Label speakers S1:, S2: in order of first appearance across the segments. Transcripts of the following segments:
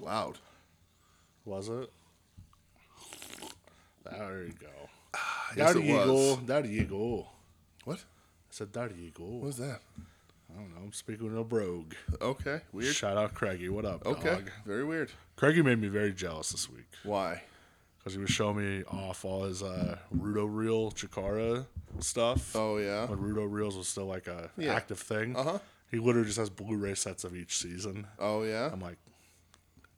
S1: loud.
S2: Was it? There you go.
S1: Yes,
S2: there
S1: it
S2: you
S1: was.
S2: go. There you go.
S1: What?
S2: I said, there you go.
S1: What was that?
S2: I don't know. I'm speaking with a brogue.
S1: Okay, weird.
S2: Shout out Craigie. What up,
S1: okay,
S2: dog?
S1: very weird.
S2: Craigie made me very jealous this week
S1: Why?
S2: because he was showing me off all his uh, Rudo Reel Chikara stuff.
S1: Oh yeah.
S2: When Rudo Reels was still like a
S1: Yeah.
S2: active thing.
S1: Uh-huh.
S2: He literally just has Blu-ray sets of each season.
S1: Oh yeah.
S2: I'm like,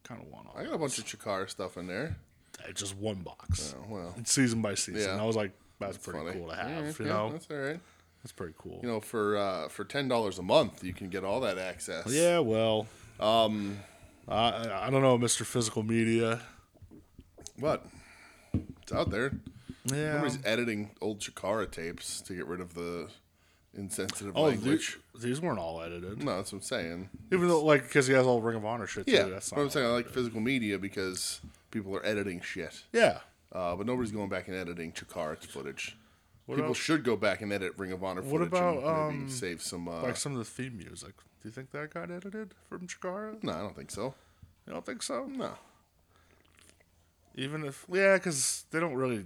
S2: kind of want all.
S1: I got a bunch of Chikara stuff in there.
S2: that. just one box.
S1: Oh, well,
S2: It's season by season.
S1: Yeah.
S2: I was like, that's, pretty
S1: funny.
S2: cool to
S1: All
S2: have.
S1: right,
S2: you
S1: yeah,
S2: know,
S1: that's all right.
S2: that's pretty cool.
S1: You know, for uh, for ten dollars a month, you can get all that access.
S2: Yeah, well, um, I I- I don't know, Mister Physical Media.
S1: But it's out there.
S2: Yeah.
S1: Somebody's editing old Chikara tapes to get rid of the insensitive
S2: Oh,
S1: language.
S2: these, these weren't all edited.
S1: No, that's what I'm saying.
S2: Even though, like, because he has all Ring of Honor shit.
S1: Yeah,
S2: too.
S1: that's
S2: that's
S1: what
S2: not.
S1: I'm saying. I like physical media because people are editing shit.
S2: Yeah,
S1: Uh, but nobody's going back and editing Chikara footage.
S2: What
S1: People
S2: about-
S1: should go back and edit Ring of Honor footage
S2: about,
S1: and maybe
S2: um,
S1: save some. Uh,
S2: like some of the theme music. Do you think that got edited from Chikara?
S1: no, I don't think so.
S2: You don't think so?
S1: No.
S2: Even if, yeah, because they don't really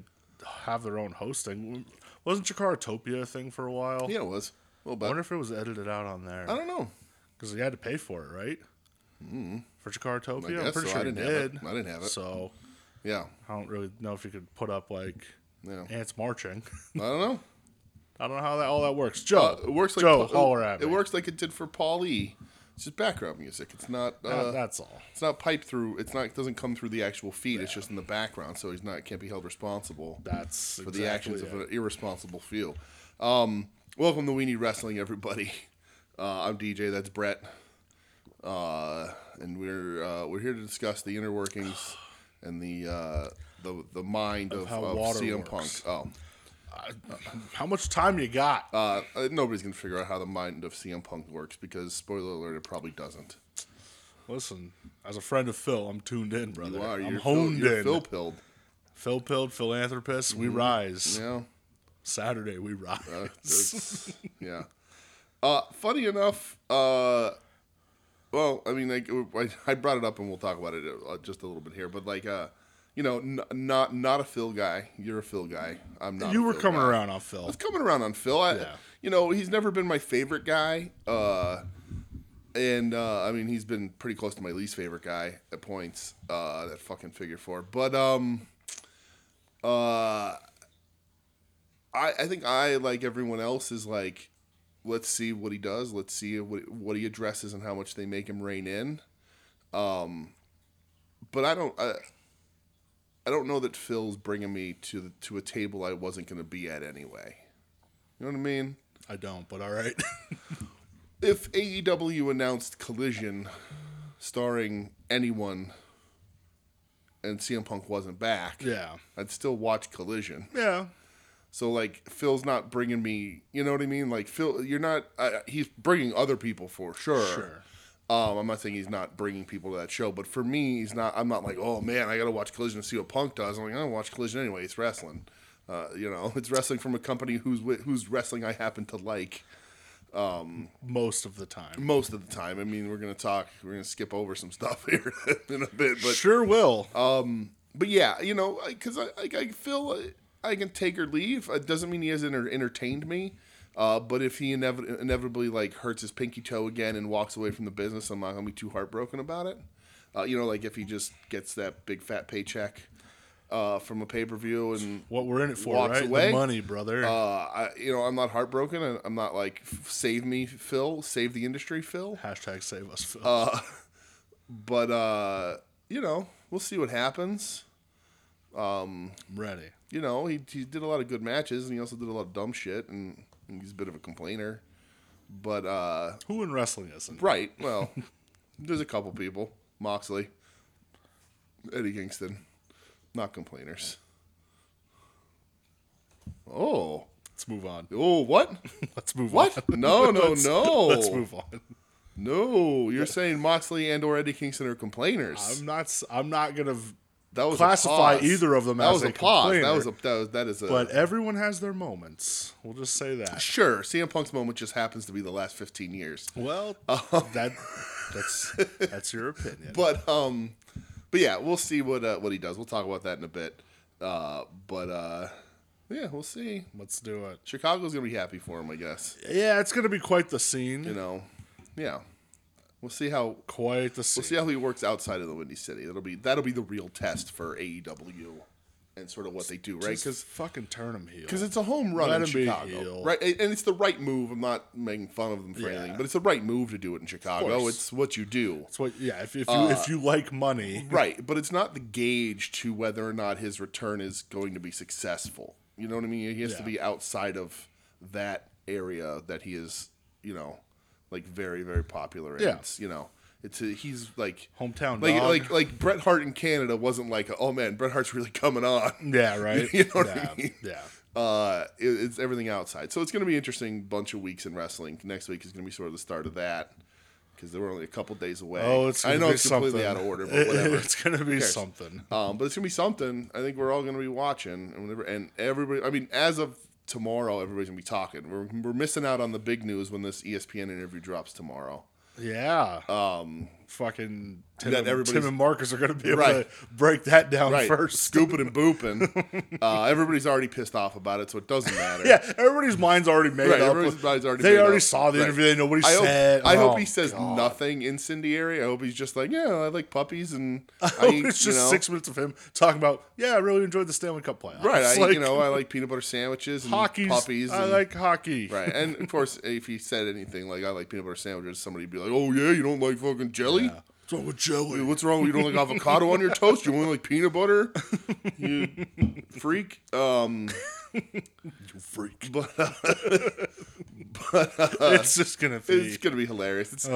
S2: have their own hosting. Wasn't Chikaratopia a thing for a while?
S1: Yeah, it was. Well,
S2: I
S1: but
S2: wonder if it was edited out on there
S1: I don't know.
S2: because you had to pay for it, right? For
S1: Mm-hmm. I
S2: Chikaratopia, I'm
S1: guess
S2: pretty
S1: so.
S2: sure
S1: I
S2: you
S1: didn't have it.
S2: did.
S1: I didn't have it.
S2: So
S1: Yeah.
S2: I don't really know if you could put up like
S1: Yeah.
S2: ants marching.
S1: I don't know.
S2: I don't know how that all that works. Joe,
S1: Uh, it works like
S2: Joe,
S1: Pa-
S2: holler at
S1: it
S2: me.
S1: works like it did for Paul E. It's just background music. It's not. Uh,
S2: That- that's all.
S1: It's not piped through. It's not. It doesn't come through the actual feed. It's just in the background, so he's not can't be held responsible
S2: That's
S1: for the actions
S2: it.
S1: of an irresponsible few. Um, welcome to Weenie Wrestling, everybody. Uh, I'm DJ. That's Brett, uh, and we're uh, we're here to discuss the inner workings and the uh, the the mind of,
S2: how
S1: of
S2: water
S1: CM
S2: works.
S1: Punk.
S2: How much time you got?
S1: Oh, uh, uh, nobody's gonna figure out how the mind of CM Punk works because spoiler alert, it probably doesn't.
S2: Listen, as a friend of Phil, I'm tuned in, brother.
S1: You are.
S2: I'm
S1: You're
S2: honed
S1: Phil,
S2: in.
S1: you're Phil pilled.
S2: Phil Pilled, philanthropist. We rise.
S1: Yeah. Uh,
S2: Saturday, we rise.
S1: It's- yeah. Uh, funny enough, uh, well, I mean, like I, I brought it up, and we'll talk about it uh, just a little bit here. But like, uh, you know, n- not not a Phil guy. You're a Phil guy. I'm not.
S2: you
S1: a
S2: were
S1: Phil
S2: coming
S1: guy.
S2: around on Phil.
S1: I was coming around on Phil. I,
S2: Yeah.
S1: You know, he's never been my favorite guy. Uh, and uh, I mean, he's been pretty close to my least favorite guy at points. Uh, that fucking figure four. But um, uh, I I think I like everyone else is like, let's see what he does. Let's see what what he addresses and how much they make him rein in. Um, but I don't. I, I don't know that Phil's bringing me to the, to a table I wasn't going to be at anyway. You know what I mean?
S2: I don't, but all right.
S1: If AEW announced Collision starring anyone and CM Punk wasn't back,
S2: yeah.
S1: I'd still watch Collision.
S2: Yeah.
S1: So like Phil's not bringing me, you know what I mean? Like Phil, you're not. Uh, he's bringing other people for sure.
S2: Sure.
S1: Um, I'm not saying he's not bringing people to that show, but for me, he's not. I'm not like, oh man, I gotta watch Collision to see what Punk does. I'm like, I don't watch Collision anyway. It's wrestling. Uh, you know, it's wrestling from a company whose wi- whose wrestling I happen to like
S2: Most of the time.
S1: most of the time. I mean, we're gonna talk. We're gonna skip over some stuff here in a bit, but uh,
S2: sure will.
S1: but yeah, you know, because I, I, I feel I can take or leave. It doesn't mean he hasn't enter- entertained me. Uh, but if he inev- inevitably like hurts his pinky toe again and walks away from the business, I'm not gonna be too heartbroken about it. Uh, you know, like if he just gets that big fat paycheck uh, from a pay per view and
S2: what we're in it for,
S1: walks
S2: right?
S1: away.
S2: The money, brother.
S1: uh, I, you know, I'm not heartbroken. and I'm not like "F- save me, Phil, save the industry, Phil.
S2: Hashtag save us,
S1: uh,
S2: Phil.
S1: But uh, you know, we'll see what happens.
S2: I'm ready.
S1: you know, he he did a lot of good matches, and he also did a lot of dumb shit, and he's a bit of a complainer. But uh,
S2: Who in wrestling isn't?
S1: right, well, there's a couple people: Moxley, Eddie Kingston, not complainers. Oh,
S2: Let's move on.
S1: oh, what?
S2: Let's move on.
S1: What? No, no,
S2: Let's-
S1: no.
S2: Let's move on.
S1: No, you're saying Moxley and or Eddie Kingston are complainers.
S2: I'm not. s- I'm not gonna. v-
S1: that was a
S2: classify
S1: pause.
S2: either of them
S1: That
S2: as
S1: was
S2: a
S1: a, pause. That
S2: complainer.
S1: was a that was that is a
S2: But everyone has their moments. We'll just say that.
S1: sure. CM Punk's moment just happens to be the last 15 years.
S2: Well, that That's that's your opinion.
S1: but um, but yeah, we'll see what uh, what he does. We'll talk about that in a bit. Uh, but uh, yeah, we'll see.
S2: Let's do it.
S1: Chicago's gonna be happy for him, I guess.
S2: Yeah, it's gonna be quite the scene.
S1: You know, yeah. We'll see how
S2: Quite the scene.
S1: we'll see how he works outside of the Windy City. That'll be that'll be the real test for AEW and sort of what they do, right?
S2: Just
S1: Because
S2: fucking turn him heel.
S1: because it's a home run
S2: Let
S1: in
S2: him be
S1: Chicago,
S2: heel.
S1: right? And and it's the right move. I'm not making fun of them for
S2: Yeah.
S1: anything, but it's the right move to do it in Chicago.
S2: course.
S1: It's what you do.
S2: That's what. Yeah, if, if you if you like money,
S1: Right, but it's not the gauge to whether or not his return is going to be successful. You know what I mean? He has to
S2: Yeah.
S1: be outside of that area that he is, you know, like very very popular in.
S2: Yeah.
S1: It's, you know, it's a, he's like
S2: Hometown
S1: like
S2: dog.
S1: like like Bret Hart in Canada wasn't like, oh man, Bret Hart's really coming on.
S2: yeah, right.
S1: You know what I
S2: yeah,
S1: mean?
S2: yeah.
S1: Uh, it, it's everything outside, so it's going to be interesting bunch of weeks in wrestling. Next week is going to be sort of the start of that because we're only a couple days away.
S2: Oh, it's.
S1: I
S2: gonna
S1: know
S2: be
S1: it's
S2: something.
S1: completely out of order, but whatever.
S2: it's gonna be
S1: cares?
S2: something.
S1: Um, but it's gonna be something. I think we're all gonna be watching, and whenever, and everybody. I mean, as of tomorrow, everybody's gonna be talking. We're we're missing out on the big news when this E ESPN interview drops tomorrow.
S2: Yeah. Um. Fucking Tim,
S1: that
S2: and,
S1: everybody's-
S2: Tim and Marcus are gonna be able
S1: Right.
S2: to break that down
S1: Right,
S2: first.
S1: scooping and booping. uh, everybody's already pissed off about it, so it doesn't matter.
S2: Yeah, everybody's mind's already made
S1: Right,
S2: up.
S1: everybody's mind's already
S2: they
S1: made
S2: already
S1: up.
S2: saw the
S1: Right.
S2: interview. They know what he
S1: I hope,
S2: said.
S1: I hope
S2: Oh,
S1: he says
S2: God.
S1: nothing incendiary. I hope he's just like, yeah, I like puppies, and I, eat,
S2: it's
S1: you
S2: just
S1: know,
S2: six minutes of him talking about, yeah, I really enjoyed the Stanley Cup playoffs.
S1: right. I,
S2: It's
S1: you know, I like peanut butter sandwiches and
S2: hockey's-
S1: puppies.
S2: I
S1: and-
S2: like hockey.
S1: Right. And of course, if he said anything like, I like peanut butter sandwiches, somebody would be like, oh, yeah, you don't like fucking jelly?
S2: Yeah. What's wrong with Joey?
S1: What's wrong? You don't like avocado on your toast? You only like peanut butter? You freak. Um,
S2: You freak.
S1: but
S2: it's just gonna be.
S1: it's going to be hilarious. It's, it,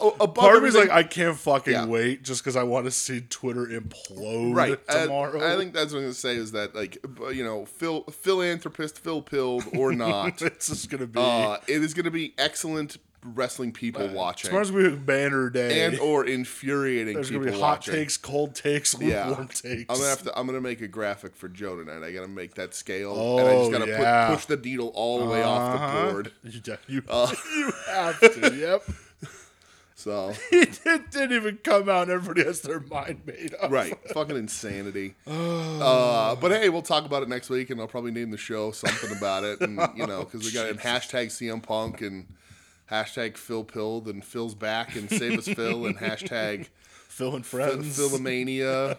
S1: oh, above
S2: Part of me's like,
S1: everything-
S2: I can't fucking
S1: Yeah.
S2: wait just because I want to see Twitter implode
S1: right I-
S2: tomorrow.
S1: I, think that's what I'm going to say is that, like, b- you know, Phil, philanthropist, Phil Pilled or not,
S2: it's just gonna be.
S1: uh, it is going to be excellent wrestling people watching.
S2: tomorrow's gonna be a banner day.
S1: and or infuriating
S2: There's
S1: people
S2: gonna be hot
S1: watching.
S2: takes, cold takes,
S1: Yeah.
S2: lukewarm takes.
S1: I'm gonna have to. I'm gonna make a graphic for Joe tonight. I gotta make that scale,
S2: Oh,
S1: and I just gotta
S2: yeah. Uh-huh.
S1: put, push the needle all the way off the board. Uh.
S2: You, de- you, you have to. Yep.
S1: So
S2: it didn't- didn't even come out. and Everybody has their mind made up.
S1: right, fucking insanity. uh, but hey, we'll talk about it next week, and I'll probably name the show something about it, and you know, because we got in hashtag CM Punk and hashtag Phil Pilled and Phil's back and Save Us Phil and hashtag
S2: Phil and
S1: Phil-
S2: friends.
S1: Philomania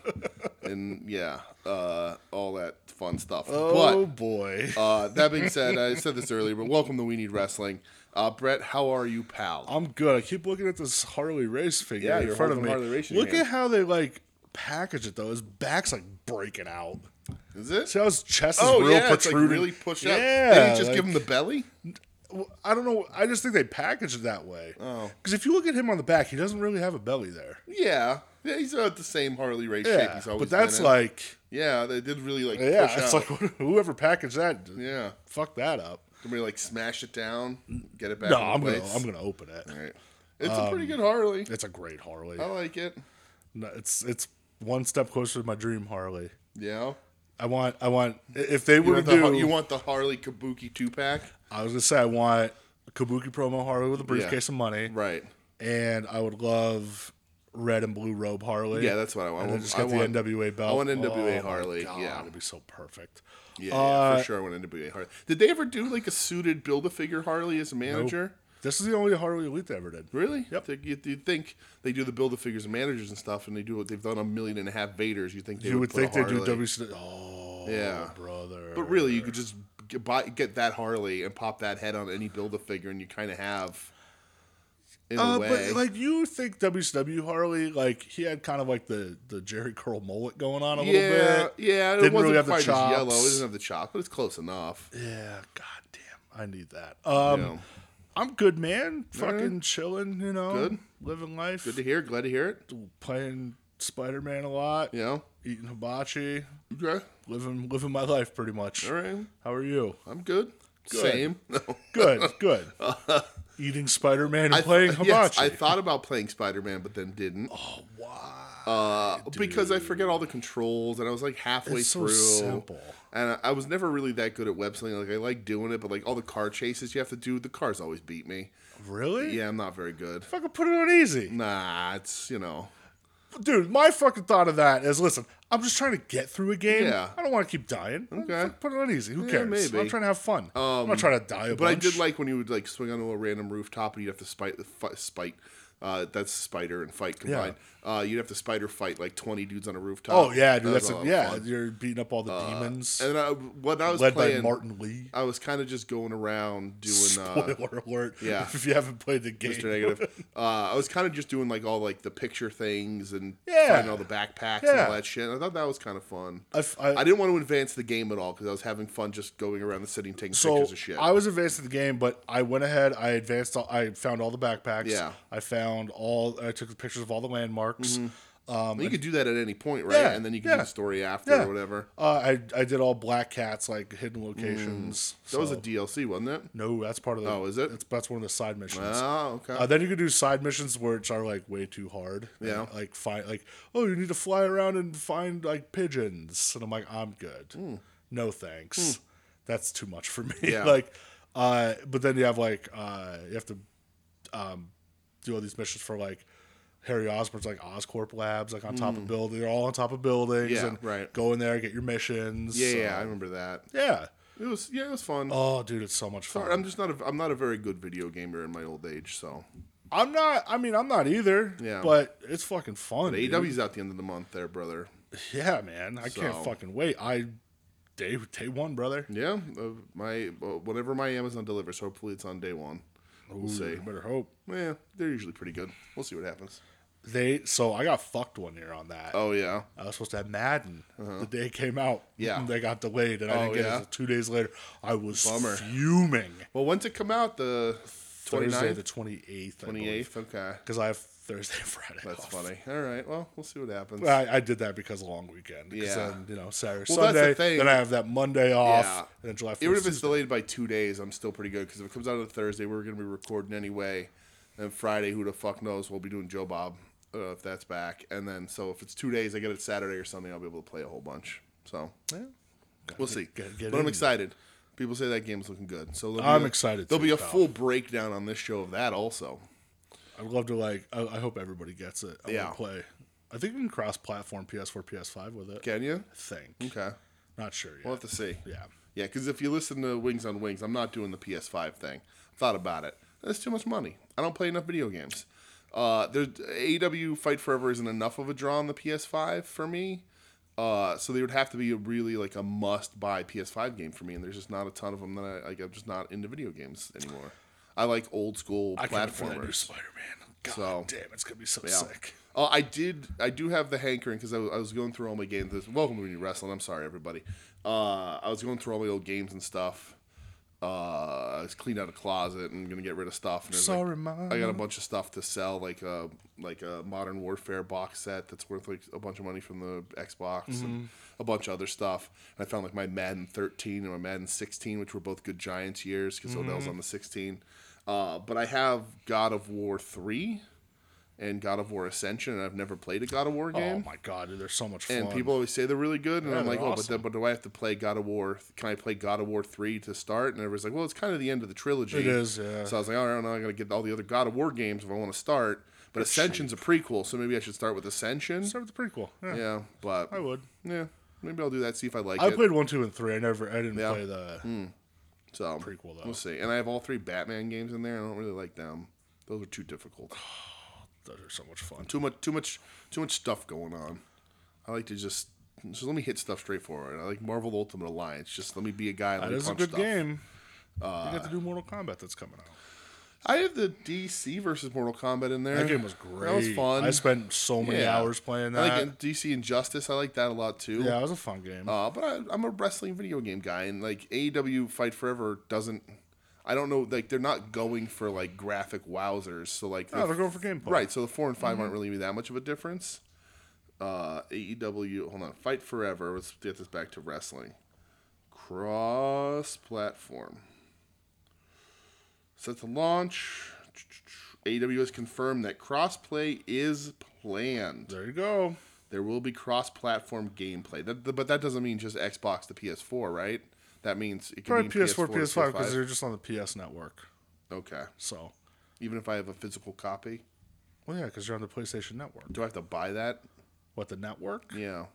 S1: and yeah, uh, all that fun stuff.
S2: oh boy.
S1: But uh, that being said, I said this earlier, but welcome to We Need Wrestling. Uh, Brett, how are you, pal?
S2: I'm good. I keep looking at this Harley race figure
S1: Yeah,
S2: in
S1: you're
S2: front of
S1: holding
S2: me.
S1: Harley Race in your
S2: Look at
S1: hand.
S2: how they like package it though. His back's like breaking out.
S1: Is it?
S2: See how his chest is
S1: Oh
S2: real
S1: yeah, it's like
S2: protruding.
S1: really pushed up.
S2: Yeah,
S1: they didn't just give him
S2: like-
S1: the belly.
S2: Well, I don't know. I just think they packaged it that way. Oh, because if you look at him on the back, he doesn't really have a belly there.
S1: Yeah, yeah, he's about the same Harley race shape
S2: Yeah,
S1: he's always
S2: but that's
S1: been in.
S2: like,
S1: yeah, they did really like
S2: yeah,
S1: push
S2: it's
S1: out.
S2: like whoever packaged that,
S1: yeah,
S2: fuck that up.
S1: somebody like smash it down, get it back.
S2: No,
S1: in
S2: I'm gonna,
S1: place.
S2: I'm gonna Um, open it.
S1: All right. It's a pretty good Harley.
S2: It's a great Harley.
S1: I like it.
S2: No, it's it's one step closer to my dream Harley.
S1: Yeah.
S2: I want I want i- if they
S1: You
S2: were to
S1: want, the, Har-
S2: do,
S1: you want the Harley Kabuki two pack?
S2: I was gonna say I want a Kabuki promo Harley with a briefcase of money,
S1: Right.
S2: and I would love red and blue robe Harley.
S1: Yeah, that's what I want.
S2: And then just
S1: I
S2: get the
S1: want-
S2: NWA belt.
S1: I want NWA
S2: Oh my
S1: Harley,
S2: God,
S1: yeah.
S2: it'd be so perfect. Uh,
S1: Yeah, yeah, for sure. I want NWA Harley. Did they ever do like a suited build a figure Harley as a manager?
S2: This is the only Harley Elite they ever did.
S1: Really?
S2: Yep.
S1: They, you, you'd think they do the build a figures and managers and stuff, and they do what they've done a million and a half Vaders. You think they
S2: You would
S1: put a
S2: think they do
S1: Harley.
S2: WCW. Oh,
S1: Yeah.
S2: brother.
S1: But really, you could just get, buy, get that Harley and pop that head on any build a figure, and you kind of have. In
S2: Uh,
S1: a way.
S2: but like you think WCW Harley, like he had kind of like the the Jerry Curl mullet going on a
S1: yeah,
S2: little bit.
S1: yeah, it
S2: Didn't
S1: wasn't
S2: really have the
S1: quite as yellow. It
S2: chops.
S1: doesn't have the chop, but it's close enough.
S2: Yeah, goddamn, I need that. Um,
S1: Yeah.
S2: I'm good, man. Fucking chilling, you know.
S1: Good.
S2: living life.
S1: Good to hear. Glad to hear it.
S2: Playing Spider Man a lot.
S1: You know.
S2: Eating hibachi.
S1: Okay.
S2: Living living my life pretty much.
S1: All right.
S2: How are you?
S1: I'm good.
S2: Good.
S1: Same.
S2: Good, good. Eating Spider Man and
S1: I-
S2: playing
S1: yes,
S2: hibachi. Oh,
S1: I thought about playing Spider Man, but then didn't.
S2: Why?
S1: uh, because I forget all the controls, and I was like halfway
S2: It's so
S1: through.
S2: simple.
S1: And I, I was never really that good at web slinging. Like I like doing it, but like all the car chases you have to do, the cars always beat me.
S2: Really?
S1: Yeah, I'm not very good.
S2: Fucking put it on easy.
S1: Nah, it's you know.
S2: Dude, my fucking thought of that is listen, I'm just trying to get through a game.
S1: Yeah.
S2: I don't want to keep dying.
S1: Okay.
S2: Fuck, Put it on easy. Who cares?
S1: maybe. Um,
S2: I'm trying to have fun. I'm not trying to die a
S1: But I
S2: bunch.
S1: did like when you would like swing onto a random rooftop and you'd have to spite the fi- spite. Uh, that's spider and fight combined. Uh, you'd have to spider fight like twenty dudes on a rooftop.
S2: Oh yeah,
S1: That
S2: dude. That's
S1: was
S2: a,
S1: lot of
S2: yeah.
S1: fun. Uh,
S2: You're beating up all the demons.
S1: And I, when I was
S2: led
S1: playing,
S2: by Martin Lee.
S1: I was kind of just going around doing uh,
S2: Spoiler alert!
S1: yeah.
S2: if you haven't played the game,
S1: Mr. Negative. Uh, I was kind of just doing like all like the picture things and
S2: Yeah.
S1: finding all the backpacks and
S2: Yeah.
S1: all that shit. I thought that was kind of fun.
S2: I f- I-
S1: I didn't want to advance the game at all because I was having fun just going around the city and taking
S2: so
S1: pictures of shit.
S2: I was advanced in the game, but I went ahead. I advanced. All, I found all the backpacks.
S1: Yeah.
S2: I found all. I took the pictures of all the landmarks.
S1: Mm-hmm.
S2: Um,
S1: you could do that at any point, right?
S2: Yeah,
S1: and then you could do
S2: yeah.
S1: the story after
S2: Yeah.
S1: or whatever.
S2: uh, I I did all Black Cats like hidden locations.
S1: That was a DLC, wasn't it?
S2: no. That's part of the.
S1: Oh, is it?
S2: That's, that's one of the side missions.
S1: Oh, okay.
S2: Uh, then you can do side missions which are like way too hard.
S1: Yeah.
S2: And, like find like oh you need to fly around and find like pigeons and I'm like I'm good. No thanks. That's too much for me.
S1: Hmm. Yeah.
S2: like, uh, but then you have like uh, you have to um, do all these missions for like Harry Osborn's like Oscorp Labs like on top of building. They're all on top of buildings.
S1: Hmm. Yeah,
S2: and
S1: right.
S2: Go in there, get your missions.
S1: yeah,
S2: So,
S1: yeah, I remember that.
S2: yeah.
S1: It was yeah, it was fun.
S2: Oh, dude, it's so much fun.
S1: I'm just not a, I'm not a very good video gamer in my old age, so
S2: I'm not. I mean, I'm not either.
S1: Yeah.
S2: But it's fucking fun. dude.
S1: AEW's out the end of the month, there, brother.
S2: Yeah, man, I
S1: So-
S2: can't fucking wait. I day day one, brother.
S1: Yeah, uh, my uh, whenever my Amazon delivers, hopefully it's on day one. We'll
S2: Ooh,
S1: see.
S2: Better hope
S1: Yeah, they're usually pretty good. We'll see what happens.
S2: they. So I got fucked one year on that.
S1: Oh yeah,
S2: I was supposed to have Madden the day it came out.
S1: Yeah.
S2: they got delayed, and I
S1: Oh,
S2: didn't get
S1: yeah?
S2: it. until Two days later, I was
S1: Bummer.
S2: fuming.
S1: Well, when's it come out? The 29th?
S2: Thursday the twenty eighth,
S1: 28th? Okay.
S2: because I have Thursday and Friday.
S1: That's
S2: off.
S1: funny. All right. Well, we'll see what happens.
S2: I, I did that because of long weekend. 'cause
S1: Yeah.
S2: then, you know Saturday,
S1: Well, that's the
S2: Sunday.
S1: thing.
S2: Then I have that Monday off,
S1: Yeah.
S2: and then July. 4th,
S1: Even if it's delayed by two days, I'm still pretty good because if it comes out on a Thursday, we're going to be recording anyway. And Friday, who the fuck knows? We'll be doing Joe Bob uh, if that's back. And then, so if it's two days, I get it Saturday or something, I'll be able to play a whole bunch. So we'll see.
S2: get- get
S1: but I'm
S2: in.
S1: excited. People say that game's looking good. So there'll be
S2: I'm
S1: a-
S2: excited
S1: There'll
S2: too,
S1: be a
S2: pal.
S1: full breakdown on this show of that also.
S2: I would love to like. I, I hope everybody gets it. I wanna
S1: Yeah.
S2: Play. I think you can cross-platform PS4, PS5 with it.
S1: Can you?
S2: I think.
S1: Okay.
S2: Not sure yet.
S1: We'll have to see.
S2: yeah.
S1: Yeah, because if you listen to Wings on Wings, I'm not doing the PS5 thing. Thought about it. That's too much money. I don't play enough video games. Uh, there, AEW Fight Forever isn't enough of a draw on the PS5 for me. Uh, so they would have to be a really like a must-buy PS5 game for me, and there's just not a ton of them that I like. I'm just not into video games anymore. I like old school
S2: I can't wait for that new
S1: platformers.
S2: Spider-Man. God
S1: So-
S2: damn, it's gonna be so
S1: Yeah.
S2: sick.
S1: Uh, I did. I do have the hankering because I, wa- I was going through all my games. This, welcome to New Wrestling. I'm sorry, everybody. Uh, I was going through all my old games and stuff. Uh, I was cleaning out a closet and gonna get rid of stuff. And there's,
S2: Sorry,
S1: like,
S2: Mom.
S1: I got a bunch of stuff to sell, like a like a Modern Warfare box set that's worth like a bunch of money from the Xbox
S2: Mm-hmm.
S1: and a bunch of other stuff. And I found like my Madden 13 and my Madden 16, which were both good Giants years because
S2: Mm-hmm.
S1: Odell's on the 16. Uh, but I have God of War 3 and God of War Ascension, and I've never played a God of War
S2: Oh
S1: game.
S2: my god, dude, there's so much fun.
S1: and people always say they're really good, and
S2: Yeah,
S1: I'm like,
S2: they're
S1: oh, but then, but do I have to play God of War? Can I play God of War three to start? And everybody's like, well, it's kind of the end of the trilogy.
S2: It is, yeah.
S1: So I was like, all right, now I gotta get all the other God of War games if I want to start. But Ascension's a prequel, so maybe I should start with Ascension.
S2: Start with the prequel. Yeah,
S1: yeah, but
S2: I would.
S1: yeah, maybe I'll do that. See if I like
S2: I
S1: it.
S2: played one, two, and three. I never. I didn't
S1: Yeah. Hmm.
S2: play the.
S1: so
S2: prequel, though.
S1: We'll see. And I have all three Batman games in there. I don't really like them. Those are too difficult.
S2: Those are so much fun.
S1: too much too much too much stuff going on. I like to just just let me hit stuff straightforward. I like Marvel Ultimate Alliance. Just let me be a guy. and Let
S2: That
S1: me
S2: is a
S1: punch
S2: good
S1: stuff. Uh,
S2: game. you got to do Mortal Kombat that's coming out.
S1: I have the DC versus Mortal Kombat in there.
S2: That game was great.
S1: That was fun.
S2: I spent so many
S1: Yeah.
S2: hours playing that.
S1: I like DC Injustice. I like that a lot too.
S2: yeah, it was a fun game.
S1: Uh, but I, I'm a wrestling video game guy, and like AEW Fight Forever doesn't. I don't know. Like they're not going for like graphic wowzers. So like
S2: oh, they're going for gameplay. Mm-hmm.
S1: Right, so the four and 5 aren't really that much of a difference. Uh, AEW, hold on, Fight Forever. Let's get this back to wrestling. Cross platform. E Set to launch. AEW has confirmed that crossplay is planned.
S2: There you go.
S1: There will be cross-platform gameplay, that, th- but that doesn't mean just Xbox to PS4, right? That means it can
S2: Probably
S1: mean
S2: PS4, PS5 because
S1: PS5.
S2: they're just on the PS network.
S1: Okay,
S2: So,
S1: even if I have a physical copy,
S2: well, yeah, because you're on the PlayStation network.
S1: do I have to buy that?
S2: What the network?
S1: Yeah,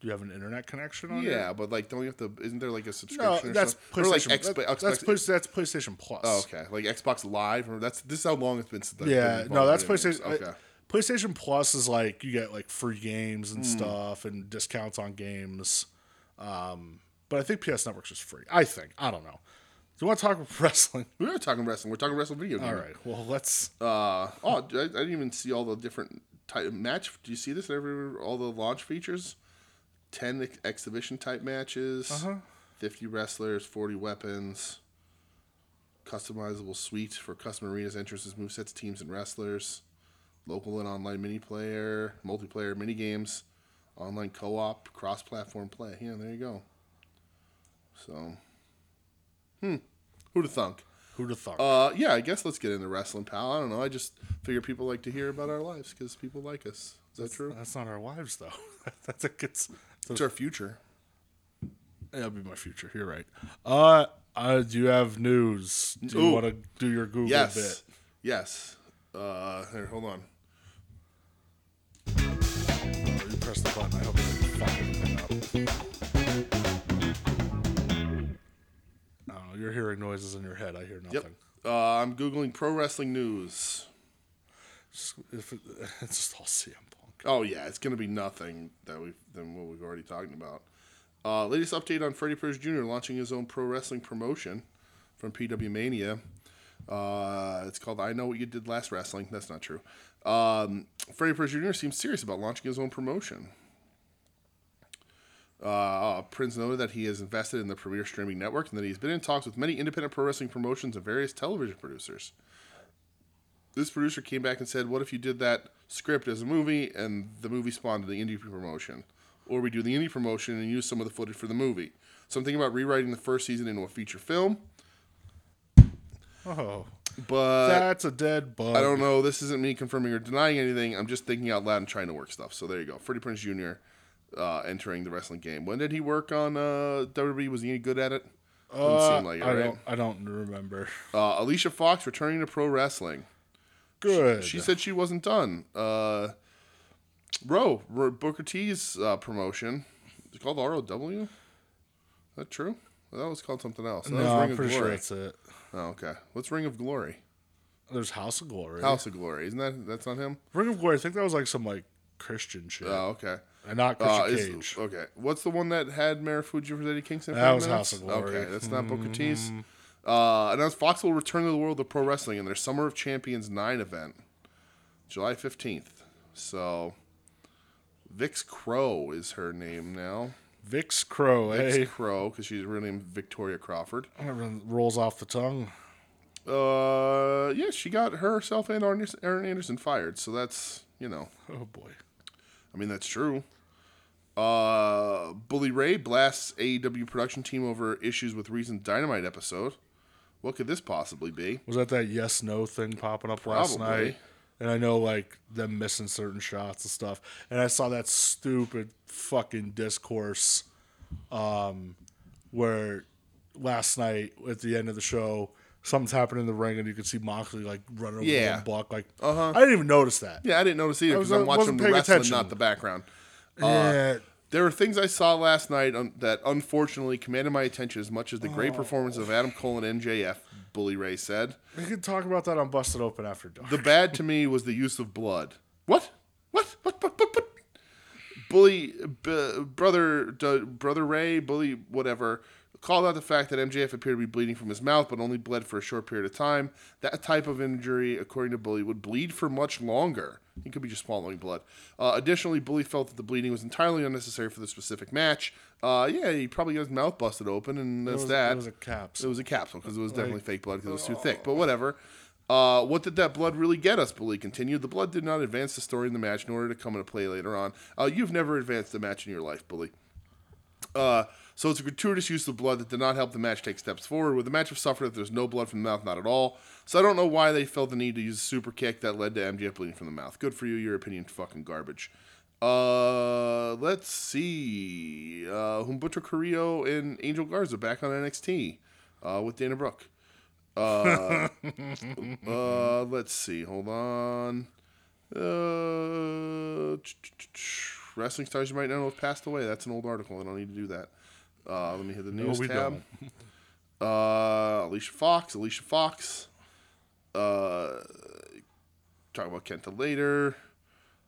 S2: Do you have an internet connection on it?
S1: yeah, but like, don't you have to? Isn't there like a
S2: Oh, No,
S1: subscription? or
S2: that's
S1: something? Or like
S2: PlayStation.
S1: Xbox.
S2: that- that's,
S1: Xbox-
S2: Play- that's PlayStation Plus.
S1: oh, okay, like Xbox Live. Or that's this is how long it's been since. I've been
S2: yeah,
S1: involved
S2: no, that's
S1: in video games.
S2: PlayStation. I- PlayStation Plus is like you get like free games
S1: Hmm.
S2: and stuff and discounts on games. Um, but I think PS Network's just free. I think. I don't know. Do you want to talk wrestling?
S1: We're not talking wrestling. We're talking wrestling video games.
S2: All right. Well, let's.
S1: Hmm. Uh, oh, I, I didn't even see all the different type match. Do you see this? Every all the launch features, ten ex- exhibition type matches, fifty wrestlers, forty weapons, customizable suite for custom arenas, entrances, movesets, teams, and wrestlers, local and online mini player, multiplayer mini games, online co-op, cross-platform play. Yeah, there you go. So, hmm, who'd have thunk?
S2: Who'd have thought?
S1: Uh, yeah, I guess let's get into wrestling, pal. I don't know. I just figure people like to hear about our lives because people like us. Is that true?
S2: That's not our wives, though. That's a good.
S1: It's our future.
S2: That'll be my future. You're right. Uh, uh do you have news? Do you
S1: Ooh.
S2: want to do your Google
S1: Yes.
S2: bit?
S1: Yes. Uh, here, hold on.
S2: Oh, you press the button. I hope it didn't fuck everything up. Oh, you're hearing noises in your head. I hear nothing.
S1: Yep. Uh, I'm googling pro wrestling news.
S2: Just- if it- it's just all CM Punk.
S1: Oh yeah, it's gonna be nothing that we than what we've already talked about. Uh, latest update on Freddie Prinze Jr. launching his own pro wrestling promotion from PW Mania. Uh, it's called "I Know What You Did Last Wrestling." That's not true. Um, Freddie Prinze Jr. seems serious about launching his own promotion. Uh, Prince noted that he has invested in the premier streaming network and that he's been in talks with many independent pro wrestling promotions and various television producers this producer came back and said, "What if you did that script as a movie, and the movie spawned the indie promotion, or we do the indie promotion and use some of the footage for the movie? So I'm thinking about rewriting the first season into a feature film,
S2: Oh,
S1: but
S2: that's a dead bug.
S1: I Uh, don't know. This isn't me confirming or denying anything. I'm just thinking out loud and trying to work stuff. So there you go. Freddie Prince Jr. Uh, entering the wrestling game. When did he work on uh, WWE? Was he any good at it? Doesn't
S2: Uh,
S1: seem like it,
S2: I
S1: right?
S2: don't. I don't remember.
S1: Uh, Alicia Fox returning to pro wrestling.
S2: Good.
S1: She said she wasn't done. Uh, Roe, Ro- Booker T's uh, promotion. It's called ROW? Is that true? Well, that was called something else. That was
S2: no,
S1: Ring
S2: I'm
S1: of
S2: pretty sure
S1: Glory.
S2: that's it.
S1: Oh, okay. What's Ring of Glory?
S2: There's House of Glory.
S1: House of Glory. Isn't that that's not him?
S2: Ring of Glory. I think that was like some like Christian shit,
S1: Oh, okay.
S2: and not Christian
S1: Uh, is-
S2: Cage.
S1: okay. What's the one that had Marufuji for Eddie Kingston? for
S2: That
S1: eight
S2: was
S1: minutes?
S2: House of Glory. Mm-hmm.
S1: Okay, that's not Booker T's. Uh, announced Fox will return to the world of pro wrestling in their Summer of Champions 9 event, July 15th. So, Vix Crow is her name now.
S2: Vix Crow.
S1: Vix
S2: eh?
S1: Crow, because she's really named Victoria Crawford.
S2: That run- rolls off the tongue.
S1: Uh, yeah, she got herself and Arn- Aaron Anderson fired. So that's, you know,
S2: Oh boy.
S1: I mean, that's true. Uh, Bully Ray blasts AEW production team over issues with recent Dynamite episode. What could this possibly be?
S2: Was that that yes no thing popping up last
S1: Probably.
S2: night? And I know like them missing certain shots and stuff. And I saw that stupid fucking discourse um where last night at the end of the show something's happened in the ring and you could see Moxley like running over
S1: Yeah.
S2: the block like uh-huh. I didn't even notice that.
S1: Yeah, I didn't notice either because
S2: was- uh,
S1: I'm watching
S2: wasn't
S1: the
S2: paying
S1: wrestling,
S2: attention.
S1: not the background.
S2: Uh, Yeah.
S1: There were things I saw last night un- that unfortunately commanded my attention as much as the
S2: Oh.
S1: great performance of Adam Cole and MJF, Bully Ray said.
S2: we could talk about that on Busted Open after dark.
S1: The bad to me was the use of blood. What? What? What? What? What? what? Bully, b- brother, d- brother Ray, bully, whatever, called out the fact that MJF appeared to be bleeding from his mouth, but only bled for a short period of time. That type of injury, according to Bully, would bleed for much longer. He could be just swallowing blood. Uh, additionally, Bully felt that the bleeding was entirely unnecessary for the specific match. Uh, yeah, he probably got his mouth busted open, and that's
S2: it was,
S1: that.
S2: it was a cap.
S1: It was a capsule because it was definitely fake blood because it was too thick. But whatever. Uh, what did that blood really get us? Bully continued. The blood did not advance the story in the match, nor did it come into play later on. Uh, you've never advanced the match in your life, Bully. Uh, So it's a gratuitous use of blood that did not help the match take steps forward. Would the match have suffered if there's no blood from the mouth? Not at all. So I don't know why they felt the need to use a super kick that led to MJF bleeding from the mouth. Good for you. Your opinion fucking garbage. Uh, let's see. Uh, Humberto Carrillo and Angel Garza back on NXT uh, with Dana Brooke. Uh,
S2: Mm-hmm.
S1: let's see. Hold on. Uh, ch- ch- ch- wrestling stars you might not know have passed away. That's an old article. I don't need to do that. Uh, let me hit the news
S2: we
S1: tab. Uh, Alicia Fox. Alicia Fox. Uh, talk about Kenta later.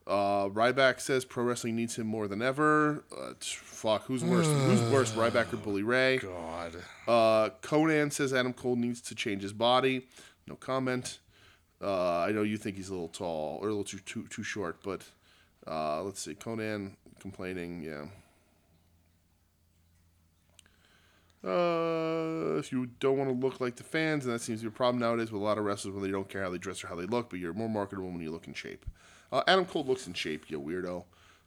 S1: Uh, Ryback says pro wrestling needs him more than ever. Uh, t- fuck, who's worse? who's worse, Ryback or Bully Ray?
S2: God.
S1: Uh, Conan says Adam Cole needs to change his body. No comment. Uh, I know you think he's a little tall or a little too too, too short, but uh, let's see. Conan complaining. Yeah. Uh, if you don't want to look like the fans, and that seems to be a problem nowadays with a lot of wrestlers when they don't care how they dress or how they look, but you're more marketable when you look in shape. Uh, Adam Cole looks in shape, you weirdo.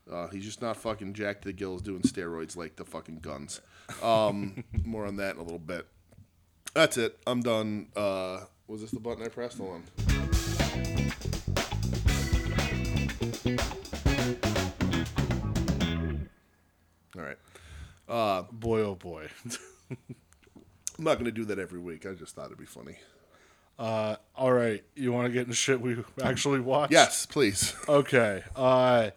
S1: Uh, he's just not fucking jacked to the gills doing steroids like the fucking guns. Um, more on that in a little bit. That's it. I'm done. Uh, was this the button I pressed? Hold on. All right.
S2: Boy, oh boy.
S1: I'm not going to do that every week. I just thought it'd be funny.
S2: Uh, all right. You want to get into shit we actually watched?
S1: Yes, please.
S2: Okay. Uh,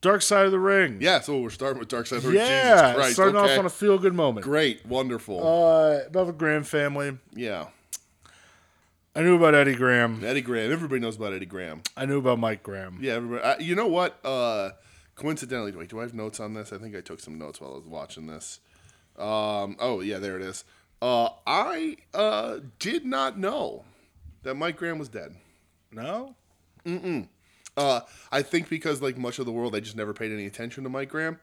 S2: Dark Side of the Ring.
S1: Yeah, so Oh, we're starting with Dark Side of the Ring.
S2: Yeah.
S1: Jesus Christ.
S2: Starting
S1: okay.
S2: off on a feel good moment.
S1: great, wonderful.
S2: Uh, about the Graham family.
S1: yeah,
S2: I knew about Eddie Graham.
S1: Eddie Graham. Everybody knows about Eddie Graham.
S2: I knew about Mike Graham.
S1: Yeah, everybody. I, you know what? Uh, coincidentally, wait, do I have notes on this? I think I took some notes while I was watching this. Um, oh yeah, there it is. Uh, I uh, did not know that Mike Graham was dead.
S2: No?
S1: Uh, I think because like much of the world, I just never paid any attention to Mike Graham.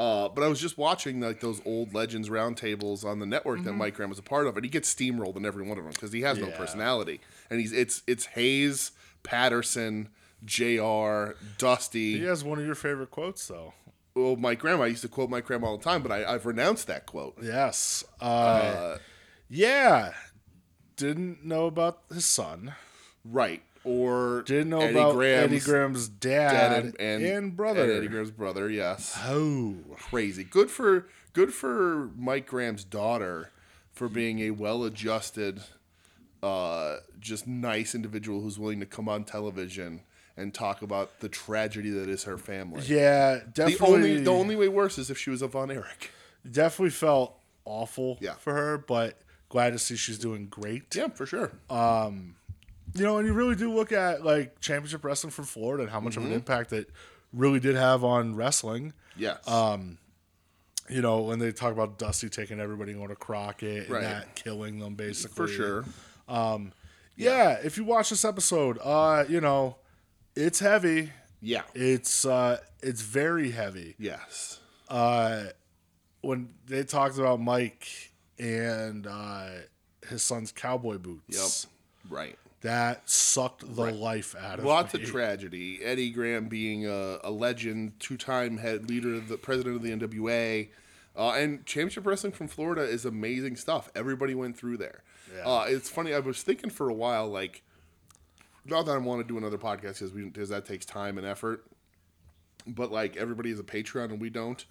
S1: Uh, but I was just watching like those old Legends roundtables on the network that Mike Graham was a part of, and he gets steamrolled in every one of them because he has no
S2: Mm-hmm. Yeah.
S1: personality, and he's it's it's Hayes, Patterson, Jr., Dusty.
S2: He has one of your favorite quotes, though.
S1: well, my grandma I used to quote my grandma all the time, but I, I've renounced that quote.
S2: Yes. Uh, yeah. Didn't know about his son.
S1: Right. Or
S2: Didn't know about Eddie Graham's
S1: dad
S2: dad,
S1: and, and,
S2: brother.
S1: and Eddie Graham's brother, yes.
S2: Oh.
S1: Crazy. Good for good for Mike Graham's daughter for being a well adjusted, uh, just nice individual who's willing to come on television and talk about the tragedy that is her family.
S2: Yeah,
S1: The
S2: definitely.
S1: only the only way worse is if she was a Von Erich.
S2: definitely felt awful
S1: Yeah.
S2: for her, but glad to see she's doing great.
S1: Yeah, for sure.
S2: You know, and you really do look at like championship wrestling from Florida and how much of
S1: Mm-hmm.
S2: an impact it really did have on wrestling.
S1: yes.
S2: You know, when they talk about Dusty taking everybody going to Crockett and
S1: Right.
S2: that killing them basically.
S1: for sure.
S2: Yeah, if you watch this episode, uh, you know, it's heavy.
S1: Yeah.
S2: It's uh it's very heavy.
S1: yes.
S2: uh, when they talked about Mike and uh, his son's cowboy boots,
S1: Right.
S2: that sucked the life out of
S1: Lots
S2: me.
S1: of tragedy. Eddie Graham being a, a legend, two-time head leader, of the president of the NWA, uh, and championship wrestling from Florida is amazing stuff. Everybody went through there.
S2: Yeah.
S1: Uh, it's funny. I was thinking for a while, like, not that I want to do another podcast because because that takes time and effort, but like everybody is a Patreon and we don't.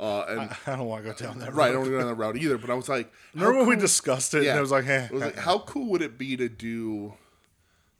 S1: Uh, and
S2: I don't want to go down that
S1: right, I
S2: road.
S1: don't want to go down that route either. But I was like,
S2: Remember when we discussed it? and I was like, eh,
S1: I was like, how cool would it be to do,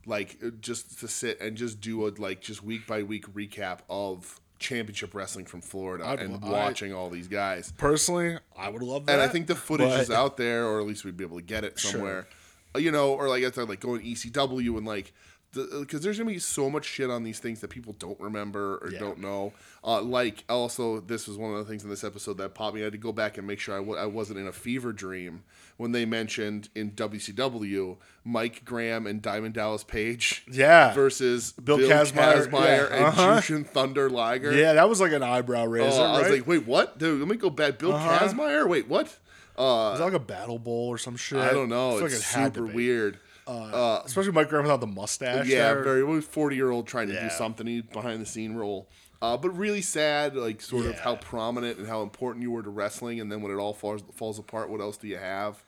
S1: like, uh, just to sit and just do a like just week by week recap of championship wrestling from Florida and
S2: lo- I-
S1: watching all these guys.
S2: personally, I would love that.
S1: And I think the footage
S2: but-
S1: is out there, or at least we'd be able to get it somewhere. Uh, You know, or like I said, like going ECW and like, because there's gonna be so much shit on these things that people don't remember or
S2: Yeah.
S1: don't know. Uh, like also, this was one of the things in this episode that popped me. I had to go back and make sure I w- I wasn't in a fever dream when they mentioned in WCW Mike Graham and Diamond Dallas Page
S2: Yeah.
S1: versus Bill,
S2: Bill
S1: Kazmaier,
S2: Kazmaier, yeah,
S1: and
S2: uh-huh.
S1: Jushin Thunder Liger.
S2: yeah, that was like an eyebrow
S1: Uh, I
S2: raiser.
S1: was
S2: right? Uh-huh.
S1: like, wait, what? Dude, let me go back. Bill Kazmaier? Wait, what? Uh,
S2: was that like a battle bowl or some shit?
S1: I don't know.
S2: It's, like
S1: It's
S2: it had to
S1: super
S2: be.
S1: weird. Uh,
S2: Especially Mike Graham without the mustache.
S1: yeah,
S2: there.
S1: very forty year old trying to do
S2: Yeah.
S1: something. He's behind the scene role. Uh, but really sad, like sort of
S2: Yeah.
S1: how prominent and how important you were to wrestling, and then when it all falls falls apart, what else do you have?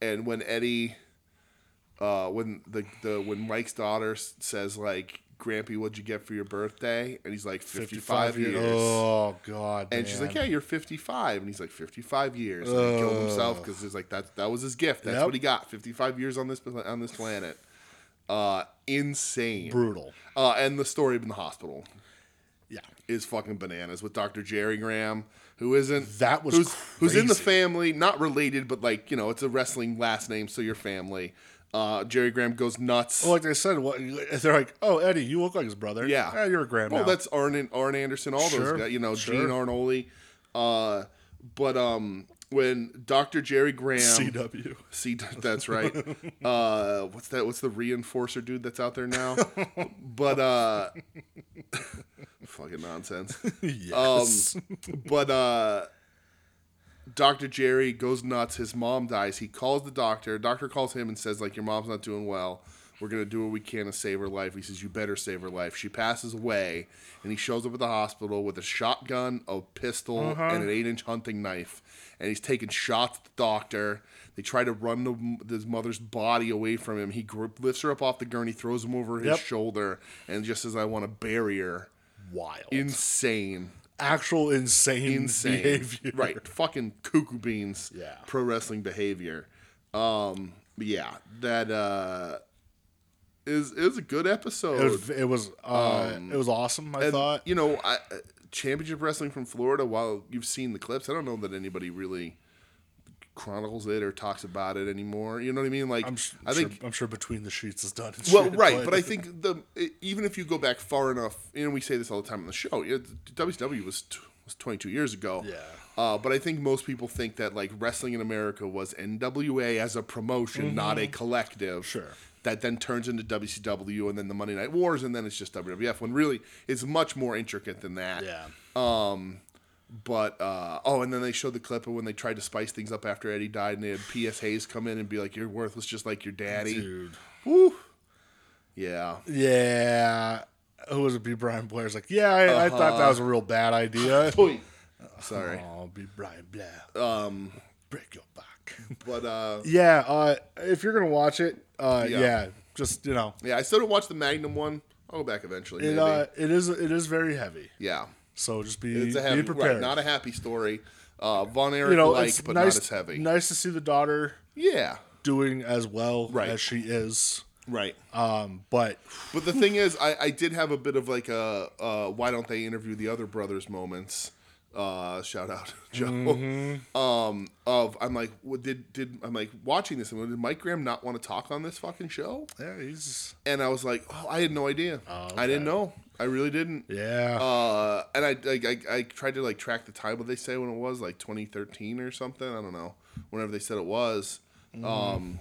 S1: And when Eddie, uh, when the, the when Mike's daughter s- says like, "Grampy, what'd you get for your birthday?" and he's like, "55 years."
S2: Oh god.
S1: And she's like,
S2: man.
S1: "Yeah, you're 55," and he's like, "55 years." And he killed himself because he's like, "That that was his gift. That's
S2: Yep.
S1: what he got. 55 years on this pla- on this planet. Uh, insane,
S2: brutal.
S1: Uh, and the story in the hospital
S2: Yeah.
S1: is fucking bananas with Dr. Jerry Graham, who isn't
S2: That was
S1: who's who's in the
S2: crazy.
S1: family, not related, but like you know, it's a wrestling last name, so your family. Uh, Jerry Graham goes nuts.
S2: Well, like I said, what they're like, oh Eddie, you look like his brother.
S1: Yeah.
S2: Eh, you're a grandma.
S1: Well, that's Arn Arn Anderson, all
S2: Sure,
S1: those guys, you know,
S2: sure.
S1: Gene Arnoli. Uh, but um, when Dr. Jerry Graham,
S2: CW.
S1: See, that's right. Uh, what's that? What's the reinforcer dude that's out there now? but uh, fucking nonsense.
S2: yes.
S1: But uh, Dr. Jerry goes nuts. His mom dies. He calls the doctor. Doctor calls him and says, like, your mom's not doing well. We're going to do what we can to save her life. He says, you better save her life. She passes away. And he shows up at the hospital with a shotgun, a pistol, and an eight inch hunting knife. And he's taking shots at the doctor. They try to run the, his mother's body away from him. He gri- lifts her up off the gurney, throws him over his
S2: Yep.
S1: shoulder, and just says, I want to bury her.
S2: Wild.
S1: Insane
S2: Actual insane,
S1: insane
S2: behavior.
S1: Right. Fucking cuckoo beans.
S2: Yeah.
S1: Pro wrestling behavior. Um but yeah, that uh is is a good episode.
S2: It was it was, uh, it was awesome. I
S1: Um, And,
S2: thought
S1: you know, I, uh, championship wrestling from Florida, while you've seen the clips, I don't know that anybody really chronicles it or talks about it anymore. You know what I mean? Like
S2: I'm, s-
S1: I
S2: sure,
S1: think
S2: I'm sure between the sheets is done. and
S1: well,
S2: shit,
S1: right, but I think the e, even if you go back far enough, and we say this all the time on the show, it, WCW was t- was 22 years ago.
S2: Yeah.
S1: Uh, but I think most people think that like wrestling in America was NWA as a promotion, not a collective.
S2: Mm-hmm. Sure.
S1: That then turns into WCW and then the Monday Night Wars and then it's just WWF. When really it's much more intricate than that.
S2: yeah,
S1: But uh, oh, and then they showed the clip of when they tried to spice things up after Eddie died, and they had P.S. Hayes come in and be like, "You're worthless, just like your daddy."
S2: dude.
S1: Woo. Yeah.
S2: Yeah, who was it? B. Brian Blair's like, yeah, I, I thought that was a real bad idea.
S1: Uh-huh. Oh, Sorry.
S2: Oh, B. Brian Blair,
S1: Um,
S2: break your back.
S1: but uh,
S2: yeah, uh, if you're gonna watch it, uh,
S1: Yeah.
S2: yeah. just you know,
S1: yeah, I still didn't watch the Magnum one. I'll go back eventually.
S2: it
S1: maybe.
S2: uh, it is it is very heavy.
S1: yeah,
S2: So just be
S1: it's a heavy,
S2: be prepared.
S1: right, not a happy story. Uh, Von Erich
S2: you know, it's
S1: like, but
S2: nice,
S1: not as heavy.
S2: Nice to see the daughter
S1: yeah,
S2: doing as well
S1: Right.
S2: as she is.
S1: right.
S2: Um, but
S1: Uh, But the thing is, I, I did have a bit of like a uh, why don't they interview the other brothers moments. Uh, shout out Joe. Um, of I'm like, what did did I'm like watching this and did Mike Graham not want to talk on this fucking show?
S2: yeah, he's
S1: And I was like, oh, I had no idea. I didn't know. I really didn't.
S2: yeah.
S1: Uh, and I, I, I, I tried to like track the time what they say when it was like 2013 or something. I don't know. Whenever they said it was,
S2: Mm-hmm.
S1: um,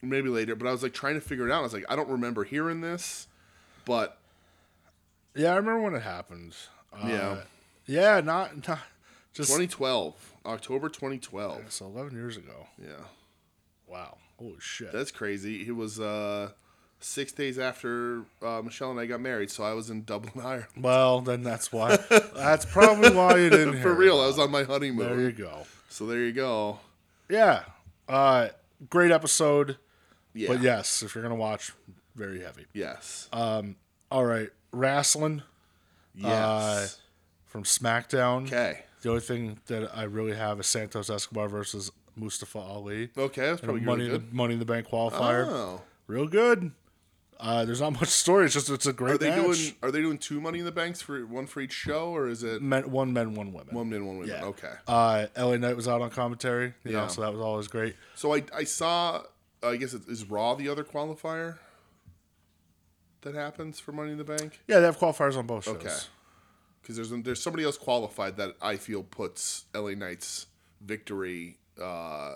S1: maybe later. But I was like trying to figure it out. I was like, I don't remember hearing this, but
S2: Yeah, I remember when it happened. Uh,
S1: Yeah.
S2: Yeah, not, not just
S1: 2012, October 2012.
S2: so eleven years ago.
S1: Yeah,
S2: Wow. Holy shit.
S1: that's crazy. It was uh, six days after uh, Michelle and I got married, so I was in Dublin, Ireland.
S2: well, then that's why. that's probably why you didn't. hear
S1: For real,
S2: it.
S1: I was on my
S2: There
S1: honeymoon.
S2: you go.
S1: So there you go.
S2: Yeah. Uh, great episode.
S1: Yeah.
S2: But yes, if you're gonna watch, very heavy.
S1: Yes.
S2: Uh, All right, wrestling uh,
S1: yes.
S2: from SmackDown.
S1: okay.
S2: The only thing that I really have is Santos Escobar versus Mustafa Ali.
S1: Okay, that's
S2: And a
S1: probably
S2: Money,
S1: Oh, really
S2: in the-
S1: good.
S2: Money in the Bank qualifier.
S1: Oh.
S2: real good. Uh, there's not much story. It's just it's a great
S1: Are they
S2: match.
S1: doing are they doing two money in the banks for one for each show or is it
S2: men, one men, one women.
S1: one man, one woman?
S2: Yeah.
S1: Okay.
S2: Uh, LA Knight was out on commentary, you
S1: Yeah.
S2: know, so that was always great.
S1: So I I saw uh, I guess it is Raw the other qualifier that happens for Money in the Bank?
S2: Yeah, they have qualifiers on both shows.
S1: Okay. Because there's there's somebody else qualified that I feel puts LA Knight's victory uh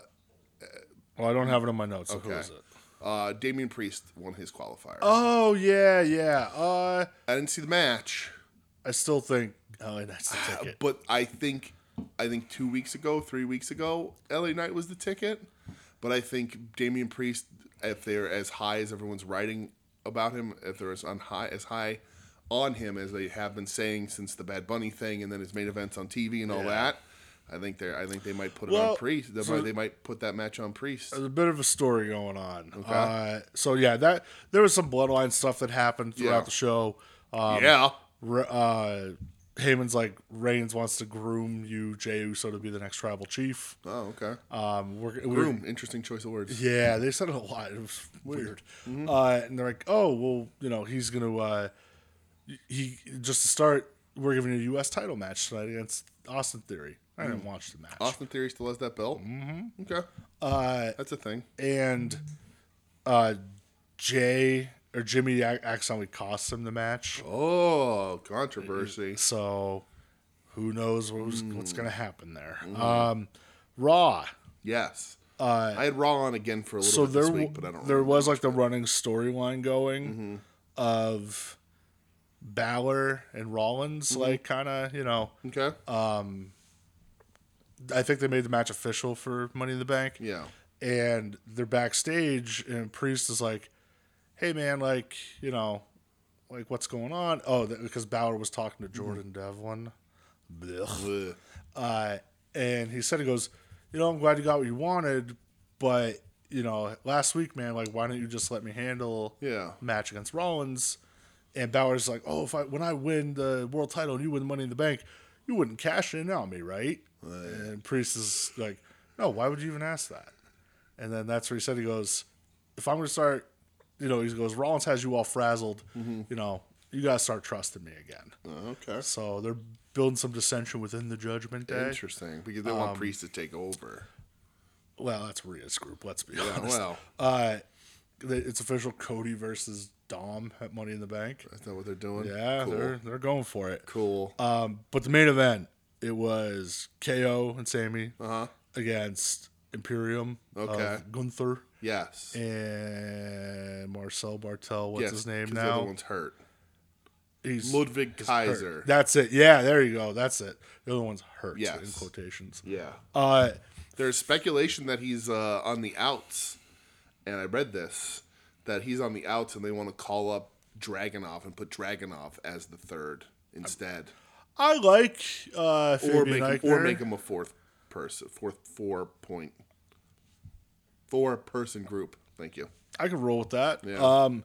S2: Well, I don't have it on my notes. So Who
S1: okay.
S2: is it?
S1: uh Damian Priest won his qualifier.
S2: Oh yeah, yeah. Uh,
S1: I didn't see the match.
S2: I still think LA Knight's the ticket.
S1: Uh, But I think, I think two weeks ago, three weeks ago, LA Knight was the ticket. But I think Damian Priest, if they're as high as everyone's writing about him, if they're as on high as high on him as they have been saying since the Bad Bunny thing, and then his main events on TV and all that. I think they are I think they might put it on
S2: Well,
S1: Priest. They,
S2: so-
S1: might, they might put that match on Priest.
S2: There's a bit of a story going on. Uh, so yeah, that there was some bloodline stuff that happened throughout
S1: Yeah.
S2: the show. Um,
S1: yeah,
S2: Re- uh, Heyman's like Reigns wants to groom you, Jey Uso, to be the next tribal chief.
S1: Oh, okay.
S2: Um, we're, we're-
S1: Room. Interesting choice of words.
S2: yeah, they said it a lot. It was weird. Uh, and they're like, oh, well, you know, he's gonna uh, he just to start. We're giving you a U.S. title match tonight against Austin Theory. I didn't watch the match.
S1: Austin Theory still has that belt. Mm-hmm. Okay,
S2: Uh,
S1: that's a thing.
S2: and uh, Jay or Jimmy ac- accidentally cost him the match.
S1: Oh, controversy.
S2: So who knows what was, what's going to happen there? Um, Raw.
S1: Yes. Uh, I had Raw on again for a little
S2: So
S1: bit
S2: there,
S1: this
S2: w-
S1: week, but I don't
S2: there
S1: remember. Mm-hmm.
S2: was like the running storyline going of Balor and Rollins,
S1: Mm-hmm.
S2: like kind of you know.
S1: Okay.
S2: Uh, I think they made the match official for Money in the Bank.
S1: yeah.
S2: and they're backstage and priest is like hey man like you know like what's going on oh th- because Balor was talking to
S1: Mm-hmm.
S2: jordan devlin Blech.
S1: Bleh.
S2: uh, and he said he goes you know i'm glad you got what you wanted but you know last week man like why don't you just let me handle
S1: Yeah.
S2: the match against rollins and Balor's like oh if i when i win the world title and you win money in the bank you wouldn't cash in on me right and priest is like no why would you even ask that and then that's where he said, he goes, if I'm going to start, you know, he goes, Rollins has you all frazzled. You know, you got to start trusting me again.
S1: Okay.
S2: So they're building some dissension within the Judgment Day.
S1: Interesting. Because they
S2: Um,
S1: want Priest to take over.
S2: Well, that's Rhea's group, let's be
S1: Yeah,
S2: honest.
S1: well,
S2: Uh, th- it's official Cody versus Dom at Money in the Bank.
S1: that's not what they're doing.
S2: Yeah,
S1: Cool.
S2: they're, they're going for it.
S1: cool.
S2: Um, but the main event, it was KO and Sammy
S1: Uh-huh.
S2: against Imperium of
S1: Okay.
S2: Gunther
S1: yes.
S2: and Marcel Bartel. What's
S1: yes,
S2: his name
S1: 'cause The other
S2: now?
S1: one's hurt.
S2: He's
S1: Ludwig Kaiser.
S2: hurt. That's it. Yeah, there you go. That's it. The other one's hurt
S1: Yes.
S2: in quotations.
S1: yeah.
S2: Uh,
S1: There's speculation that he's uh, on the outs, and I read this that he's on the outs, and they want to call up Dragonov and put Dragonov as the third instead,
S2: I like uh,
S1: or
S2: Fabian
S1: make him,
S2: Eichner.
S1: or make him a fourth person, fourth four point four person group. Thank you.
S2: I could roll with that.
S1: Yeah.
S2: Um,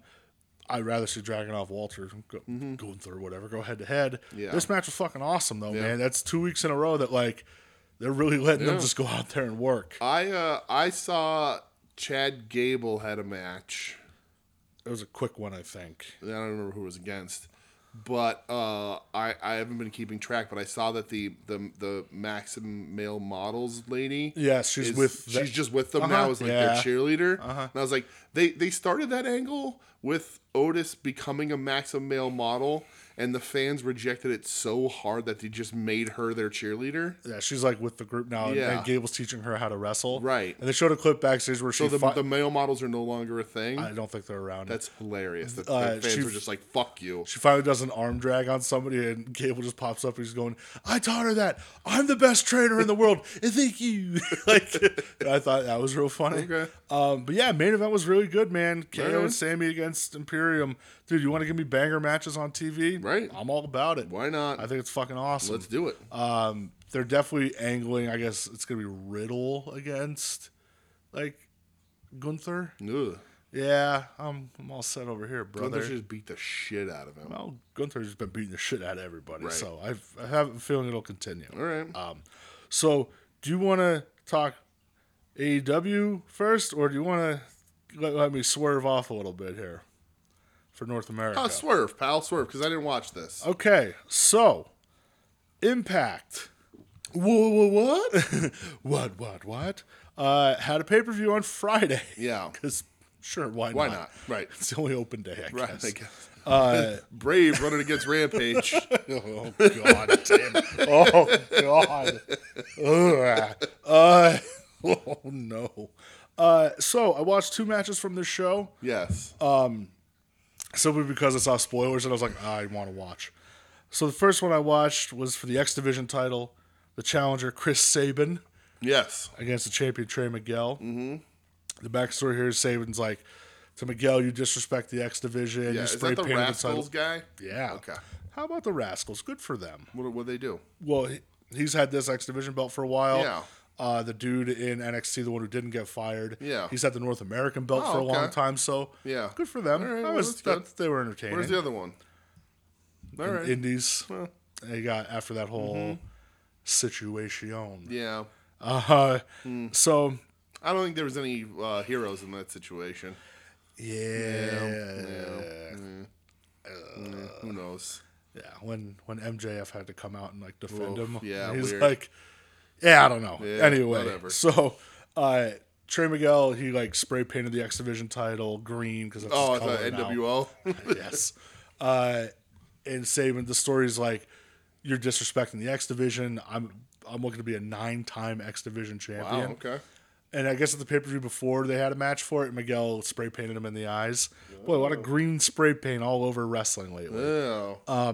S2: I'd rather see Dragonoff Walter go, going through whatever, go head to head.
S1: Mm-hmm. Yeah.
S2: This match was fucking awesome though, man. That's two weeks in a row that like they're really letting them just go out there and work.
S1: I uh, I saw Chad Gable had a match.
S2: It was a quick one, I think.
S1: I don't remember who it was against, but uh, I I haven't been keeping track. But I saw that the the the Maxim male models lady.
S2: Yeah, she's
S1: is-
S2: with the-
S1: she's just with them
S2: Uh-huh,
S1: now as like
S2: yeah. Uh-huh.
S1: their cheerleader. And I was like, they they started that angle with Otis becoming a Maxim male model, and the fans rejected it so hard that they just made her their cheerleader.
S2: Yeah, she's like with the group now, and-
S1: Yeah.
S2: and Gable's teaching her how to wrestle.
S1: Right.
S2: And they showed a clip backstage where she.
S1: So the,
S2: fi-
S1: the male models are no longer a thing.
S2: I don't think they're around.
S1: That's hilarious. The, the
S2: Uh,
S1: fans
S2: she-
S1: were just like, "Fuck you."
S2: She finally does an arm drag on somebody, and Gable just pops up. And he's going, "I taught her that. I'm the best trainer in the world. And thank you." like, I thought that was real funny.
S1: Okay.
S2: Um, but yeah, main event was really good, man. KO
S1: Alright.
S2: and Sammy against Imperium, dude. You want to give me banger matches on TV?
S1: Right.
S2: I'm all about it.
S1: Why not?
S2: I think it's fucking awesome.
S1: Let's do it.
S2: Um, they're definitely angling. I guess it's gonna be Riddle against like Gunther.
S1: Ugh.
S2: Yeah, I'm I'm all set over here, brother.
S1: Gunther should just beat the shit out of him.
S2: Well, Gunther's been beating the shit out of everybody,
S1: Right.
S2: so I've, I have a feeling it'll continue.
S1: All right.
S2: Um, so do you want to talk AEW first, or do you want to let, let me swerve off a little bit here for North America?
S1: Oh, swerve, pal, swerve, because I didn't watch this.
S2: okay, so Impact. Whoa, whoa, what? what, what, what? Uh, had a pay per view on Friday.
S1: Yeah.
S2: because sure, why,
S1: Why not? Right.
S2: It's the only open day, I
S1: Right.
S2: guess.
S1: I guess.
S2: Uh,
S1: Brave running against Rampage.
S2: Oh God damn! it. Oh God! Ugh. Uh, oh no! Uh, so I watched two matches from this show
S1: yes.
S2: Uh, simply because I saw spoilers and I was like, "Ah, I want to watch. So the first one I watched was for the X Division title, the challenger Chris Sabin
S1: yes.
S2: against the champion Trey Miguel. Mm-hmm. The backstory here is Saban's like, to Miguel, you disrespect the X Division.
S1: Yeah,
S2: you
S1: is
S2: spray
S1: that the
S2: painted the
S1: Rascals
S2: title.
S1: guy?
S2: Yeah.
S1: Okay.
S2: How about the Rascals? Good for them.
S1: What what they do?
S2: Well, he- he's had this X Division belt for a while.
S1: Yeah.
S2: Uh, the dude in NXT, the one who didn't get fired.
S1: Yeah.
S2: He's had the North American belt
S1: Oh,
S2: for a long
S1: okay.
S2: time. So
S1: Yeah.
S2: good for them.
S1: All right,
S2: that
S1: well,
S2: was
S1: that's good.
S2: that, they were entertaining.
S1: Where's the other one? All
S2: In-
S1: right. Mm-hmm.
S2: Indies. they got after that whole situation.
S1: yeah. Hmm.
S2: Uh, so
S1: I don't think there was any uh, heroes in that situation.
S2: yeah, yeah. Uh,
S1: Mm, Who knows?
S2: When when MJF had to come out and like defend
S1: Oof,
S2: him,
S1: yeah,
S2: he's
S1: weird.
S2: like, yeah, I don't know.
S1: Yeah,
S2: anyway,
S1: whatever.
S2: so uh, Trey Miguel he like spray painted the X Division title green because that's
S1: Oh,
S2: his
S1: it's
S2: color
S1: a
S2: now.
S1: NWO.
S2: yes. Uh, and Saban, the story's like, you're disrespecting the X Division. I'm I'm looking to be a nine time X Division
S1: oh,
S2: champion.
S1: okay.
S2: And I guess at the pay per view before they had a match for it, Miguel spray painted him in the eyes. Boy, a lot of green spray paint all over wrestling lately.
S1: Oh,
S2: Uh,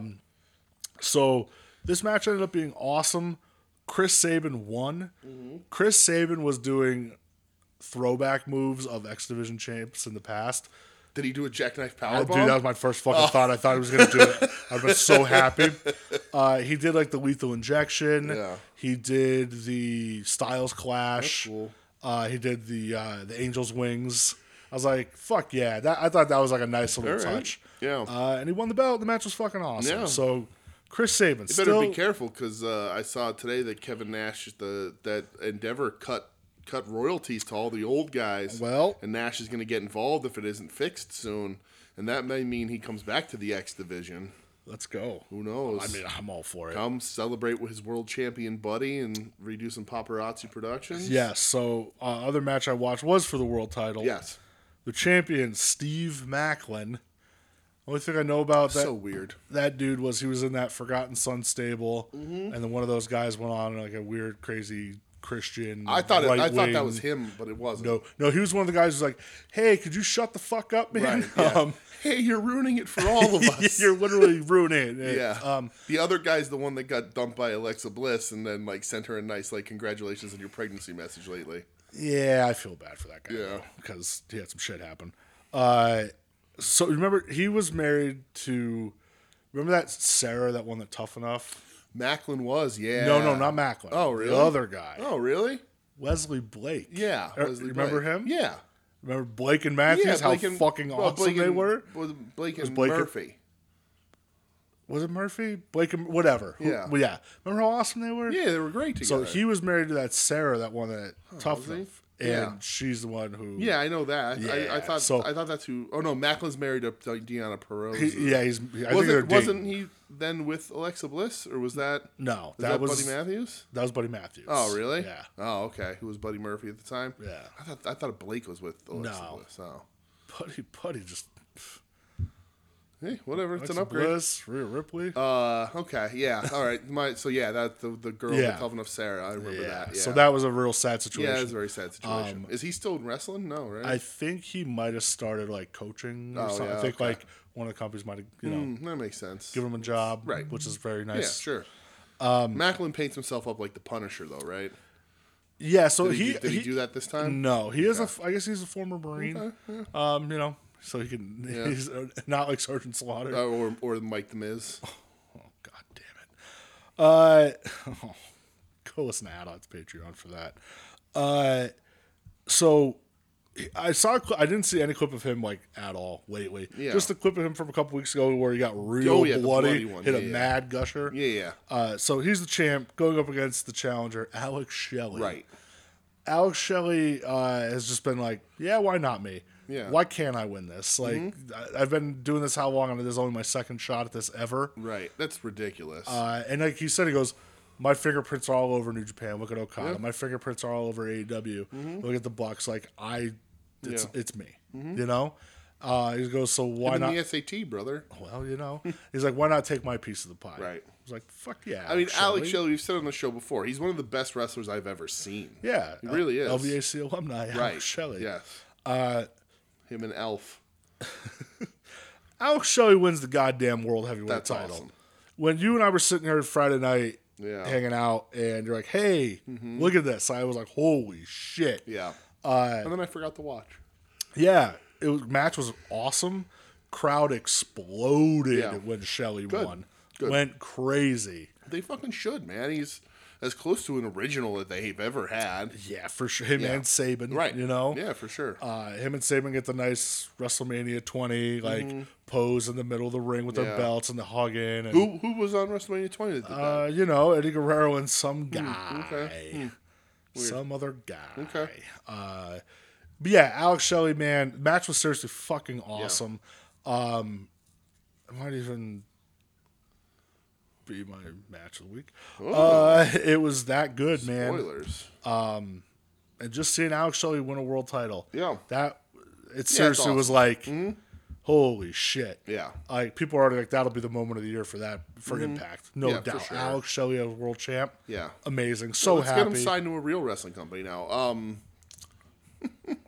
S2: So this match ended up being awesome. Chris Saban won. Chris Saban was doing throwback moves of X Division champs in the past.
S1: did he do a jackknife
S2: I-
S1: powerbomb?
S2: Dude, that was my first fucking thought. I thought he was gonna do it. I was so happy. Uh, he did like the lethal injection.
S1: Yeah.
S2: He did the Styles Clash.
S1: cool.
S2: Uh, he did the uh, the Angels Wings. I was like, fuck yeah! That, I thought that was like a nice little
S1: All right.
S2: touch.
S1: Yeah.
S2: Uh, and he won the belt. The match was fucking awesome.
S1: Yeah.
S2: So Chris Saban
S1: You better
S2: still
S1: be careful because uh, I saw today that Kevin Nash the that Endeavor cut cut royalties to all the old guys.
S2: Well-
S1: and Nash is going to get involved if it isn't fixed soon, and that may mean he comes back to the X division.
S2: Let's go.
S1: Who knows?
S2: I mean, I'm all for it.
S1: come celebrate with his world champion buddy and redo some paparazzi productions.
S2: Yes. so uh, other match I watched was for the world title.
S1: Yes.
S2: the champion Steve Macklin. Only thing I know about that
S1: so weird.
S2: that dude was he was in that Forgotten Son stable,
S1: Mm-hmm.
S2: and then one of those guys went on like a weird, crazy Christian.
S1: I thought it, I thought that
S2: right-wing-
S1: was him, but it wasn't.
S2: No, no, he was one of the guys who's like, "Hey, could you shut the fuck up, man?
S1: Right, yeah.
S2: Um,
S1: hey, you're ruining it for all of us.
S2: you're literally ruining it."
S1: Yeah.
S2: Um,
S1: the other guy's the one that got dumped by Alexa Bliss and then like sent her a nice like congratulations on your pregnancy message lately.
S2: yeah, I feel bad for that guy.
S1: Yeah.
S2: because he had some shit happen. Uh, so remember he was married to. Remember that Sarah, that one that tough enough?
S1: Macklin was, yeah.
S2: No, no, not Macklin.
S1: Oh, really?
S2: The other guy,
S1: Oh, really?
S2: Wesley Blake.
S1: Yeah.
S2: Er,
S1: Wesley
S2: you remember
S1: Blake.
S2: him?
S1: Yeah.
S2: Remember Blake and Matthews?
S1: yeah,
S2: how fucking
S1: well,
S2: awesome
S1: Blake
S2: they
S1: and-
S2: were.
S1: was Blake and
S2: Blake and-
S1: Murphy.
S2: Was it Murphy? Blake and whatever. Who-
S1: Yeah.
S2: well, yeah. Remember how awesome they were?
S1: Yeah, they were great
S2: So
S1: together.
S2: he was married to that Sarah, that one that tough
S1: he?
S2: enough, and
S1: Yeah.
S2: she's the one who.
S1: yeah, I know that. I,
S2: Yeah,
S1: I thought
S2: so-
S1: I thought that's who. Oh no, Macklin's married to like, Deanna Perot.
S2: He- yeah, he's. I think they're
S1: wasn't
S2: dating.
S1: wasn't he then with Alexa Bliss or was that is
S2: no, that,
S1: that,
S2: was
S1: Buddy Matthews?
S2: that was Buddy Matthews.
S1: Oh, really?
S2: Yeah.
S1: Oh, okay. Who was Buddy Murphy at the time?
S2: Yeah.
S1: I thought I thought Blake was with Alexa
S2: No.
S1: Bliss. Oh.
S2: Buddy, Buddy, just
S1: Hey, whatever. It's
S2: Alexa
S1: an upgrade.
S2: Bliss, Rhea Ripley.
S1: Uh, okay. Yeah. All right. My so yeah, that the, the girl
S2: Yeah.
S1: the Coven of Sarah. I remember
S2: yeah.
S1: that. Yeah.
S2: So that was a real sad situation. Um,
S1: yeah, it was a very sad situation. Is he still wrestling? No, right?
S2: I think he might have started like coaching or
S1: Oh,
S2: something. I
S1: yeah,
S2: think
S1: okay.
S2: like one of the companies might have you know
S1: Hmm, that makes sense.
S2: given him a job,
S1: Right.
S2: Which is very
S1: yeah,
S2: nice. Um,
S1: sure. Macklin paints himself up like the Punisher, though, right?
S2: Yeah, so
S1: Did he,
S2: he
S1: do, did he, do that this time?
S2: No, he is a. f- I guess he's a former Marine. Um, you know, so he can. He's uh, not like Sergeant Slaughter.
S1: Uh, or or Mike the Miz?
S2: Oh God damn it! Uh, go listen to Adults Patreon for that. Uh, so I saw. a cli- I didn't see any clip of him like at all lately.
S1: Yeah.
S2: Just a clip of him from a couple weeks ago where he got real
S1: Oh, yeah, the
S2: bloody,
S1: bloody one.
S2: hit a
S1: Yeah, yeah.
S2: mad gusher.
S1: Yeah, yeah.
S2: Uh, so he's the champ going up against the challenger Alex Shelley.
S1: Right.
S2: Alex Shelley uh, has just been like, yeah, why not me?
S1: Yeah. Mm-hmm.
S2: Why can't I win this? Like, I, I've been doing this how long, and this is only my second shot at this ever.
S1: Right. That's ridiculous.
S2: Uh, and like he said, he goes, my fingerprints are all over New Japan. Look at Okada. My fingerprints are all over AEW. Look at the Bucks. Like I, it's
S1: Mm-hmm. Yeah. Mm-hmm.
S2: it's me. You know. Uh, he goes, so why
S1: Even
S2: not?
S1: the SAT, brother.
S2: Well, you know, he's like, why not take my piece of the pie?
S1: Right.
S2: He's like, fuck yeah.
S1: I mean, Alex
S2: Shelley.
S1: Shelley, we've said on the show before, he's one of the best wrestlers I've ever seen.
S2: yeah,
S1: he really is.
S2: LVAC alumni.
S1: Right.
S2: Alex Shelley.
S1: Yes.
S2: Uh,
S1: Him and Elf.
S2: Alex Shelley wins the goddamn world heavyweight
S1: That's
S2: title.
S1: awesome.
S2: When you and I were sitting here Friday night,
S1: Yeah. Mm-hmm.
S2: hanging out, and you're like, "Hey, look at this!" I was like, "Holy shit!"
S1: Yeah.
S2: Uh,
S1: and then I forgot to watch.
S2: yeah. it was, match was awesome. Crowd exploded
S1: Yeah.
S2: when Shelly
S1: Good.
S2: won.
S1: Good.
S2: Went crazy.
S1: They fucking should, man. He's as close to an original that they've ever had.
S2: Yeah, for sure. Him
S1: Yeah.
S2: and Saban,
S1: Right.
S2: You know,
S1: Yeah, for sure.
S2: uh, him and Saban get the nice WrestleMania 20 like pose in the middle of the ring with
S1: Mm-hmm. Yeah.
S2: their belts and the hugging. And,
S1: who who was on WrestleMania 20 that did that?
S2: Uh, you know, Eddie Guerrero and some guy,
S1: Hmm, okay.
S2: some other guy.
S1: Okay.
S2: Uh, but yeah, Alex Shelley, man, match was seriously fucking awesome. Um, it might even be my match of the week. Uh, it was that good, man
S1: Spoilers.
S2: and just seeing Alex Shelley win a world title.
S1: Yeah.
S2: That it seriously
S1: awesome. Mm-hmm.
S2: was like holy shit.
S1: Yeah.
S2: Like people are already like that'll be the moment of the year for that for impact. No
S1: Mm-hmm. Yeah, for
S2: doubt.
S1: sure.
S2: Alex Shelley as world champ.
S1: Yeah.
S2: Amazing. So
S1: Let's get him
S2: happy.
S1: signed to a real wrestling company now. Um,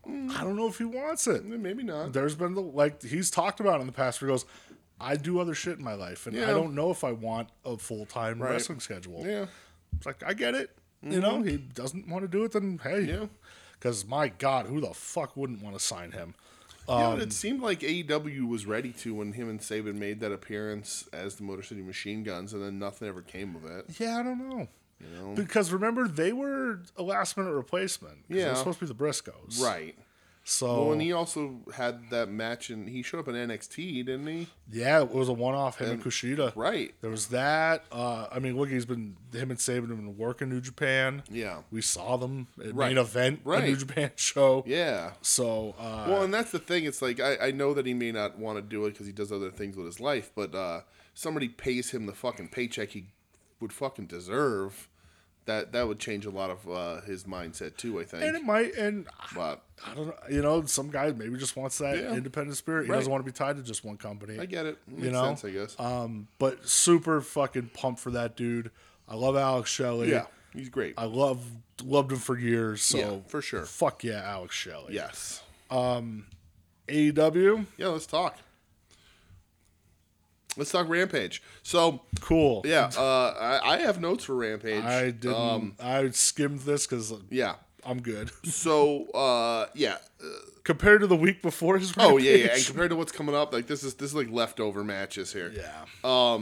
S2: I don't know if he wants it.
S1: maybe not.
S2: There's been the like he's talked about it in the past where he goes, I do other shit in my life and
S1: Yeah.
S2: I don't know if I want a full time wrestling schedule.
S1: Yeah. Mm-hmm.
S2: It's like I get it. You know, he doesn't want to do it then hey.
S1: Yeah.
S2: Cause my God, who the fuck wouldn't want to sign him?
S1: You know,
S2: Um,
S1: it seemed like AEW was ready to when him and Saban made that appearance as the Motor City Machine Guns, and then nothing ever came of it.
S2: Yeah, I don't know. Because remember, they were a last minute replacement. 'cause They
S1: Yeah.
S2: were supposed to be the Briscoes.
S1: Right.
S2: So,
S1: Well, and he
S2: Oh.
S1: also had that match, and he showed up in NXT, didn't he?
S2: yeah, it was a one off him and, Kushida.
S1: Right.
S2: There was that. Uh, I mean, look, he's been, him and Saban have been working New Japan.
S1: Yeah.
S2: We saw them at
S1: Right.
S2: main event, right.
S1: Right.
S2: New Japan show.
S1: Yeah.
S2: So, uh,
S1: Well, and that's the thing. It's like I, I know that he may not want to do it because he does other things with his life, but uh, somebody pays him the fucking paycheck he would fucking deserve. That that would change a lot of uh, his mindset too. I
S2: and
S1: think.
S2: it might, and
S1: But
S2: I don't know, you know, some guy maybe just wants that
S1: Yeah.
S2: independent spirit. He
S1: Right.
S2: doesn't want to be tied to just one company.
S1: I get it. Makes
S2: know?
S1: sense, I guess.
S2: Um, but super fucking pumped for that dude. I love Alex Shelley.
S1: yeah, he's great.
S2: I love loved him for years. So
S1: Yeah, for sure.
S2: Fuck yeah, Alex Shelley. E
S1: yes.
S2: AEW,
S1: Yeah. Let's talk. Let's talk Rampage. So
S2: cool.
S1: yeah, uh, I, I have notes for Rampage.
S2: I didn't. I skimmed this because
S1: um, yeah.
S2: I'm good
S1: So uh, yeah.
S2: compared to the week before his.
S1: Oh yeah, yeah. And
S2: rampage.
S1: compared to what's coming up, like this is this is like leftover matches here.
S2: yeah.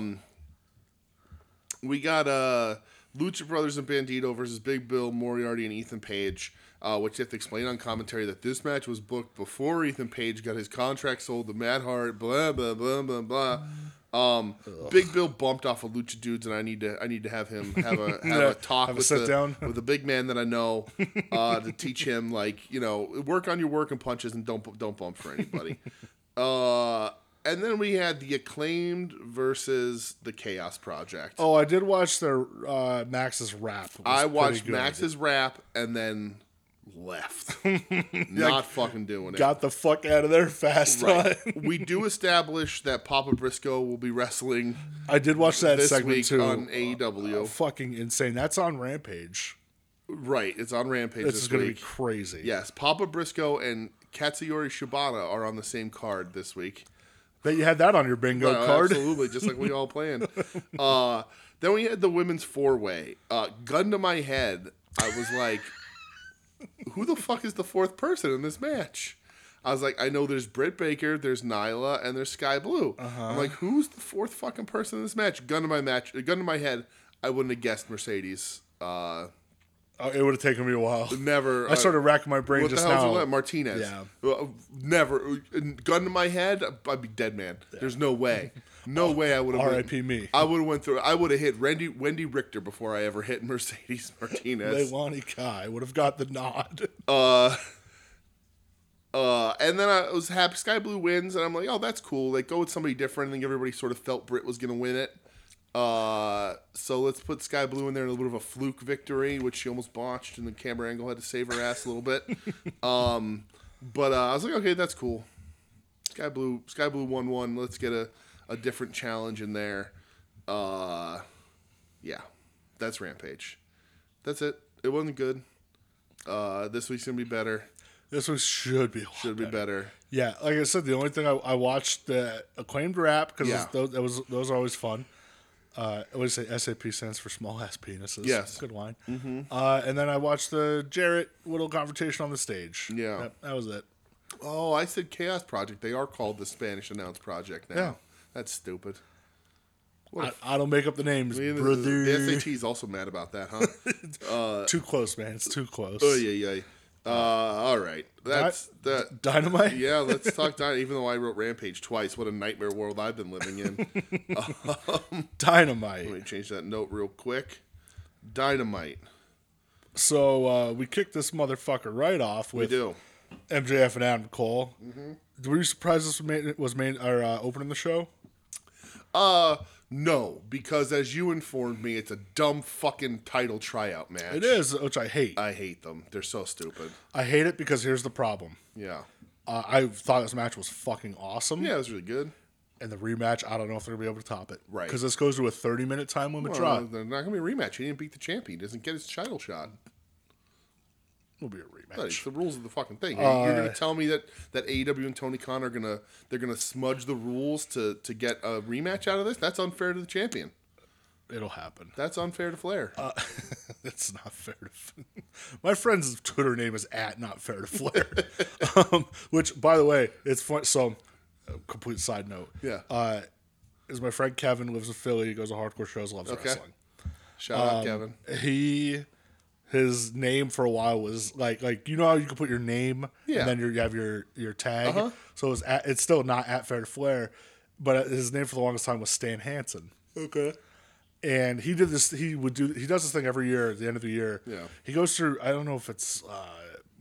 S1: We got uh Lucha Brothers and Bandito versus Big Bill Moriarty and Ethan Page, uh, which you have to explain on commentary that this match was booked before Ethan Page got his contract sold to Mad Heart. Blah blah blah blah blah. Um, Big Bill bumped off of Lucha dudes, and I need to I need to have him have a have
S2: Yeah,
S1: a talk
S2: have a
S1: with
S2: sit
S1: the,
S2: down.
S1: with a big man that I know uh, to teach him like you know work on your work and punches and don't bu- don't bump for anybody. uh, and then we had the acclaimed versus the Chaos Project.
S2: Oh, I did watch their uh, Max's rap. It was
S1: I
S2: pretty
S1: watched
S2: good.
S1: Max's rap and then left. Not fucking doing it.
S2: Got the fuck out of there fast.
S1: Right.
S2: time.
S1: we do establish that Papa Briscoe will be wrestling
S2: I did watch that
S1: this
S2: segment
S1: week
S2: too. Oh.
S1: on E AEW.
S2: fucking insane. That's on Rampage.
S1: right, it's on Rampage
S2: This
S1: this,
S2: is gonna be
S1: week.
S2: crazy.
S1: yes, Papa Briscoe and Katsuyori Shibata are on the same card this week.
S2: That you had that on your bingo
S1: Uh,
S2: card.
S1: Absolutely, just like we all planned. Uh, then we had the women's four way. Uh, gun to my head, I was like, who the fuck is the fourth person in this match? I was like, I know there's Britt Baker, there's Nyla, and there's Sky Blue.
S2: Uh-huh.
S1: I'm like, who's the fourth fucking person in this match? Gun to my match, gun to my head. I wouldn't have guessed Mercedes. Uh,
S2: Oh, it would have taken me a while.
S1: never. uh,
S2: I started racking my brain
S1: What
S2: just
S1: the hell's
S2: now.
S1: her name? Martinez.
S2: Yeah.
S1: Uh, never. uh, Gun to my head, I'd be dead man. There's no way.
S2: Oh,
S1: No way I would have.
S2: R.I.P. me.
S1: I would have went through. I would have hit Randy Wendy Richter before I ever hit Mercedes Martinez.
S2: Leilani Kai would have got the nod.
S1: Uh, uh, and then I was happy. Sky Blue wins, and I'm like, oh, that's cool. Like, go with somebody different. I think everybody sort of felt Britt was gonna win it. Uh, so let's put Sky Blue in there in a little bit of a fluke victory, which she almost botched, and the camera angle had to save her ass a little bit. um, but uh, I was like, okay, that's cool. Sky Blue, Sky Blue one one. Let's get a, a different challenge in there. Uh, yeah, that's Rampage. That's it. It wasn't good. Uh, this week's gonna be better.
S2: This one should be.
S1: Should be better.
S2: Yeah, like I said, the only thing I, I watched the acclaimed rap because
S1: Yeah.
S2: those, that was those are always fun. Uh, I always say SAP stands for small ass penises.
S1: Yes. Mm-hmm.
S2: good line. Uh, and then I watched the Jarrett Whittle confrontation on the stage.
S1: Yeah.
S2: that, that was it.
S1: Oh, I said Chaos Project. They are called the Spanish Announce Project now.
S2: Yeah.
S1: That's stupid.
S2: I, I don't make up the names, brother.
S1: The SAT is also mad about that, huh?
S2: too close, man. It's too close.
S1: uh, oh yeah, yeah. Uh, all right. That's that.
S2: Dynamite.
S1: Yeah, let's talk Dynamite. Even though I wrote Rampage twice, what a nightmare world I've been living in.
S2: Dynamite.
S1: Let me change that note real quick. Dynamite.
S2: So uh, we kicked this motherfucker right off
S1: We
S2: with
S1: do. Mm-hmm.
S2: MJF and Adam Cole. Were you surprised this was main, was main or uh, opening the show?
S1: Uh, no, because as you informed me, it's a dumb fucking title tryout match.
S2: It is, which I hate.
S1: I hate them. They're so stupid.
S2: I hate it because here's the problem.
S1: Yeah.
S2: Uh, I thought this match was fucking awesome,
S1: Yeah, it was really good.
S2: and the rematch, I don't know if they're gonna be able to top it,
S1: Right.
S2: Because this goes to a 30 minute time limit draw.
S1: Uh, they're not gonna be a rematch. He didn't beat the champion. He doesn't get his title shot.
S2: It'll be a
S1: But
S2: rematch.
S1: It's the rules of the fucking thing. You're- You're
S2: Uh,
S1: gonna tell me that that AEW and Tony Khan are gonna they're gonna smudge the rules to to get a rematch out of this? That's unfair to the champion.
S2: It'll happen.
S1: That's unfair to Flair.
S2: Uh, That's not fair to. My friend's Twitter name is at not fair to Flair, um, which by the way, it's fun. So, uh, complete side note.
S1: Yeah.
S2: uh, is my friend Kevin lives in Philly. He goes to hardcore shows, loves wrestling.
S1: Shout out
S2: um,
S1: Kevin.
S2: He, his name for a while was like like you know how you can put your name
S1: Yeah.
S2: and then your, you have your your tag. So it's at, it's still not at fair to Flair, but his name for the longest time was Stan Hansen
S1: Okay.
S2: and he did this he would do he does this thing every year at the end of the year
S1: Yeah.
S2: he goes through i don't know if it's uh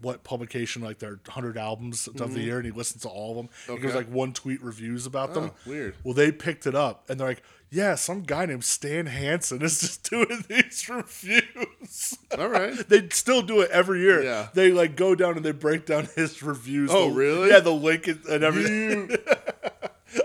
S2: what publication like their 100 albums of the year and he listens to all of them he gives
S1: Mm-hmm. Okay. Oh,
S2: like one tweet reviews about them
S1: weird.
S2: well they picked it up and they're like yeah some guy named stan hansen is just doing these reviews
S1: All right.
S2: they still do it every year
S1: Yeah.
S2: they like go down and they break down his reviews
S1: Oh,
S2: The-
S1: really?
S2: yeah the link and and everything
S1: You-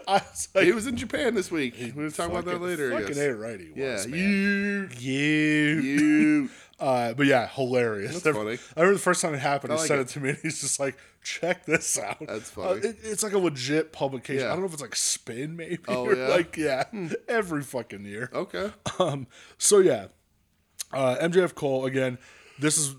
S2: i was like
S1: he was in Japan this week. We're gonna talk about that
S2: fucking-
S1: later. I
S2: fucking
S1: guess.
S2: a E right he
S1: Yeah.
S2: was man.
S1: You.
S2: you
S1: You.
S2: Uh, but yeah, hilarious.
S1: That's funny.
S2: I remember the first time it happened, he
S1: like
S2: sent
S1: it.
S2: it. to me, and he's just like, "Check this out."
S1: That's
S2: Uh,
S1: funny.
S2: it- it's like a legit publication.
S1: Yeah.
S2: I don't know if it's like Spin, maybe.
S1: Oh,
S2: or
S1: yeah? Hmm. Oh.
S2: Like yeah, every fucking year.
S1: Okay.
S2: Um. So yeah, uh, MJF Cole again. This is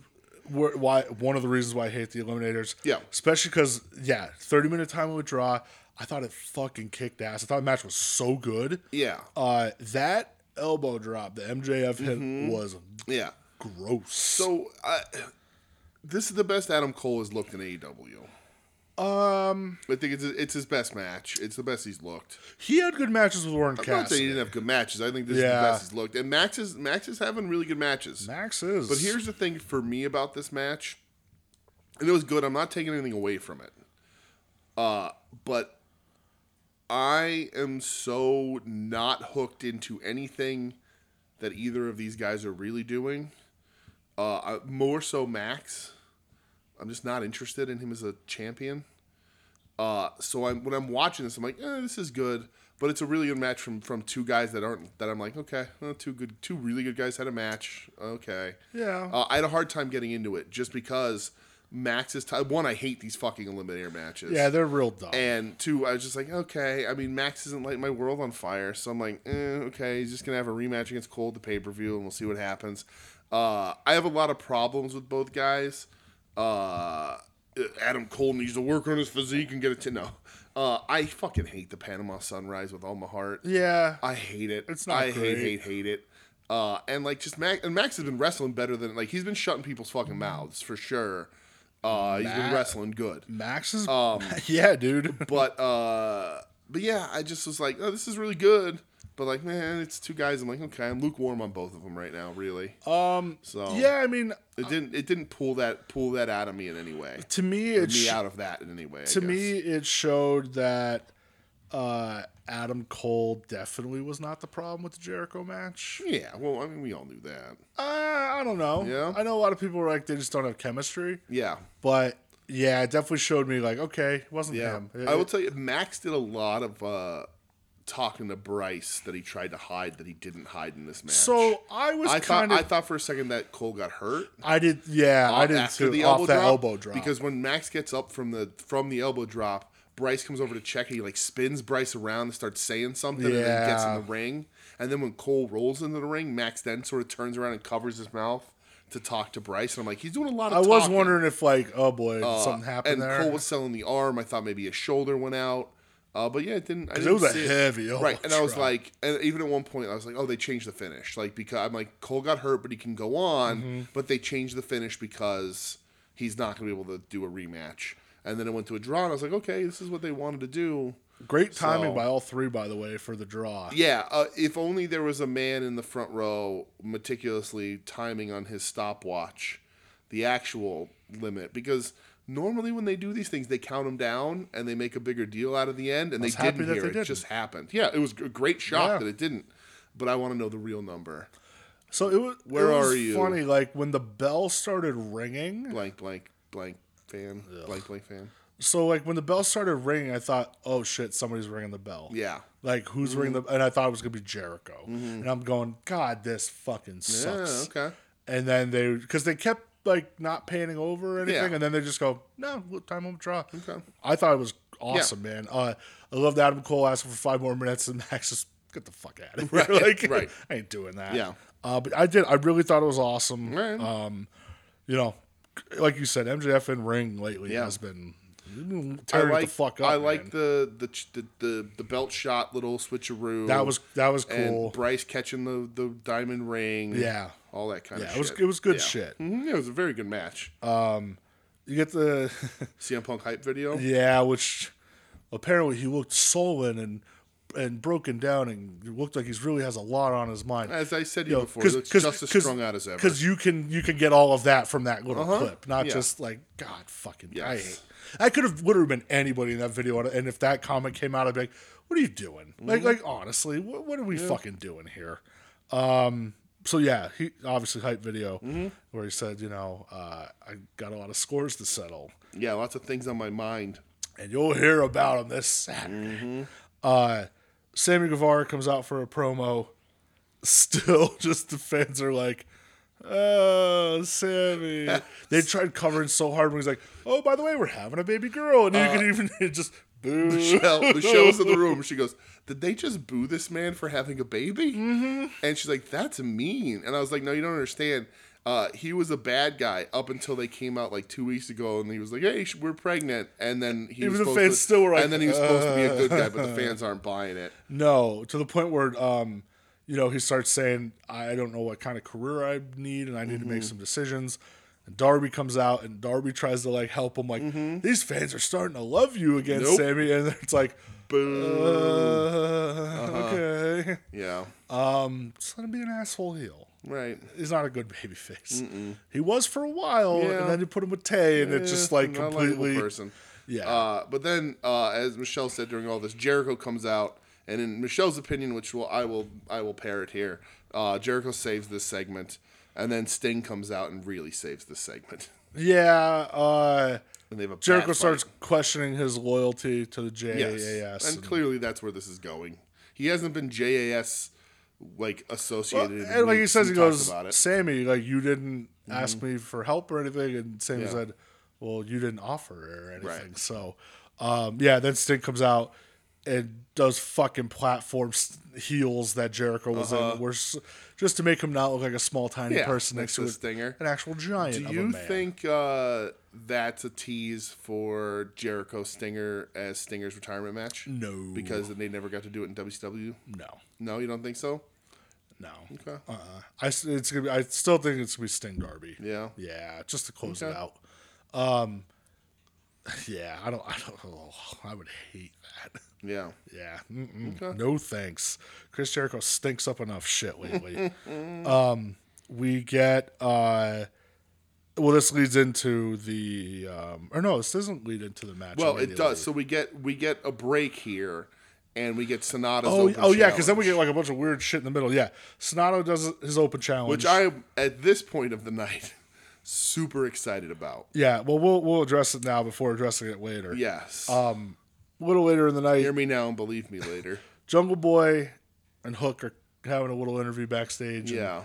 S2: where, why one of the reasons why I hate the Eliminators.
S1: Yeah.
S2: Especially because yeah, thirty minute time limit draw. I thought it fucking kicked ass. I thought the match was so good.
S1: Yeah.
S2: Uh, that elbow drop that MJF hit
S1: Mm-hmm.
S2: was
S1: Yeah.
S2: gross.
S1: So I, this is the best Adam Cole has looked in AEW.
S2: Um,
S1: I think it's it's his best match. It's the best he's looked.
S2: he had good matches with Warren
S1: I'm not saying he
S2: Cassidy.
S1: didn't have good matches. I think this is the
S2: Yeah.
S1: best he's looked. And Max is Max is having really good matches.
S2: Max is,
S1: But here's the thing for me about this match, and it was good. I'm not taking anything away from it. Uh, but I am so not hooked into anything that either of these guys are really doing. Uh, I- more so Max. I'm just not interested in him as a champion. Uh, so I'm when I'm watching this, I'm like, eh, this is good, but it's a really good match from from two guys that aren't that I'm like, okay, eh, two good, two really good guys had a match, okay.
S2: yeah,
S1: Uh, I had a hard time getting into it just because Max is t- one. I hate these fucking eliminator matches.
S2: yeah, they're real dumb.
S1: And two, I was just like, okay. I mean, Max isn't lighting my world on fire, so I'm like, eh, okay, he's just gonna have a rematch against Cole at the pay per view, and we'll see what happens. Uh, I have a lot of problems with both guys. Uh, Adam Cole needs to work on his physique and get it to no. Uh, I fucking hate the Panama Sunrise with all my heart.
S2: yeah,
S1: I hate it.
S2: It's not
S1: I
S2: great.
S1: hate, hate, hate it. Uh, and like just Max and Max has been wrestling better than like he's been shutting people's fucking mouths for sure. Uh, he's been
S2: Matt?
S1: wrestling good,
S2: Max is,
S1: Um,
S2: yeah, dude.
S1: but uh, but yeah, I just was like, oh, this is really good. But like, man, it's two guys. I'm like, okay, I'm lukewarm on both of them right now, really.
S2: Um,
S1: So
S2: yeah, I mean,
S1: it didn't it didn't pull that pull that out of me in any way.
S2: to me, it
S1: Me
S2: sh-
S1: out of that in any way. I
S2: to
S1: guess.
S2: me it showed that uh Adam Cole definitely was not the problem with the Jericho match.
S1: yeah. Well, I mean, we all knew that.
S2: Uh, I don't know.
S1: Yeah?
S2: I know a lot of people were like they just don't have chemistry,
S1: Yeah.
S2: but yeah, it definitely showed me like okay, it wasn't him. It-
S1: Um, I will tell you, Max did a lot of uh, talking to Bryce that he tried to hide that he didn't hide in this match.
S2: so I was
S1: I thought
S2: kind of
S1: I thought for a second that Cole got hurt.
S2: I did, yeah, I did
S1: after
S2: too.
S1: the
S2: off
S1: elbow
S2: that
S1: drop,
S2: elbow drop
S1: because when Max gets up from the from the elbow drop, Bryce comes over to check. and He like spins Bryce around and starts saying something, and then gets in
S2: Yeah.
S1: the ring. And then when Cole rolls into the ring, Max then sort of turns around and covers his mouth to talk to Bryce, and I'm like, he's doing a lot of.
S2: I was
S1: talking.
S2: wondering if like, oh boy,
S1: Uh,
S2: something happened
S1: and
S2: there.
S1: Cole was selling the arm. I thought maybe his shoulder went out, uh, but yeah, it didn't. I didn't
S2: was a
S1: see
S2: heavy
S1: right? And I was
S2: ultra.
S1: like, and even at one point, I was like, oh, they changed the finish, like because I'm like Cole got hurt, but he can go on,
S2: Mm-hmm.
S1: but they changed the finish because he's not going to be able to do a rematch. And then it went to a draw, and I was like, okay, this is what they wanted to do.
S2: Great timing
S1: So-
S2: by all three, by the way, for the draw.
S1: Yeah, uh, if only there was a man in the front row meticulously timing on his stopwatch the actual limit because normally when they do these things they count them down and they make a bigger deal out of the end and they
S2: was happy
S1: didn't
S2: that
S1: hear
S2: they
S1: it
S2: didn't.
S1: just happened. Yeah, it was a great shock
S2: Yeah.
S1: that it didn't, but I want to know the real number.
S2: So it was.
S1: Where
S2: it was
S1: are you?
S2: Funny, like when the bell started ringing.
S1: Blank blank blank fan blank blank fan.
S2: So like when the bell started ringing, I thought, oh shit, somebody's ringing the bell.
S1: Yeah.
S2: Like who's ringing the? And I thought it was gonna be Jericho. And I'm going, God, this fucking sucks.
S1: Mm-hmm. Yeah, okay.
S2: And then they, because they kept like not panning over or anything,
S1: Yeah.
S2: and then they just go, no, we'll time on draw.
S1: Okay.
S2: I thought it was awesome, man. Uh, I loved Adam Cole asking for five more minutes, and Max just get the fuck out of here.
S1: Right,
S2: like,
S1: right.
S2: I ain't doing that.
S1: Yeah.
S2: Uh, but I did. I really thought it was awesome.
S1: Right.
S2: Um, you know, like you said, MJF and Ring lately
S1: Yeah.
S2: has been
S1: I
S2: tearing it
S1: like
S2: the fuck up.
S1: I like
S2: man.
S1: the, the ch- the the the belt shot little switcheroo.
S2: that was that was cool.
S1: and Bryce catching the, the diamond ring.
S2: Yeah.
S1: All that kind of
S2: Yeah,
S1: shit.
S2: it was- it was good
S1: Yeah.
S2: shit. Uh,
S1: Mhm, yeah, it was a very good match.
S2: you get the
S1: CM Punk hype video.
S2: yeah, which apparently he looked sullen and and broken down and looked like he's really has a lot on his mind.
S1: As I said to you
S2: Yo,
S1: before, it looks just as strung out as ever.
S2: Because you can you can get all of that from that little
S1: Uh-huh.
S2: clip, not
S1: Yeah.
S2: just like God fucking. I
S1: Yes.
S2: hate. I could have literally been anybody in that video, and- and if that comment came out, I'd be like, "What are you doing?
S1: Mm-hmm.
S2: Like, like honestly, what, what are we fucking doing here?" Um. So yeah, he obviously hype video
S1: Mm-hmm.
S2: where he said, you know, uh, I got a lot of scores to settle,
S1: Yeah, lots of things on my mind.
S2: and you'll hear about them this Saturday. Uh, Sammy Guevara comes out for a promo. Still, just the fans are like, "Oh, Sammy!" they tried covering so hard. When he's like, "Oh, by the way, we're having a baby girl," and you can even it just boo.
S1: Michelle, Michelle's in the room. She goes, "Did they just boo this man for having a baby?" Mm-hmm. And she's like, "That's mean." And I was like, "No, you don't understand. Uh, he was a bad guy up until they came out like two weeks ago, and he was like, "Hey, sh- we're pregnant." And then he
S2: Even
S1: was
S2: the
S1: supposed
S2: fans
S1: to,
S2: still were like,
S1: and then he was supposed to be a good guy, but the fans aren't buying it.
S2: No, to the point where, um, you know, he starts saying, "I don't know what kind of career I need, and I need
S1: Mm-hmm.
S2: to make some decisions." And Darby comes out, and Darby tries to like help him, like these fans are starting to love you again,
S1: Mm-hmm. Nope.
S2: Sammy, and it's like,
S1: Boo. Uh-huh.
S2: uh, okay,
S1: Yeah,
S2: um, just let him be an asshole heel.
S1: right.
S2: He's not a good baby face. He was for a while,
S1: Yeah.
S2: and then you put him with Tay, and it just like
S1: Eh, Not a likable
S2: completely.
S1: person.
S2: Yeah.
S1: Uh, but then, uh, as Michelle said during all this, Jericho comes out, and in Michelle's opinion, which will I will I will parrot here, uh, Jericho saves this segment, and then Sting comes out and really saves this segment.
S2: yeah. Uh,
S1: And they have a bat
S2: Jericho
S1: fight.
S2: starts questioning his loyalty to the
S1: yes,
S2: JAS.
S1: and clearly that's where this is going. He hasn't been JAS like associated. in
S2: Uh, and like he
S1: weeks.
S2: says, he
S1: talks
S2: goes,
S1: about it. Mm-hmm.
S2: Sammy, like you didn't ask me for help or anything, and Sammy
S1: Yeah.
S2: said, well, you didn't offer or anything.
S1: Right.
S2: So, um, yeah, then Sting comes out and does fucking platform s- heels that Jericho was in, where s- just to make him not look like a small tiny
S1: Uh-huh. Yeah,
S2: person
S1: makes
S2: next to
S1: a
S2: a,
S1: stinger.
S2: an actual giant.
S1: Do
S2: of a
S1: you
S2: man.
S1: think uh, that's a tease for Jericho Stinger as Stinger's retirement match?
S2: No.
S1: because they never got to do it in WCW.
S2: No,
S1: No, you don't think so?
S2: no.
S1: Okay.
S2: Uh, I s- it's gonna be. I still think it's gonna be Sting Darby.
S1: Yeah.
S2: Yeah, just to close it
S1: Okay.
S2: out. Um, yeah, I don't, I don't, oh, I would hate that.
S1: Yeah.
S2: Yeah, mm-mm, no thanks. Chris Jericho stinks up enough shit lately. um, we get uh, well, this leads into the um, or no, this doesn't lead into the match.
S1: Well, it
S2: immediately.
S1: does. So we get we get a break here, and we get Sonata's.
S2: Oh,
S1: open
S2: oh yeah, because then we
S1: challenge,
S2: get like a bunch of weird shit in the middle. Yeah, Sonato does his open challenge,
S1: which I am at this point of the night super excited about.
S2: yeah. Well, we'll we'll address it now before addressing it later.
S1: Yes.
S2: Um, A little later in the night,
S1: Hear me now and believe me later.
S2: Jungle Boy and Hook are having a little interview backstage. and,
S1: Yeah.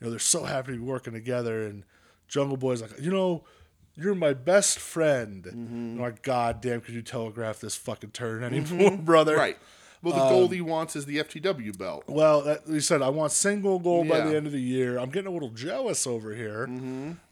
S2: you know, they're so happy to be working together. And Jungle Boy's like, you know, you're my best
S1: Mm-hmm.
S2: friend. And I'm like, God damn, could you telegraph this fucking turn anymore, brother?
S1: Right. Well, the
S2: Um,
S1: goal he wants is the FTW belt.
S2: Well, that, he said, I want single gold by the
S1: Yeah. Mm-hmm.
S2: end of the year. I'm getting a little jealous over here.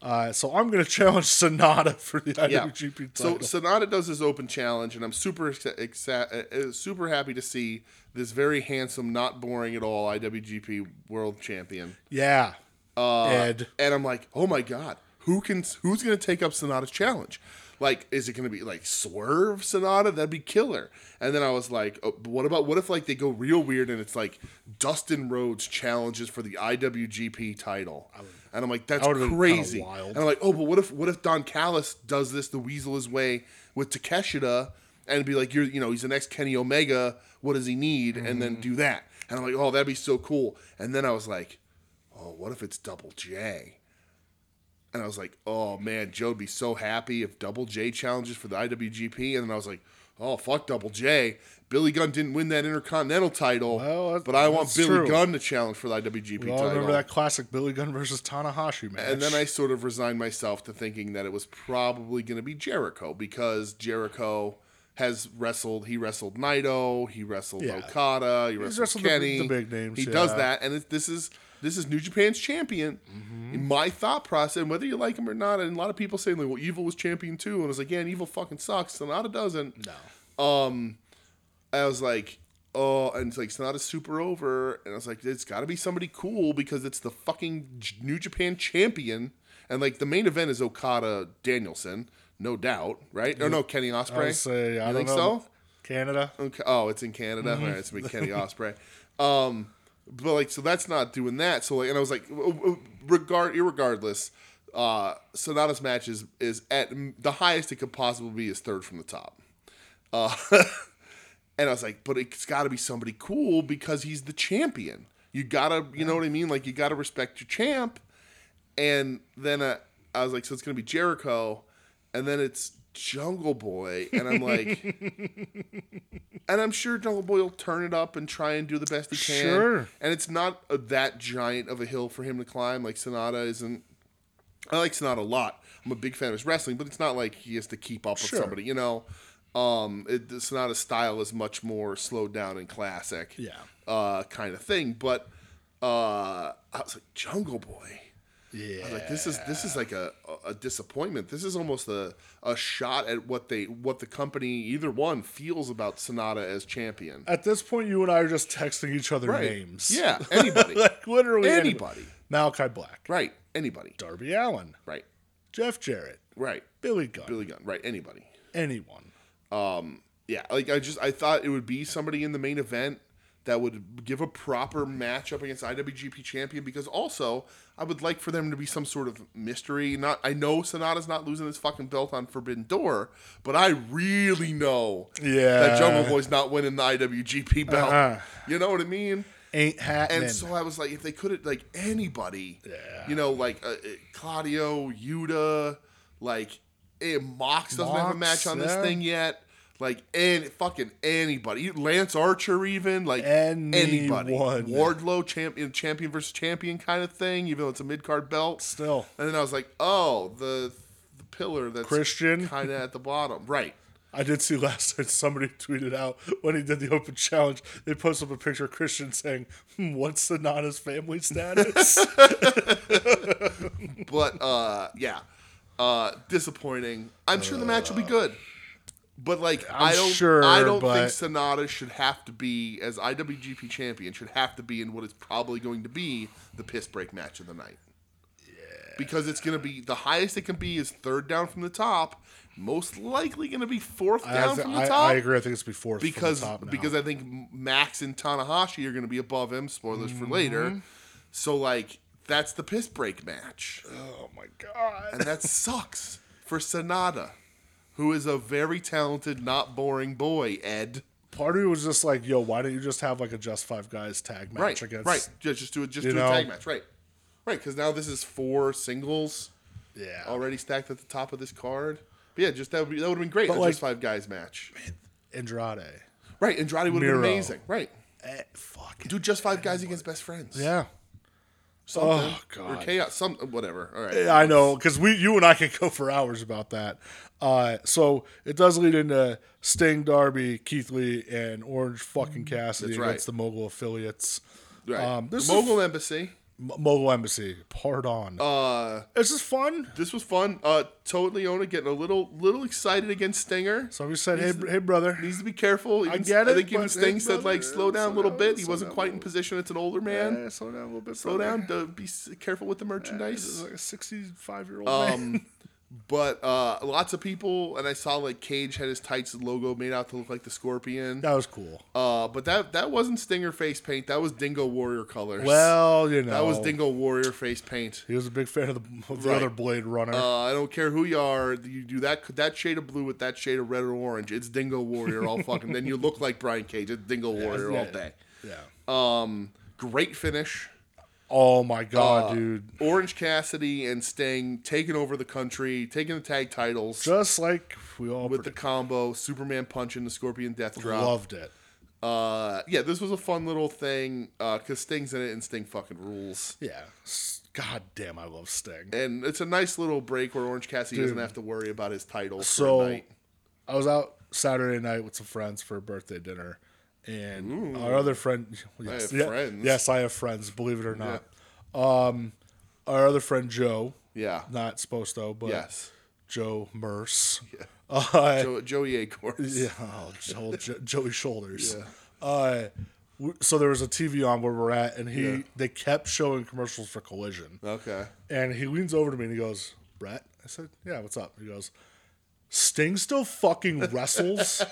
S2: Uh, so I'm going to challenge Sonata for the
S1: Yeah.
S2: IWGP
S1: So
S2: title.
S1: Sonata does his open challenge, and I'm super exa- exa- uh, super happy to see this very handsome, not boring at all IWGP World Champion.
S2: yeah.
S1: Uh,
S2: Ed.
S1: And I'm like, oh my god, who can who's gonna take up Sonata's challenge? Like, is it gonna be like Swerve Sonata? That'd be killer. And then I was like, oh, but what about what if like they go real weird and it's like Dustin Rhodes challenges for the IWGP title? And I'm like, that's
S2: would've been kinda
S1: crazy.
S2: wild.
S1: And I'm like, oh, but what if what if Don Callis does this the Weasel his way with Takeshita and be like, you're you know he's the next Kenny Omega. What does he need? And
S2: Mm-hmm.
S1: then do that. And I'm like, oh, that'd be so cool. And then I was like, oh, what if it's Double J? And I was like, oh man, Joe would be so happy if Double J challenges for the IWGP. And then I was like, oh fuck Double J. Billy Gunn didn't win that Intercontinental title,
S2: Well, that's-
S1: but I want
S2: that's
S1: Billy
S2: true.
S1: Gunn to challenge for the IWGP
S2: We all
S1: title.
S2: remember that classic Billy Gunn versus Tanahashi match.
S1: And then I sort of resigned myself to thinking that it was probably going to be Jericho because Jericho has wrestled. He wrestled Naito. He wrestled
S2: Yeah.
S1: Okada. He wrestled,
S2: wrestled the-
S1: Kenny.
S2: the big names,
S1: He does
S2: yeah.
S1: that, and it, this is this is New Japan's champion.
S2: Mm-hmm.
S1: My thought process, and whether you like him or not, and a lot of people saying like, "Well, Evil was champion too," and I was like, "Yeah, and Evil fucking sucks. Sonata doesn't."
S2: No.
S1: I was like, oh, and it's like it's not a super over, and I was like, it's got to be somebody cool because it's the fucking J- New Japan champion, and like the main event is Okada Danielson, no doubt, right? Or no, Kenny
S2: I
S1: Osprey.
S2: would say, I
S1: you
S2: don't
S1: think
S2: know. Mm-hmm.
S1: so?
S2: Canada.
S1: Okay. Oh, it's in Canada. All right, it's been Kenny Osprey. Um, but like, so that's not doing that. So like, and I was like, w- w- regard, irregardless, uh, Sonata's match is is at m- the highest it could possibly be is third from the top. Uh, and I was like, but it's got to be somebody cool because he's the champion. You gotta, you know what I mean? Like, you gotta respect your champ. And then uh, I was like, so it's gonna be Jericho, and then it's Jungle Boy, and I'm like. And I'm sure Jungle Boy will turn it up and try and do the best he can.
S2: Sure.
S1: And it's not a, that giant of a hill for him to climb. Like Sonata isn't. I like Sonata a lot. I'm a big fan of his wrestling, but it's not like he has to keep up
S2: Sure.
S1: with somebody. You know, um, it, the Sonata's style is much more slowed down and classic.
S2: Yeah.
S1: Uh, kind of thing. But uh, I was like Jungle Boy. I
S2: Yeah.
S1: was like this is this is like a, a disappointment. This is almost a, a shot at what they what the company either one feels about Sonata as champion.
S2: At this point, you and I are just texting each other names.
S1: Yeah, anybody.
S2: like literally
S1: Anybody.
S2: Malachi Black,
S1: right, anybody.
S2: Darby Allen,
S1: Right.
S2: Jeff Jarrett,
S1: Right.
S2: Billy Gunn,
S1: Billy Gunn. Right, anybody.
S2: anyone.
S1: Yeah, like I just I thought it would be somebody in the main event that would give a proper matchup against IWGP champion because also I would like for them to be some sort of mystery. Not I know Sonata's not losing his fucking belt on Forbidden Door, but I really know
S2: Yeah.
S1: that Jungle Boy's not winning the IWGP belt.
S2: Uh-uh.
S1: You know what I mean?
S2: Ain't happening.
S1: And so I was like, if they could have, like, anybody,
S2: Yeah.
S1: you know, like uh, uh, Claudio, Yuta, like, eh, Mox doesn't have a
S2: Mox,
S1: match on this
S2: yeah.
S1: thing yet. Like, and fucking anybody. E, Lance Archer, even. Like, anybody.
S2: Anyone.
S1: Wardlow, champion, champion versus champion kind of thing, even though it's a mid card belt.
S2: Still,
S1: And then I was like, oh, the, the pillar that's
S2: Christian.
S1: kind of at the bottom. Right.
S2: I did see last night somebody tweeted out when he did the open challenge. They posted up a picture of Christian saying, hmm, "What's Sonata's family status?"
S1: but uh, yeah, uh, disappointing. I'm sure the match will be good, but like I'm I do not
S2: Uh, sure,
S1: I don't
S2: but-
S1: think Sonata should have to be as IWGP champion should have to be in what is probably going to be the piss break match of the night. Yeah, because it's going to be the highest it can be is third down from the top, most likely going to be fourth
S2: I,
S1: down
S2: th-
S1: from the
S2: I-
S1: top.
S2: I agree. I think it's before
S1: Because
S2: from the top now.
S1: because I think Max and Tanahashi are going to be above him. Spoilers for
S2: Mm-hmm.
S1: later. So like that's the piss break match
S2: oh my god.
S1: and that sucks for Sonata, who is a very talented, not boring boy. Ed,
S2: Part of me was just like, "Yo, why don't you just have like a just five guys tag match
S1: right,
S2: against?"
S1: right, just, just do it, just
S2: you
S1: do a tag
S2: know.
S1: match, right, right, because now this is four singles
S2: Yeah.
S1: already stacked at the top of this card. But yeah, just that would be, that would have been great. a
S2: like-
S1: just five guys match,
S2: Andrade.
S1: right? Andrade would have been
S2: Miro.
S1: amazing, right?
S2: Eh, fuck.
S1: Do just five guys against best friends,
S2: Yeah.
S1: Something.
S2: Oh,
S1: Or
S2: God.
S1: chaos. Some whatever. All right.
S2: Yeah, I know, because we, you and I could go for hours about that. Uh, so it does lead into Sting, Darby, Keith Lee, and Orange fucking Cassidy
S1: That's right.
S2: against the Mogul affiliates,
S1: Right.
S2: Um, this
S1: the
S2: is-
S1: Mogul Embassy.
S2: M- Mogul Embassy. Pardon.
S1: Uh,
S2: this is fun.
S1: this was fun. Uh, Toad Leona getting a little little excited against Stinger.
S2: Somebody said, "Hey, br- hey, brother."
S1: Needs to be careful. Even-
S2: get
S1: I
S2: it,
S1: think even
S2: but-
S1: Sting said like,
S2: Yeah,
S1: slow down a
S2: slow
S1: little
S2: down,
S1: bit. He
S2: slow
S1: wasn't
S2: down a
S1: quite in position. It's an older man.
S2: Eh, slow down a little bit.
S1: slow down. To be s- careful with the merchandise.
S2: like a sixty-five-year-old
S1: Um, but uh, lots of people, and I saw like Cage had his tights logo made out to look like the scorpion.
S2: That was cool.
S1: Uh, but that that wasn't Stinger face paint. That was Dingo Warrior colors.
S2: Well, you know,
S1: that was Dingo Warrior face paint.
S2: He was a big fan of the, of the
S1: Right.
S2: other Blade Runner.
S1: Uh, I don't care who you are. You do that that shade of blue with that shade of red or orange. It's Dingo Warrior all fucking. then you look like Brian Cage. It's Dingo Warrior all
S2: yeah.
S1: day.
S2: yeah.
S1: Um, great finish.
S2: oh my god,
S1: uh,
S2: dude!
S1: Orange Cassidy and Sting taking over the country, taking the tag titles
S2: Just like we all
S1: with the
S2: predicted.
S1: combo Superman punch and the Scorpion Death Drop.
S2: loved it.
S1: Uh, yeah, this was a fun little thing because Sting's in it and Sting fucking rules.
S2: Yeah. S- God damn, I love Sting.
S1: And it's a nice little break where Orange Cassidy doesn't have to worry about his title for a
S2: So
S1: night.
S2: I was out Saturday night with some friends for a birthday dinner, and our other friend. Yes,
S1: have
S2: yeah,
S1: friends.
S2: Yes, I have friends. Believe it or not. Um, our other friend Joe.
S1: Yeah.
S2: Not supposed to, but
S1: Yes.
S2: Joe Merce. Uh,
S1: Jo- Joey Acorns.
S2: Yeah, oh, Joe, Jo- Joey Shoulders. Uh, w- so there was a TV on where we're at, and he they kept showing commercials for Collision,
S1: Okay.
S2: and he leans over to me and he goes, "Brett," I said, "Yeah, what's up?" He goes, "Sting still fucking wrestles."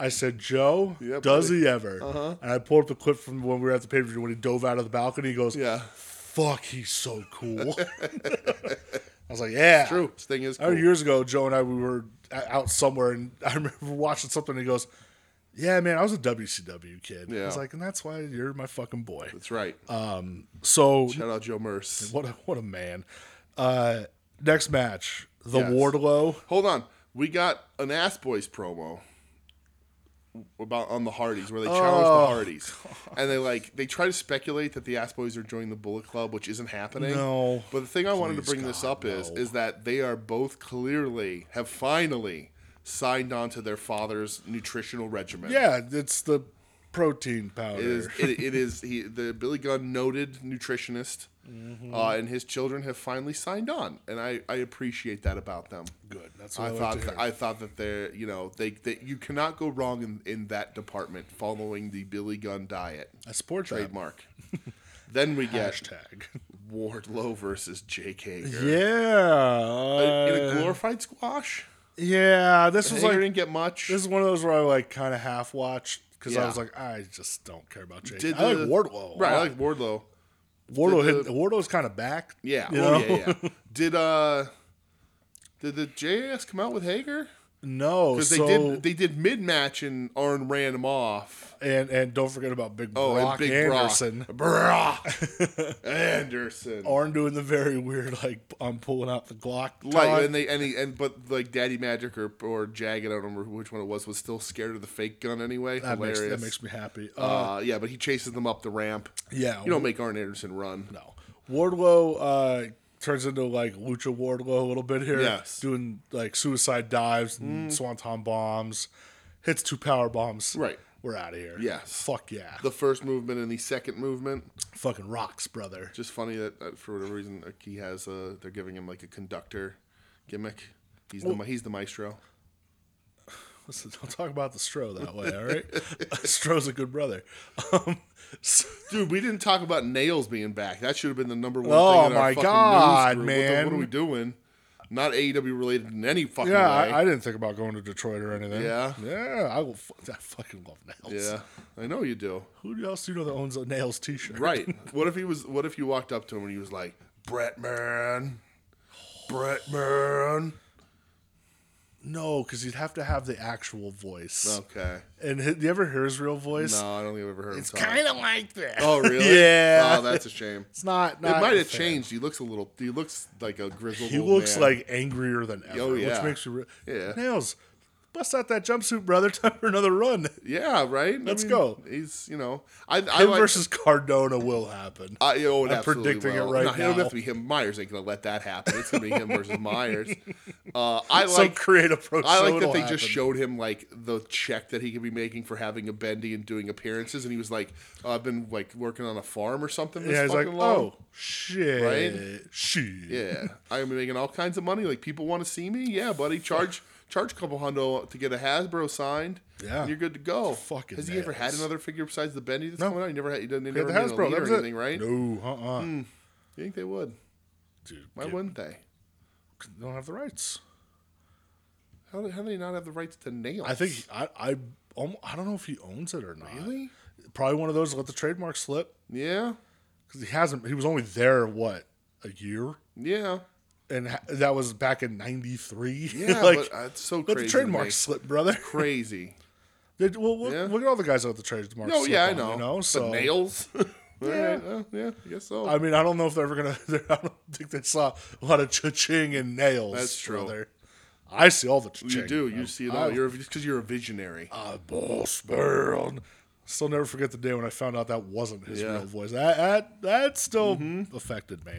S2: I said, "Joe,
S1: Yeah, Uh-huh.
S2: does he ever?" And I pulled up the clip from when we were at the pay per view when he dove out of the balcony. He goes,
S1: Yeah.
S2: fuck, he's so cool." I was like, "Yeah,
S1: True. Sting is
S2: I remember
S1: cool.
S2: years ago, Joe and I we were a- out somewhere, and I remember watching something. and He goes, "Yeah, man, I was a WCW kid." I
S1: Yeah.
S2: was like, "And that's why you're my fucking boy."
S1: That's right.
S2: Uh, So
S1: Shout out Joe Merce.
S2: what? A, what a man. Uh, next match, the
S1: Yes.
S2: Wardlow.
S1: Hold on. We got an Ass Boys promo about on the Hardys where they challenge
S2: Oh,
S1: the Hardys. And they like they try to speculate that the Ass Boys are joining the Bullet Club, which isn't happening.
S2: No.
S1: But the thing I wanted to
S2: Please,
S1: bring this
S2: God,
S1: up is
S2: no.
S1: is that they are both clearly have finally signed on to their father's nutritional regimen.
S2: Yeah, it's the protein powder.
S1: It is, it, it is he, the Billy Gunn noted nutritionist,
S2: Mm-hmm.
S1: uh, and his children have finally signed on, and I, I appreciate that about them.
S2: Good. That's what I,
S1: I
S2: like
S1: thought
S2: to hear.
S1: that, I thought that they're you know they that you cannot go wrong in, in that department following the Billy Gunn diet
S2: I support that
S1: trademark. then we get
S2: hashtag.
S1: Wardlow versus Jake Hager
S2: Yeah.
S1: in a
S2: uh,
S1: glorified squash.
S2: yeah, this was
S1: Hager
S2: like
S1: didn't get much.
S2: This is one of those where I like kind of half watched because I
S1: Yeah.
S2: was like, I just don't care about Jake.
S1: Did
S2: I
S1: the-
S2: like Wardlow. a
S1: right, I
S2: lot.
S1: like Wardlow.
S2: Wardlow.
S1: did
S2: hit, Wardlow's kind of back.
S1: Yeah,
S2: you
S1: oh
S2: know?
S1: yeah, yeah. Did uh, did the JAS come out with Hager?
S2: No.
S1: Because they
S2: So
S1: did they did mid match and Arn ran him off.
S2: and and don't forget about Big
S1: Oh, and
S2: Brock
S1: Big
S2: Anderson.
S1: Brock, Brock Anderson.
S2: Arn doing the very weird like I'm pulling out the Glock.
S1: Like
S2: time.
S1: and they and, he, and but like Daddy Magic or or Jagged, I don't remember which one it was, was still scared of the fake gun anyway.
S2: that makes
S1: Hilarious.
S2: that makes me happy. Uh,
S1: uh, yeah, but he chases them up the ramp.
S2: yeah.
S1: You don't make Arn Anderson run.
S2: no. Wardlow uh, turns into like Lucha Wardlow a little bit here.
S1: Yes.
S2: Doing like suicide dives, and swanton bombs, hits two power bombs.
S1: Right.
S2: We're out of here.
S1: Yes.
S2: Fuck yeah.
S1: The first movement and the second movement.
S2: fucking rocks, brother.
S1: Just funny that uh, for whatever reason like, he has uh they're giving him like a conductor gimmick. He's the the he's the maestro.
S2: Listen, don't talk about the Stro that way, all right? Stro's a good brother. Um, so-
S1: Dude, we didn't talk about nails being back. That should have been the number one.
S2: Oh,
S1: thing in our
S2: my
S1: fucking
S2: God,
S1: news group. What the-
S2: man.
S1: What, are we doing? Not AEW related in any fucking
S2: yeah,
S1: way.
S2: I, I didn't think about going to Detroit or anything.
S1: Yeah?
S2: yeah, I will. F- I fucking love nails.
S1: yeah, I know you do.
S2: Who else do you know that owns a nails T-shirt?
S1: Right. what if he was? What if you walked up to him and he was like, "Brett man, Brett man."
S2: No, because you'd have to have the actual voice.
S1: Okay.
S2: And hi- do you ever hear his real voice?
S1: No, I don't think I've ever heard
S2: It's
S1: him talk.
S2: kind of like that.
S1: Oh, really?
S2: Yeah.
S1: Oh, that's a shame.
S2: it's not.
S1: It
S2: not
S1: might
S2: a
S1: have
S2: fan.
S1: changed. He looks a little. He looks like a grizzled.
S2: He
S1: old
S2: looks
S1: man.
S2: like angrier than ever,
S1: Oh, yeah.
S2: which makes you re-
S1: Yeah.
S2: nails. bust out that jumpsuit, brother. Time for another run.
S1: Yeah, right.
S2: Let's go.
S1: He's you know I I
S2: Him
S1: like,
S2: versus Cardona will happen.
S1: I, you know, it
S2: I'm
S1: absolutely
S2: predicting it
S1: will.
S2: right
S1: no, It'll
S2: now.
S1: have to be him. Myers ain't gonna let that happen. It's gonna be him versus Myers. Uh, I
S2: Some
S1: like
S2: creative approach.
S1: I
S2: so
S1: like that
S2: it'll
S1: they just
S2: happen.
S1: showed him like the check that he could be making for having a bendy and doing appearances, and he was like, oh, "I've been like working on a farm or something." This
S2: Yeah, he's like,
S1: fucking long.
S2: oh shit,
S1: Right?
S2: shit.
S1: yeah, I'm making all kinds of money. Like people want to see me. Yeah, buddy, charge charge a couple hundo to get a Hasbro signed.
S2: Yeah.
S1: and you're good to go.
S2: Fucking
S1: has he ever had
S2: badass.
S1: another figure besides the bendy that's
S2: No.
S1: coming out? He never had. He doesn't
S2: Get
S1: never
S2: the
S1: been a
S2: Hasbro.
S1: lead
S2: That
S1: or
S2: was
S1: anything,
S2: it.
S1: right?
S2: No, uh, uh
S1: You think they would?
S2: dude,
S1: Why
S2: get-
S1: wouldn't they?
S2: don't have the rights.
S1: How do, how do they not have the rights to nails?
S2: I think I, I, almo- I don't know if he owns it or not.
S1: really.
S2: Probably one of those let the trademark slip
S1: Yeah,
S2: because he hasn't. He was only there what a year,
S1: yeah,
S2: and ha- that was back in '93.
S1: yeah.
S2: like
S1: but uh, it's so
S2: let
S1: crazy.
S2: the
S1: to
S2: trademark
S1: me.
S2: slip, brother.
S1: crazy.
S2: Did, well, look,
S1: Yeah.
S2: look at all the guys that let the trademark.
S1: No,
S2: slip
S1: yeah, I
S2: on,
S1: know.
S2: You know, so
S1: the nails. All
S2: Yeah.
S1: right, uh, yeah, I guess so.
S2: I mean, I don't know if they're ever gonna. I don't think they saw a lot of cha-ching and nails.
S1: That's true.
S2: brother. I see all the cha-ching.
S1: you do. You see it all. You're because you're a visionary.
S2: a boss man. Still never forget the day when I found out that wasn't his
S1: Yeah. Mm-hmm.
S2: real voice. That that, that still affected me.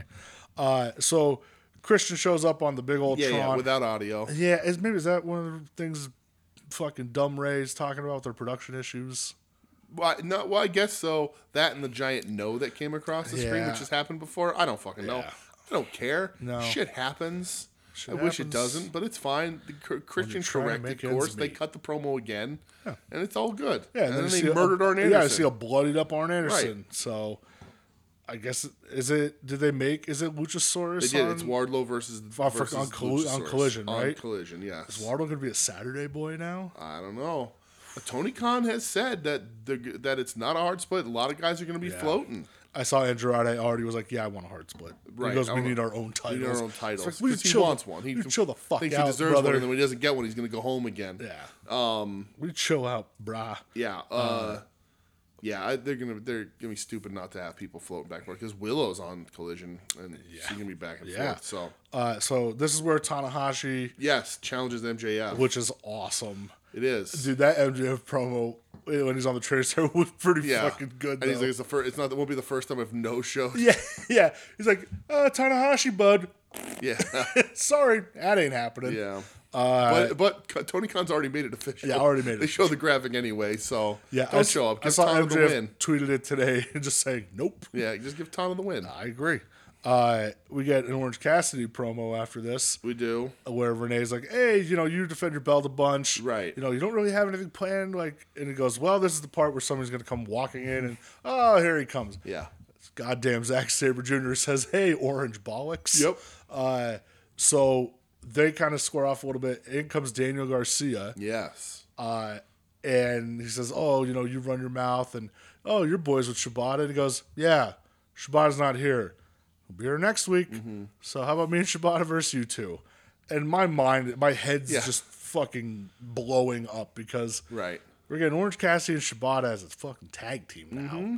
S2: Uh, so Christian shows up on the big old
S1: Yeah,
S2: Tron.
S1: yeah, without audio.
S2: Yeah, is maybe is that one of the things fucking dumb Ray's talking about their production issues?
S1: Well, I- no, well, I guess so. That and the giant no that came across the screen,
S2: Yeah.
S1: which has happened before. I don't fucking know.
S2: Yeah.
S1: I don't care.
S2: No.
S1: Shit happens. I wish it
S2: happens.
S1: doesn't, but it's fine. The Cr- Christian
S2: trying to
S1: corrected
S2: make ends
S1: course. They
S2: meet.
S1: cut the promo again, and it's all good.
S2: Yeah,
S1: and, then,
S2: you see
S1: they
S2: a-
S1: murdered Arn
S2: Yeah, I see
S1: Anderson.
S2: a bloodied up Arn Anderson. So I guess is it? Did they make? Is it Luchasaurus?
S1: they did. It's
S2: on-
S1: Wardlow versus,
S2: on
S1: versus
S2: Colli- on
S1: Luchasaurus.
S2: Collision,
S1: On
S2: right?
S1: Collision, yes.
S2: Wardo gonna be a Saturday boy now.
S1: I don't know. But Tony Khan has said that the, that it's not a hard split. A lot of guys are going to be floating.
S2: I saw Andrade already was like, "Yeah, I want a hard split."
S1: Right,
S2: He goes,
S1: I
S2: "We
S1: want-
S2: need our own
S1: We
S2: titles.
S1: need our own
S2: It's like,
S1: titles.
S2: we
S1: 'Cause he
S2: chill the-
S1: wants one. He
S2: we chill the fuck
S1: thinks
S2: out,
S1: he deserves
S2: brother.
S1: one, and then when he doesn't get one, he's going to go home again.
S2: yeah.
S1: Um,
S2: we chill out, brah.
S1: Yeah. Uh, yeah, I, they're gonna they're gonna be stupid not to have people floating back because Willow's on collision and she's gonna be back and
S2: Yeah.
S1: forth. So
S2: Uh, so this is where Tanahashi,
S1: yes, challenges MJF.
S2: which is awesome,
S1: it is.
S2: dude. That MJF promo eh, when he's on the trailer stair was pretty
S1: yeah,
S2: fucking
S1: And
S2: good.
S1: he's
S2: though.
S1: like, it's the first. It's not. It won't be the first time I've no showed.
S2: yeah, yeah. He's like, uh, Tanahashi, bud.
S1: Yeah,
S2: Sorry, that ain't happening.
S1: yeah. Uh, but but K- Tony Khan's already made it official.
S2: Yeah, already made it
S1: They show the graphic anyway, so
S2: yeah.
S1: don't show up.
S2: I
S1: Give
S2: saw
S1: Tana the
S2: MJF
S1: win.
S2: tweeted it today and just saying, "Nope."
S1: Yeah, just give Tana the win.
S2: I agree. Uh, we get an Orange Cassidy promo after this.
S1: We do.
S2: where Renee's like, "Hey, you know, you defend your belt a bunch,
S1: Right.
S2: You know, you don't really have anything planned." Like, and he goes, "Well, this is the part where somebody's going to come walking in, and oh, here he comes."
S1: Yeah.
S2: Goddamn, Zack Saber Jr. says, "Hey, orange bollocks."
S1: Yep.
S2: Uh, so they kind of square off a little bit. In comes Daniel Garcia,
S1: Yes.
S2: uh, and he says, "Oh, you know, you run your mouth, and oh, your boys with Shibata." And he goes, "Yeah, Shibata's not here. He'll be here next week.
S1: Mm-hmm.
S2: So how about me and Shibata versus you two? And my mind, my head's
S1: Yeah.
S2: just fucking blowing up because
S1: Right.
S2: we're getting Orange Cassidy and Shibata as a fucking tag team now.
S1: Well,
S2: Holy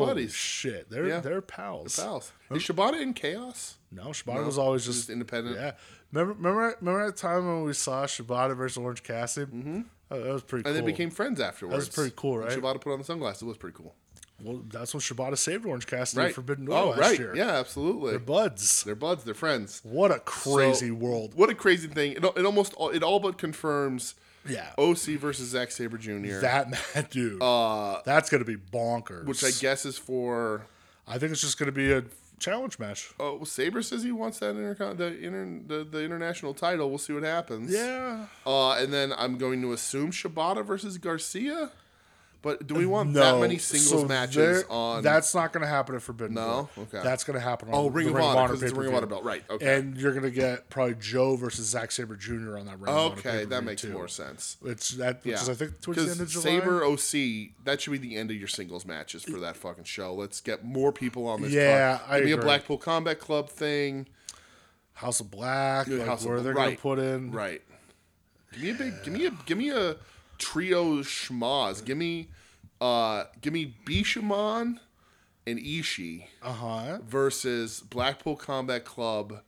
S1: they're Mm-hmm. buddies.
S2: shit, they're
S1: Yeah.
S2: they're pals.
S1: Pals. Is Shibata in chaos?
S2: No, Shibata was always just,
S1: Just independent.
S2: yeah. Remember, remember, remember that time when we saw Shibata versus Orange Cassidy? Mm-hmm. That that was pretty.
S1: And
S2: cool.
S1: they became friends afterwards.
S2: pretty cool,
S1: When
S2: right?
S1: Shibata put on the sunglasses. It was pretty cool.
S2: Well, that's when Shibata saved Orange Cassidy
S1: Right.
S2: and Forbidden Door last year.
S1: Yeah, absolutely. They're,
S2: Buds.
S1: buds. They're friends.
S2: What a crazy
S1: So-
S2: world.
S1: What a crazy thing! It, al- it almost all, it all but confirms
S2: Yeah.
S1: OC versus Zack Saber Jr.,
S2: That man, dude. Uh, that's gonna be bonkers.
S1: which I guess is for.
S2: I think it's just gonna be a challenge match.
S1: Oh, well, Saber says he wants that intercon- the, inter- the the international title. We'll see what happens.
S2: Yeah.
S1: Uh, and then I'm going to assume Shibata versus Garcia. But do we want that many singles
S2: so
S1: matches
S2: there-
S1: on?
S2: That's not gonna happen at Forbidden
S1: No?
S2: Door.
S1: Okay.
S2: That's gonna happen on oh,
S1: Ring of Honor, 'cause it's a Ring of Honor belt, right, okay.
S2: And you're gonna get probably Joe versus Zack Saber Jr. on that Ring of Honor
S1: okay, that
S2: pay-per-view,
S1: makes
S2: too.
S1: more sense.
S2: It's that which
S1: Yeah,
S2: is I think towards the end of
S1: 'Cause
S2: July.
S1: Saber OC, that should be the end of your singles matches for that fucking show. Let's get more people on this.
S2: Yeah,
S1: card.
S2: I
S1: Give me a
S2: agree.
S1: Blackpool Combat Club thing.
S2: House of Black, like
S1: House of
S2: where
S1: Bl-
S2: they're
S1: right,
S2: gonna put in
S1: Right. Give me a big. Give me a. Give me a trio schmaz. Give me. Uh, give me Bishamon and Ishii
S2: Uh huh.
S1: versus Blackpool Combat Club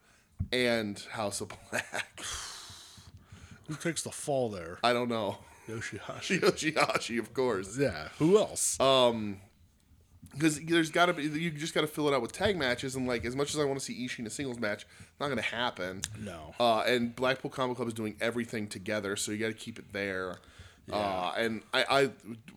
S1: and House of Black.
S2: Who takes the fall there?
S1: I don't know.
S2: Yoshihashi.
S1: Yoshihashi, of course.
S2: Yeah. Who else?
S1: Uh, Because there's got to be, you just got to fill it out with tag matches. And, like, as much as I want to see Ishii in a singles match, it's not going to happen.
S2: no.
S1: Uh, and Blackpool Combat Club is doing everything together, so you got to keep it there. Uh, and I, I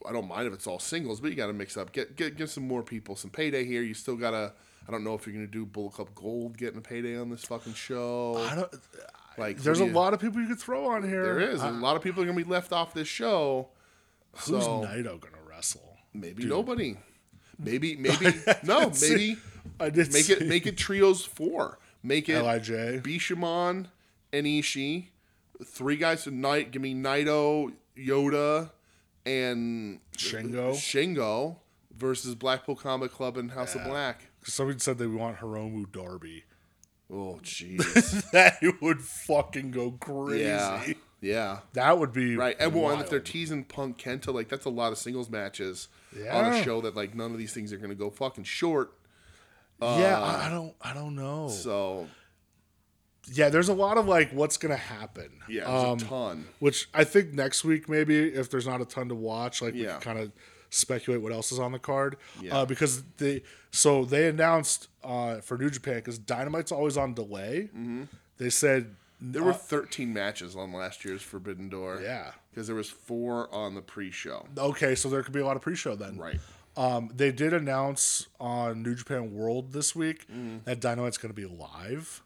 S1: I don't mind if it's all singles, but you got to mix up. Get, get give some more people some payday here. You still gotta. I don't know if you're gonna do Bullet Club Gold getting a payday on this fucking show.
S2: I don't.
S1: Like
S2: There's a
S1: what do you-
S2: lot of people you could throw on here.
S1: There is a lot of people are gonna be left off this show.
S2: Who's
S1: so
S2: Naito gonna wrestle?
S1: maybe nobody. Maybe maybe no maybe
S2: I did
S1: make it make it trios four. Make it
S2: Lij.
S1: Bishamon and Ishii. Three guys tonight. Give me Naito, Yoda, and
S2: Shingo.
S1: Shingo versus Blackpool Combat Club and House of Black.
S2: Somebody said they want Hiromu Darby.
S1: Oh jeez.
S2: that would fucking go crazy.
S1: yeah. Yeah.
S2: That would be
S1: Right. And well, and if
S2: wild.
S1: they're teasing Punk Kenta, like that's a lot of singles matches on
S2: Yeah.
S1: a show that like none of these things are gonna go fucking short.
S2: yeah, I, I don't, I don't know.
S1: Uh, So
S2: yeah, there's a lot of like, what's gonna happen?
S1: yeah, there's
S2: um,
S1: a ton.
S2: which I think next week maybe if there's not a ton to watch, like we
S1: Yeah.
S2: can kind of speculate what else is on the card.
S1: Yeah.
S2: Uh, because they so they announced uh, for New Japan because Dynamite's always on delay.
S1: Mm-hmm.
S2: They said
S1: There were 13 matches on last year's Forbidden Door.
S2: Uh, Yeah.
S1: Because there was four on the pre-show.
S2: okay, so there could be a lot of pre-show then.
S1: Right.
S2: Um, they did announce on New Japan World this week
S1: Mm.
S2: that Dynamite's going to be live.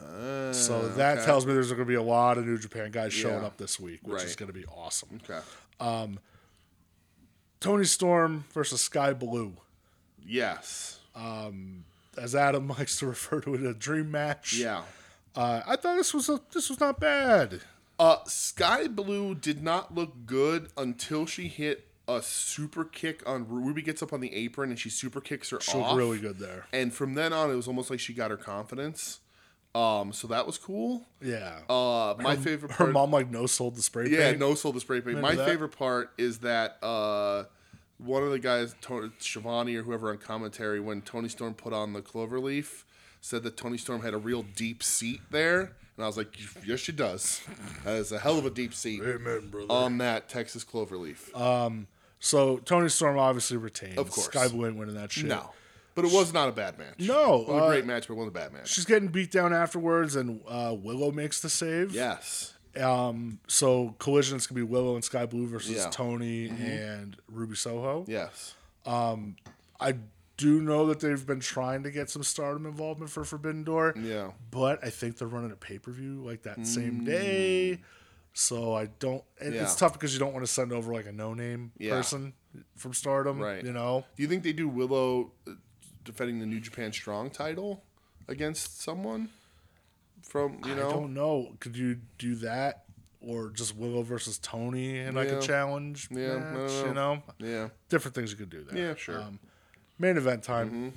S2: so that tells me there's going to be a lot of New Japan guys showing
S1: Uh, Yeah.
S2: up this week, which is
S1: Right.
S2: going to be awesome.
S1: Okay.
S2: Tony Storm versus Sky Blue.
S1: Yes.
S2: as Adam likes to refer to it, a dream match.
S1: Yeah.
S2: Uh, I thought this was a, this was not bad.
S1: Uh, Sky Blue did not look good until she hit a super kick on Ruby. Gets up on the apron and she super kicks her
S2: She
S1: off.
S2: looked really good there.
S1: And from then on, it was almost like she got her confidence. Um, so that was cool.
S2: Yeah.
S1: Uh, my favorite
S2: Her
S1: part.
S2: mom like no sold the spray
S1: yeah,
S2: paint.
S1: no soul the spray paint. My
S2: that?
S1: favorite part is that uh, one of the guys, Tony, Shivani or whoever on commentary, when Tony Storm put on the clover leaf, said that Tony Storm had a real deep seat there. And I was like, yes, she does. That is a hell of a deep seat.
S2: Amen, brother. Um,
S1: on that Texas Cloverleaf.
S2: So Tony Storm obviously retained. Of
S1: course.
S2: Sky Blue ain't winning that shit.
S1: no, but it was not a bad match.
S2: No,
S1: it was
S2: uh,
S1: a great match, but it wasn't a bad match.
S2: She's getting beat down afterwards, and uh, Willow makes the save.
S1: Yes,
S2: Um. So collision is gonna be Willow and Sky Blue versus
S1: Yeah. Mm-hmm.
S2: Tony and Ruby Soho.
S1: yes,
S2: I do know that they've been trying to get some Stardom involvement for Forbidden Door.
S1: yeah. Mm.
S2: but I think they're running a pay per view like that same day. So I don't. It,
S1: Yeah.
S2: It's tough because you don't want to send over like a no name
S1: Yeah.
S2: person from Stardom,
S1: Right.
S2: You know,
S1: Do you think they do Willow uh, defending the New Japan Strong title against someone from you
S2: I
S1: know?
S2: don't know. Could you do that or just Willow versus Tony in like
S1: Yeah.
S2: a challenge
S1: Yeah, I
S2: match?
S1: don't
S2: You know,
S1: Yeah,
S2: different things you could do there. Um,
S1: yeah, sure. Mm-hmm.
S2: Main event time.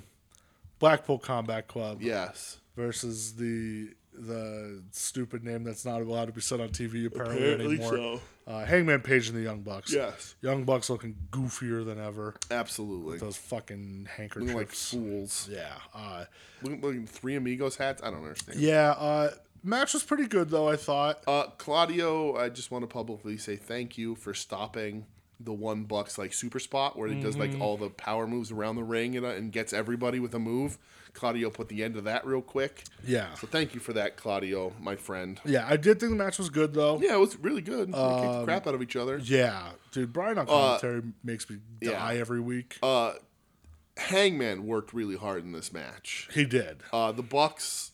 S2: Blackpool Combat Club
S1: yes,
S2: versus the the stupid name that's not allowed to be said on TV apparently,
S1: Apparently
S2: anymore. Uh, Hangman Page and the Young Bucks.
S1: Yes.
S2: Young Bucks looking goofier than ever.
S1: absolutely.
S2: Those fucking
S1: Looking like
S2: handkerchiefs.
S1: fools.
S2: yeah. Uh,
S1: Looking, looking three amigos hats. I don't understand.
S2: yeah. Uh, match was pretty good though. I thought.
S1: Uh, Claudio, I just want to publicly say thank you for stopping the one bucks like super spot where it does like
S2: Mm-hmm.
S1: all the power moves around the ring and, uh, and gets everybody with a move. Claudio put the end of that real quick.
S2: Yeah.
S1: So thank you for that, Claudio, my friend.
S2: Yeah. I did think the match was good though.
S1: Yeah, it was really good. They kicked the crap out of each other.
S2: Yeah, dude. Brian on commentary makes me
S1: Uh, yeah. Uh,
S2: die every week.
S1: Hangman worked really hard in this match.
S2: he did.
S1: Uh, the Bucks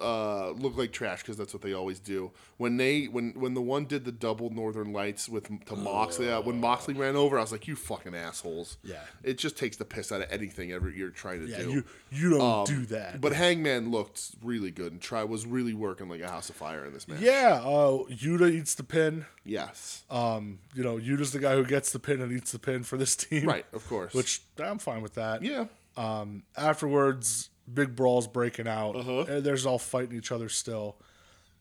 S1: uh, look like trash because that's what they always do. When they when when the one did the double Northern Lights with to Moxley, uh, when Moxley ran over, I was like, "You fucking assholes!"
S2: Yeah.
S1: it just takes the piss out of anything ever you're trying to
S2: Yeah.
S1: do. Um,
S2: You you don't do that.
S1: but Hangman looked really good and try was really working like a house of fire in this match.
S2: yeah. Uh, Yuta eats the pin.
S1: Yes,
S2: Um, you know, Yuta's the guy who gets the pin and eats the pin for this team.
S1: right, of course.
S2: Which I'm fine with that.
S1: yeah,
S2: Um, afterwards, big brawls breaking out.
S1: Uh-huh.
S2: And there's all fighting each other still.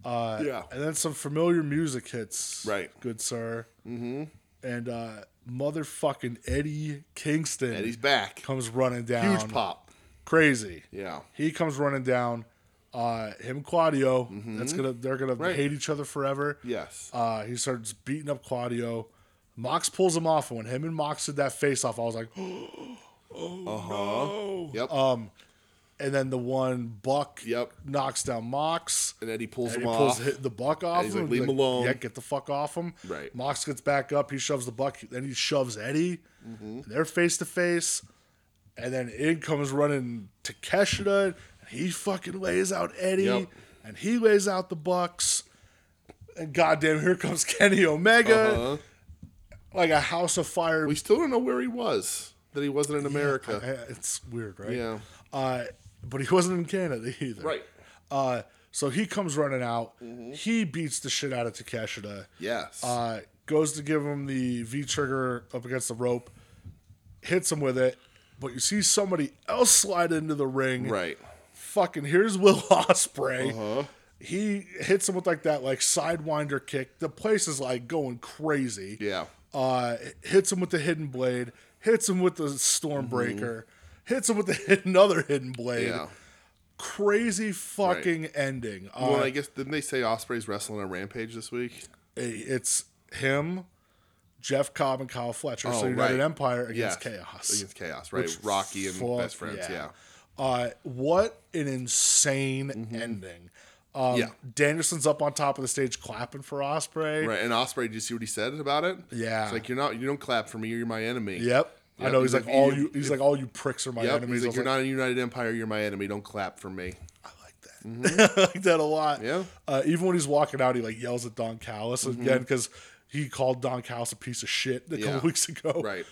S2: Uh,
S1: Yeah.
S2: And then some familiar music hits.
S1: Right.
S2: Good sir. Mm-hmm. And uh, motherfucking Eddie Kingston
S1: and he's back.
S2: comes running down.
S1: Huge pop.
S2: Crazy.
S1: Yeah,
S2: He comes running down. Uh, him and Quadio,
S1: Mm-hmm.
S2: that's gonna they're gonna hate each other forever.
S1: Yes.
S2: Uh, he starts beating up Quadio. Mox pulls him off, and when him and Mox did that face off, I was like, oh no.
S1: Yep.
S2: And then the one Buck
S1: Yep.
S2: knocks down Mox.
S1: and Eddie pulls
S2: And
S1: him
S2: he
S1: off.
S2: pulls hit the buck off
S1: he's like,
S2: him. and be
S1: "Leave him alone."
S2: Yeah, get the fuck off him.
S1: Right.
S2: Mox gets back up. He shoves the buck. Then he shoves Eddie.
S1: Mm-hmm.
S2: They're face to face. And then in comes running Takeshita. And he fucking lays out Eddie.
S1: Yep.
S2: And he lays out the Bucks. And goddamn, here comes Kenny Omega.
S1: Uh-huh.
S2: Like a house of fire.
S1: We still don't know where he was. That he wasn't in America.
S2: I- it's weird, right?
S1: Yeah.
S2: Uh, but he wasn't in Canada either.
S1: Right. Mm-hmm.
S2: Uh, so he comes running out. He beats the shit out of Takeshita.
S1: yes.
S2: Uh, goes to give him the V trigger up against the rope, hits him with it, but you see somebody else slide into the ring.
S1: right. Uh-huh.
S2: Fucking here's Will Osprey. He hits him with like that like sidewinder kick. The place is like going crazy.
S1: Yeah.
S2: Uh, hits him with the hidden blade. Hits him with the stormbreaker. Hits him with the hidden another hidden blade.
S1: Mm-hmm. Yeah.
S2: Crazy fucking ending. Uh,
S1: Well, I guess didn't they say Osprey's wrestling on Rampage this week?
S2: it's him, Jeff Cobb, and Kyle Fletcher. so
S1: Oh,
S2: United
S1: right.
S2: Empire
S1: Yes.
S2: against Chaos.
S1: Against Chaos, right? Rocky and
S2: Fuck,
S1: best friends. Yeah.
S2: Uh, what an insane ending. Um,
S1: Mm-hmm. Yeah.
S2: Danielson's up on top of the stage clapping for Osprey.
S1: Right. And Osprey, did you see what he said about it?
S2: Yeah.
S1: It's like you're not. You don't clap for me. You're my enemy.
S2: Yep. I
S1: Yep,
S2: know he's,
S1: he's
S2: like
S1: like,
S2: all
S1: you-
S2: you. He's like all you pricks are my
S1: Yep.
S2: enemies.
S1: He's
S2: I
S1: like,
S2: was
S1: you're
S2: like,
S1: not a United Empire. You're my enemy. Don't clap for me.
S2: I like that. I like that a lot.
S1: Yeah. Mm-hmm.
S2: Uh, even when he's walking out, he like yells at Don Callis again because he called Don Callis a piece of shit a couple
S1: Yeah.
S2: weeks ago.
S1: Right.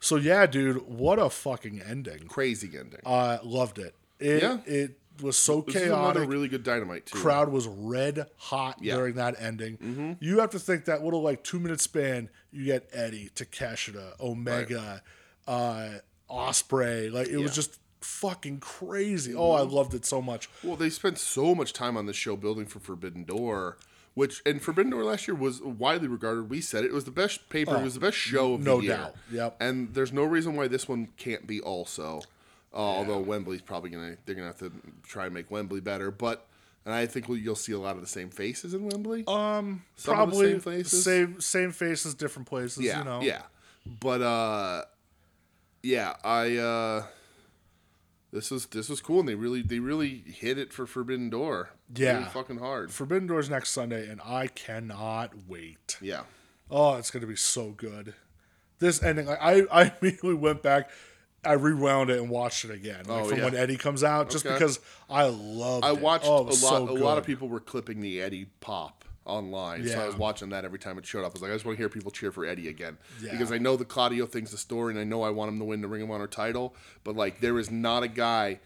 S2: So yeah, dude, what a fucking ending.
S1: Crazy ending.
S2: Uh, loved it. It
S1: Yeah.
S2: it was so
S1: this is
S2: chaotic.
S1: another really good dynamite too.
S2: crowd was red hot
S1: Yeah. Mm-hmm.
S2: during that ending. You have to think that little like two minute span, you get Eddie, Takeshita, Omega, uh, Osprey. Like it was just fucking crazy.
S1: Mm-hmm.
S2: Oh, I loved it so much.
S1: Well, they spent so much time on this show building for Forbidden Door, which and Forbidden Door last year was widely regarded. We said it, was the best paper, it was the best show of
S2: Oh, no
S1: the year.
S2: doubt. Yep.
S1: And there's no reason why this one can't be also. Uh, Although Wembley's probably gonna, they're gonna have to try and make Wembley better, but. And I think you'll see a lot of the same faces in Wembley. Um,
S2: Probably
S1: same faces.
S2: same same faces, different places.
S1: yeah,
S2: you know.
S1: yeah. But uh, yeah, I uh, this was this was cool, and they really they really hit it for Forbidden Door.
S2: Yeah.
S1: really fucking hard.
S2: Forbidden Doors next Sunday, and I cannot wait.
S1: Yeah,
S2: Oh, it's gonna be so good. This ending, like, I I immediately went back, I rewound it and watched it again, like
S1: Oh,
S2: from
S1: yeah.
S2: when Eddie comes out, just
S1: Okay.
S2: because I love.
S1: I watched
S2: Oh,
S1: a lot. a lot of
S2: people.
S1: people were clipping the Eddie pop online, so
S2: Yeah.
S1: I was watching that every time it showed up. I was like, I just want to hear people cheer for Eddie again
S2: Yeah.
S1: because I know the Claudio thing's the story, and I know I want him to win the Ring of Honor title. But like, there is not a guy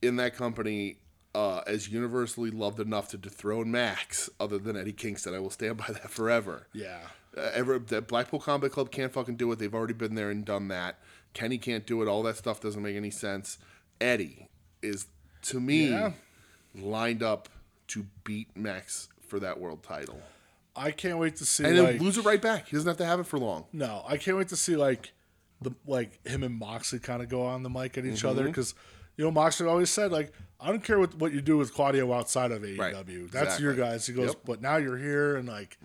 S1: in that company. Uh, as universally loved enough to dethrone Max, other than Eddie Kingston, I will stand by that forever.
S2: Yeah,
S1: Uh, ever that Blackpool Combat Club can't fucking do it. They've already been there and done that. Kenny can't do it. All that stuff doesn't make any sense. Eddie is to me
S2: Yeah.
S1: lined up to beat Max for that world title,
S2: I can't wait to see.
S1: and
S2: like,
S1: he'll lose it right back. He doesn't have to have it for long.
S2: No, I can't wait to see like the like him and Moxley kind of go on the mic at each
S1: Mm-hmm.
S2: other because you know Moxley always said like I don't care what, what you do with Claudio outside of AEW, that's
S1: exactly.
S2: your
S1: Mm-hmm.
S2: guys. He goes, but now you're here and like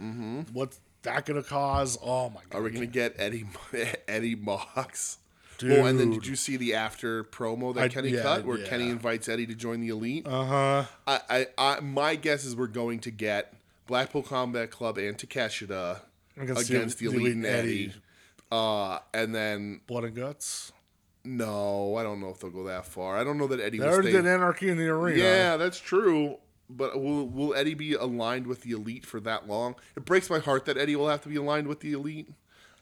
S2: what's that gonna cause? Oh my
S1: Are
S2: god,
S1: we gonna get Eddie Eddie Mox? Oh, and then
S2: Dude.
S1: did you see the after promo that
S2: I-
S1: Kenny
S2: yeah,
S1: cut where
S2: yeah. Uh-huh.
S1: Kenny invites Eddie to join the elite? Uh huh. I, I, I, my guess is we're going to get Blackpool Combat Club and Takeshita
S2: Against
S1: against,
S2: the-
S1: the, elite, and Eddie. Uh, and then
S2: blood and guts.
S1: no, I don't know if they'll go that far. I don't know that Eddie.
S2: They
S1: Will
S2: already
S1: stay.
S2: did Anarchy in the Arena.
S1: yeah, that's true. But will will Eddie be aligned with the elite for that long? It breaks my heart that Eddie will have to be aligned with the elite.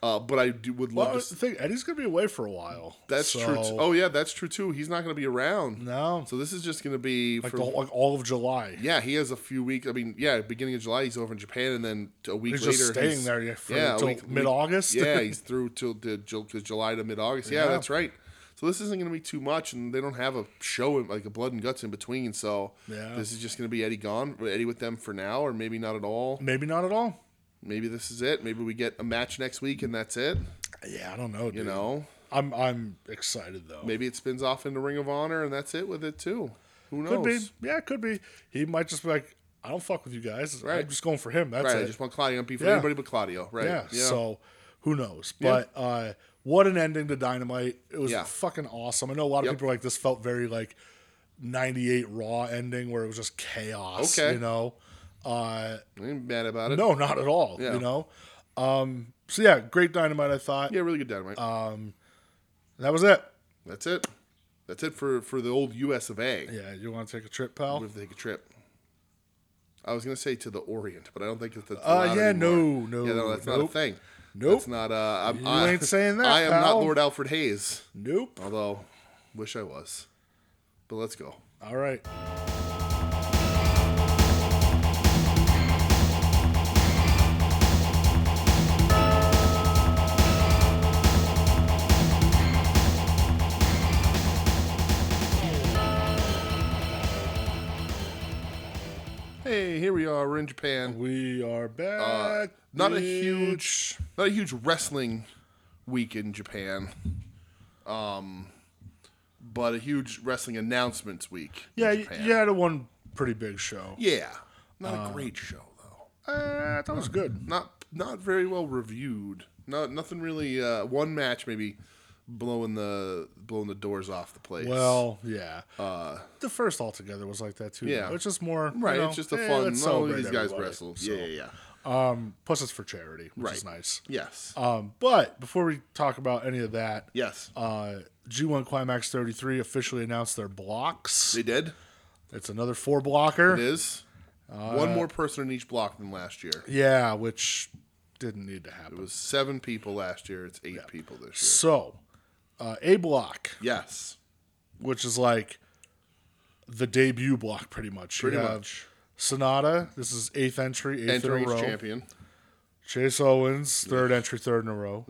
S1: Uh, but I do, would love
S2: Well,
S1: to
S2: that's the thing. Eddie's gonna be away for a while.
S1: That's
S2: so-
S1: true. Too. Oh yeah, that's true too. He's not going to be around.
S2: no,
S1: So this is just going to be
S2: like,
S1: for
S2: the, whole- like all of July.
S1: yeah. He has a few weeks. I mean, yeah, beginning of July he's over in Japan, and then t- a week
S2: He's
S1: later
S2: just staying
S1: he's-
S2: there yeah, for
S1: a
S2: till
S1: week-
S2: mid-August.
S1: Yeah, he's through till the Ju- to July to mid August. Yeah,
S2: Yeah.
S1: that's right. So this isn't going to be too much, and they don't have a show in, like a blood and guts in between. So
S2: Yeah.
S1: this is just going to be Eddie gone, Eddie with them for now, or maybe not at all.
S2: Maybe not at all.
S1: Maybe this is it. Maybe we get a match next week, and that's it.
S2: Yeah, I don't know. Dude.
S1: You know,
S2: I'm I'm excited though.
S1: maybe it spins off into Ring of Honor, and that's it with it too. Who Who knows?
S2: Could be. Yeah, could be. He might just be like, I don't fuck with you guys.
S1: Right.
S2: I'm just going for him. That's
S1: Right, I
S2: it.
S1: just want Claudio to be for
S2: Yeah.
S1: anybody but Claudio. Right.
S2: yeah. So who knows? But uh, what an ending to Dynamite. It was
S1: Yeah.
S2: fucking awesome. I know a lot of
S1: Yep.
S2: people are like this felt very like 98 Raw ending where it was just chaos.
S1: Okay.
S2: You know? Uh,
S1: I ain't mad about it.
S2: no, not at all.
S1: Yeah.
S2: You know? Um, so yeah, great Dynamite, I thought.
S1: Yeah, really good dynamite.
S2: Uh, That was it.
S1: That's it. That's it for, for the old US of A.
S2: Yeah, you want to take a trip, pal?
S1: If they take a trip. I was gonna say to the Orient, but I don't think it's that's
S2: Uh,
S1: allowed
S2: yeah,
S1: anymore.
S2: no, no,
S1: yeah, no, that's not a
S2: nope.
S1: thing.
S2: Nope.
S1: that's not. Uh, I'm,
S2: You
S1: I,
S2: ain't saying that,
S1: I am not
S2: pal.
S1: Lord Alfred Hayes,
S2: Nope.
S1: although wish I was. But let's go.
S2: All right.
S1: Hey, here we are. We're in Japan.
S2: We are back.
S1: Uh, not a
S2: bitch.
S1: huge- Not a huge wrestling week in Japan, um, but a huge wrestling announcements week. in
S2: Yeah, Um, y-
S1: Japan.
S2: you had a one pretty big show.
S1: yeah. Not a great show though.
S2: Uh, that was good.
S1: not not very well reviewed. Not nothing really. Uh, one match maybe blowing the blowing the doors off the place.
S2: Well, yeah. the first altogether was like that too.
S1: Uh, yeah.
S2: though. it's just more you
S1: right,
S2: know,
S1: it's just a
S2: eh,
S1: fun.
S2: let's
S1: Oh,
S2: celebrate
S1: these guys
S2: everybody.
S1: wrestle.
S2: So,
S1: Yeah, yeah, yeah.
S2: Um, plus it's for charity, which is
S1: Right.
S2: nice.
S1: Yes,
S2: Um, but before we talk about any of that,
S1: yes.
S2: uh, G1 Climax 33 officially announced their blocks.
S1: they did.
S2: It's another four blocker.
S1: It is one
S2: uh,
S1: more person in each block than last year. It
S2: Yeah, which didn't need to happen.
S1: was seven people last year. It's eight people this
S2: So, uh, a block.
S1: year. Yes,
S2: which is like the debut block, pretty much.
S1: Pretty
S2: you have
S1: much.
S2: Sonata. This is eighth entry, eighth
S1: entering
S2: in a row.
S1: champion.
S2: Chase Owens, third entry, third in a row.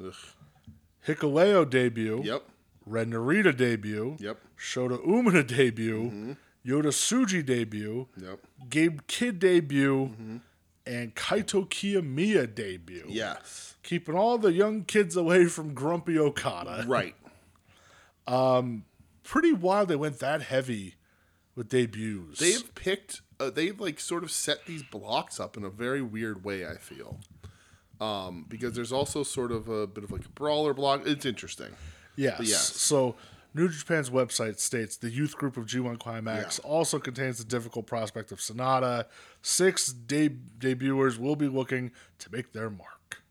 S2: Hikaleo debut.
S1: Yep,
S2: Ren Narita debut.
S1: Yep. Mm-hmm.
S2: Shota Umina debut. Yoda Suji debut.
S1: yep. Mm-hmm.
S2: Gabe Kidd debut. And Kaito Kiyomiya debut.
S1: Yes,
S2: Keeping all the young kids away from Grumpy Okada.
S1: right.
S2: Pretty wild they went that heavy with debuts.
S1: They've picked. Uh, they've like sort of set these blocks up in a very weird way. I feel, um, because there's also sort of a bit of like a brawler block. It's interesting.
S2: Yes.
S1: yes.
S2: So New Japan's website states the youth group of G1 Climax also contains the difficult prospect of Sonata. Six de- debuters will be looking to make their mark.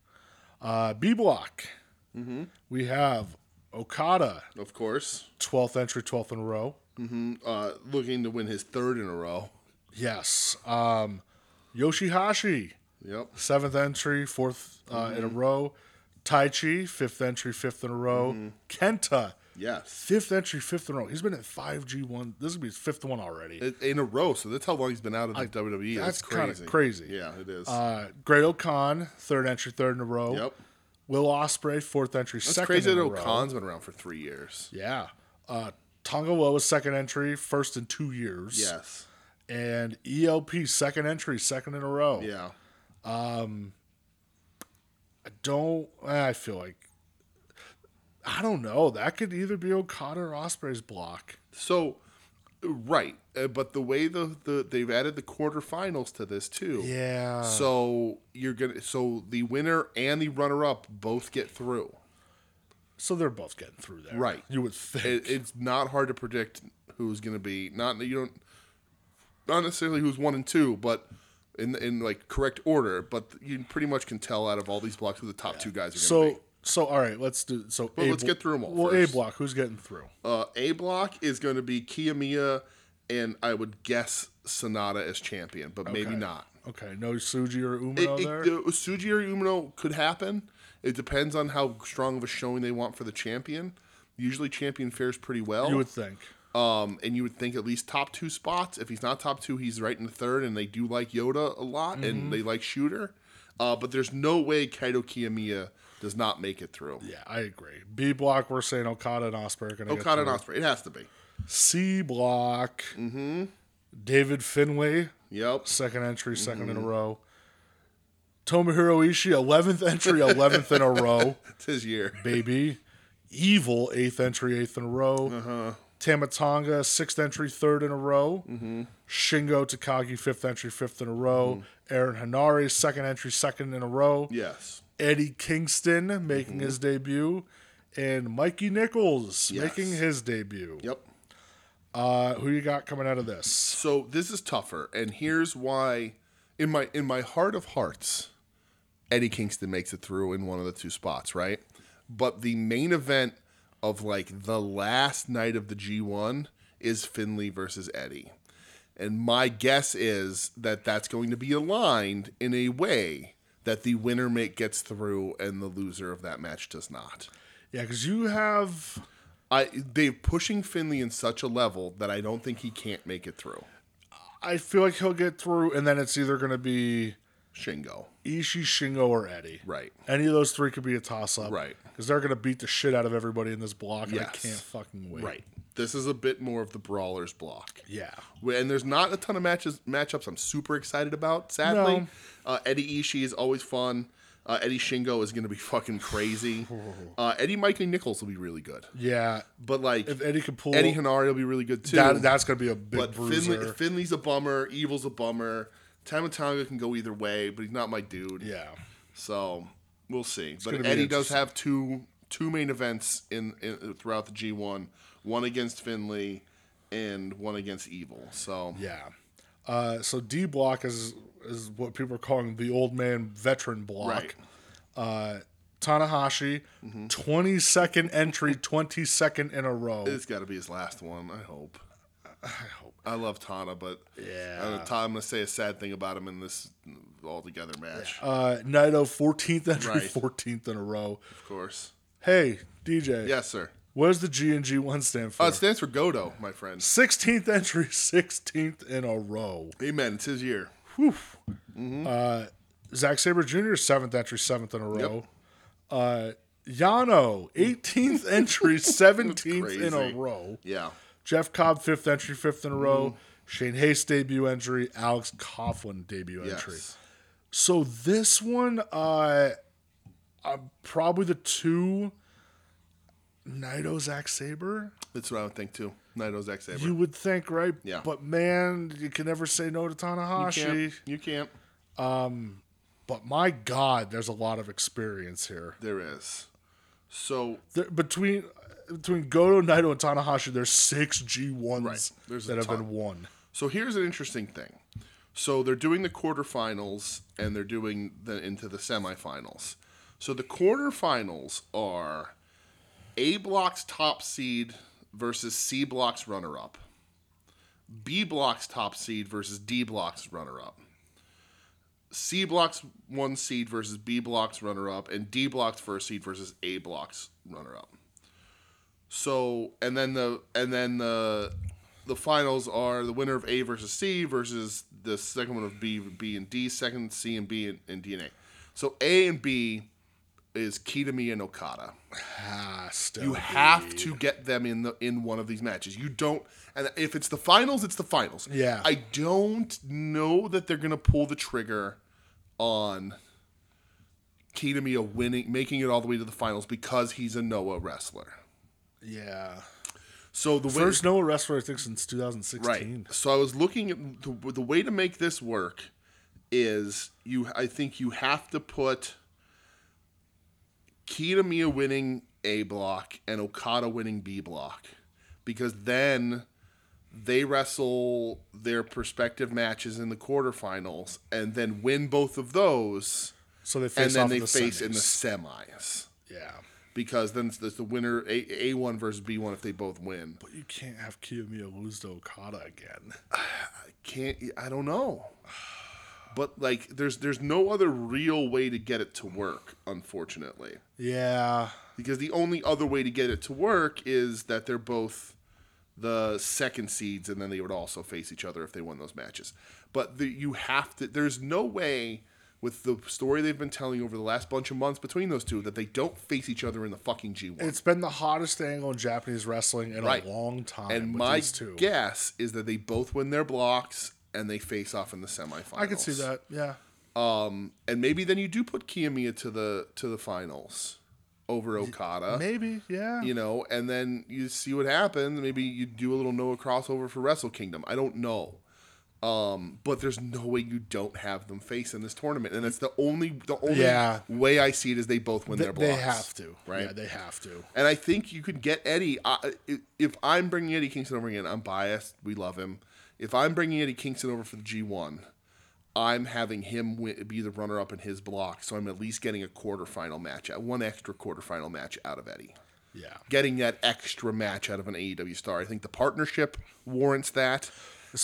S2: Uh, B block, we have Okada,
S1: Of course,
S2: 12th entry, 12th in a row.
S1: uh, looking to win his third in a row.
S2: Yes. Um, Yoshihashi,
S1: Yep.
S2: seventh entry, 4th uh, in a row. Taichi, fifth entry, fifth in a row. Kenta,
S1: Yes.
S2: fifth entry, fifth in a row. He's been at five G one. This is gonna be his fifth one already.
S1: It- In a row, so that's how long he's been out of the WWE.
S2: that's
S1: That's,
S2: kinda
S1: crazy.
S2: crazy.
S1: Yeah, it is.
S2: Uh, Great O'Con, third entry, third in a row.
S1: Yep.
S2: Will Osprey, fourth entry,
S1: it's
S2: second
S1: crazy
S2: in
S1: that
S2: a row.
S1: Okan's been around for three years.
S2: Yeah. Uh, Tonga Loa, second entry, first in two years.
S1: Yes.
S2: And ELP, second entry, second in a row.
S1: Yeah.
S2: I don't. eh, I feel like. I don't know. That could either be Okada or Osprey's block.
S1: So, right, uh, but the way the, the they've added the quarterfinals to this too.
S2: Yeah.
S1: So you're gonna so the winner and the runner up both get through.
S2: So they're both getting through there.
S1: Right.
S2: You would think.
S1: It, it's not hard to predict who's gonna be not you don't not necessarily who's one and two, but in in like correct order. But you pretty much can tell out of all these blocks who the top two guys are gonna be.
S2: So so all right, let's do so.
S1: Well, let's get through 'em all
S2: Well,
S1: first.
S2: A block, who's getting through?
S1: Uh, a block is gonna be Kiyomiya and I would guess Sonata as champion, but maybe not.
S2: Okay, no Suji or
S1: It,
S2: Umino
S1: it,
S2: there.
S1: uh, Suji or Umino could happen. It depends on how strong of a showing they want for the champion. Usually, champion fares pretty well.
S2: you would think.
S1: um, and you would think at least top two spots. If he's not top two, he's right in the third. And they do like Yoda a lot,
S2: Mm-hmm.
S1: and they like Shooter. Uh, but there's no way Kaito Kiyomiya does not make it through.
S2: Yeah, I agree. B block, we're saying Okada and Osprey are going to
S1: Okada
S2: get
S1: and
S2: through.
S1: Osprey, it has to be.
S2: C block,
S1: Mm-hmm.
S2: David Finway,
S1: Yep.
S2: second entry, 2nd in a
S1: Mm-hmm.
S2: row. Tomohiro Ishii, eleventh entry, eleventh in a row,
S1: It's his year.
S2: baby. Evil, eighth entry, eighth in a row. Uh-huh. Tamatanga, sixth entry, third in a row.
S1: Mm-hmm.
S2: Shingo Takagi, fifth entry, fifth in a row.
S1: Mm-hmm.
S2: Aaron Hanare, second entry, second in a row.
S1: Yes.
S2: Eddie Kingston
S1: Mm-hmm.
S2: making his debut. And Mikey Nichols
S1: Yes.
S2: making his debut.
S1: Yep.
S2: Uh, who you got coming out of this?
S1: So this is tougher, and here's why. In my in my heart of hearts, Eddie Kingston makes it through in one of the two spots, right? But the main event of like the last night of the G1 is Finley versus Eddie. And my guess is that that's going to be aligned in a way that the winner make gets through and the loser of that match does not.
S2: Yeah, because you have.
S1: I they're pushing Finley in such a level that I don't think he can't make it through.
S2: I feel like he'll get through, and then it's either going to be
S1: Shingo.
S2: Ishii, Shingo, or Eddie.
S1: Right.
S2: Any of those three could be a toss up.
S1: Right.
S2: Because they're going to beat the shit out of everybody in this block, and I
S1: Yes.
S2: can't fucking wait.
S1: Right. This is a bit more of the brawlers block.
S2: Yeah.
S1: And there's not a ton of matches matchups I'm super excited about, sadly.
S2: No.
S1: Uh, Eddie Ishii is always fun. Uh, Eddie Shingo is going to be fucking crazy. uh, Eddie Mikey Nichols will be really good.
S2: Yeah.
S1: But like
S2: If Eddie could pull.
S1: Eddie Hanari will be really good too.
S2: that, that's going to be a big
S1: but
S2: bruiser.
S1: Finley, Finley's a bummer, Evil's a bummer. Tamatanga can go either way, but he's not my dude.
S2: yeah.
S1: So we'll see.
S2: gonna
S1: but
S2: be
S1: Eddie does have two two main events in, in throughout the G one. One against Finley and one against Evil. So
S2: Yeah. Uh, so D block is is what people are calling the old man veteran block.
S1: Right.
S2: Uh, Tanahashi,
S1: Mm-hmm.
S2: second entry, twenty second in a row.
S1: it's got to be his last one. I hope. I hope. I love Tana, but
S2: Yeah.
S1: I don't- I'm gonna say a sad thing about him in this altogether match.
S2: Uh, Naito, fourteenth entry,
S1: Right.
S2: fourteenth in a row.
S1: Of course.
S2: Hey DJ,
S1: Yes, sir.
S2: what does the G and G one stand
S1: Uh,
S2: for?
S1: it stands for Godo, my friend.
S2: Sixteenth entry, sixteenth in a row. Uh,
S1: Amen. It's his year. Mm-hmm.
S2: Zack Saber Jr. seventh entry, seventh in a row. Uh, Yano, eighteenth entry, seventeenth in a
S1: crazy.
S2: row.
S1: Yeah.
S2: Jeff Cobb, fifth entry, fifth in a row.
S1: Mm-hmm.
S2: Shane Hayes debut entry. Alex Coughlin debut entry.
S1: Yes.
S2: So this one, uh, I'm probably the two. Naito Zack Saber,
S1: That's what I would think too. Naito Zack Saber.
S2: you would think, right?
S1: Yeah.
S2: But man, you can never say no to Tanahashi.
S1: can't, you can't.
S2: But my God, there's a lot of experience here.
S1: There is. So
S2: There, between between Goto, Naito, and Tanahashi, there's six G ones
S1: Right. There's a
S2: that have
S1: ton.
S2: been won.
S1: So here's an interesting thing. So they're doing the quarterfinals and they're doing the into the semifinals. So the quarterfinals are A block's top seed versus C block's runner up. B block's top seed versus D block's runner up. C block's one seed versus B block's runner up and D block's first seed versus A block's runner up. So and then the and then the the finals are the winner of A versus C versus the second one of B B and D, second C and B and, and D and A. So A and B is Kitami and Okada.
S2: Ah, still.
S1: You have to get them in the in one of these matches. You don't, and if it's the finals, it's the finals.
S2: Yeah.
S1: I don't know that they're gonna pull the trigger on Kitamiya winning, making it all the way to the finals because he's a Noah wrestler.
S2: yeah.
S1: So the win-
S2: First Noah wrestler, I think, since 2016.
S1: Right. So I was looking at the, the way to make this work is you. I think you have to put Kitamiya winning A block and Okada winning B block because then they wrestle their prospective matches in the quarterfinals and then win both of those
S2: So they face
S1: and then
S2: off
S1: they
S2: in the
S1: face in the
S2: semis.
S1: semis
S2: Yeah.
S1: because then it's it's the winner A one versus B one if they both win.
S2: But you can't have Kiyomiya lose to Okada again.
S1: can't I don't know. But like there's there's no other real way to get it to work, unfortunately.
S2: Yeah.
S1: Because the only other way to get it to work is that they're both the second seeds and then they would also face each other if they won those matches. But the, you have to there's no way with the story they've been telling over the last bunch of months between those two that they don't face each other in the fucking G1.
S2: It's been the hottest angle in Japanese wrestling in
S1: Right.
S2: a long time.
S1: and
S2: with
S1: my
S2: these two.
S1: guess is that they both win their blocks and they face off in the semifinals.
S2: I could see that. Yeah.
S1: and maybe then you do put Kiyomiya to the to the finals. over Okada.
S2: Maybe, yeah.
S1: you know, and then you see what happens. Maybe you do a little Noah crossover for Wrestle Kingdom. I don't know. Um, but there's no way you don't have them face in this tournament, and it's the only the only
S2: Yeah.
S1: way I see it is they both win
S2: They,
S1: their
S2: they
S1: blocks.
S2: have to.
S1: right?
S2: Yeah, they have to.
S1: And I think you could get Eddie. I, i- if I'm bringing Eddie Kingston over again, I'm biased. We love him. If I'm bringing Eddie Kingston over for the G1, I'm having him win, be the runner up in his block. So I'm at least getting a quarterfinal match, out- one extra quarterfinal match out of Eddie.
S2: Yeah.
S1: Getting that extra match out of an AEW star. I think the partnership warrants that.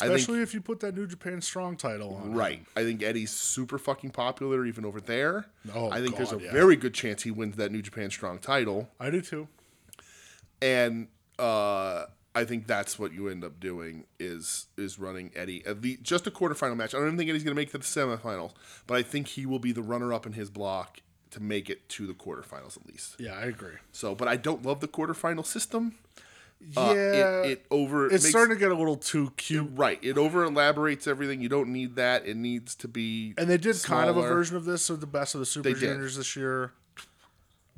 S1: I think
S2: Especially if you put that New Japan Strong title on.
S1: Right. I think Eddie's super fucking popular even over there.
S2: Oh,
S1: I think there's a
S2: God, yeah.
S1: very good chance he wins that New Japan Strong title.
S2: I do too.
S1: and uh, I think that's what you end up doing is is running Eddie at least just a quarterfinal match. I don't even think Eddie's going to make it to the semifinals, but I think he will be the runner up in his block to make it to the quarterfinals at least.
S2: Yeah, I agree.
S1: So, but I don't love the quarterfinal system. Uh,
S2: yeah.
S1: it, it over
S2: it's
S1: makes-
S2: starting to get a little too cute.
S1: right. It over elaborates everything. You don't need that. It needs to be.
S2: And they did kind of a
S1: smaller.
S2: version of this with the best of the Super
S1: They did.
S2: Juniors this year.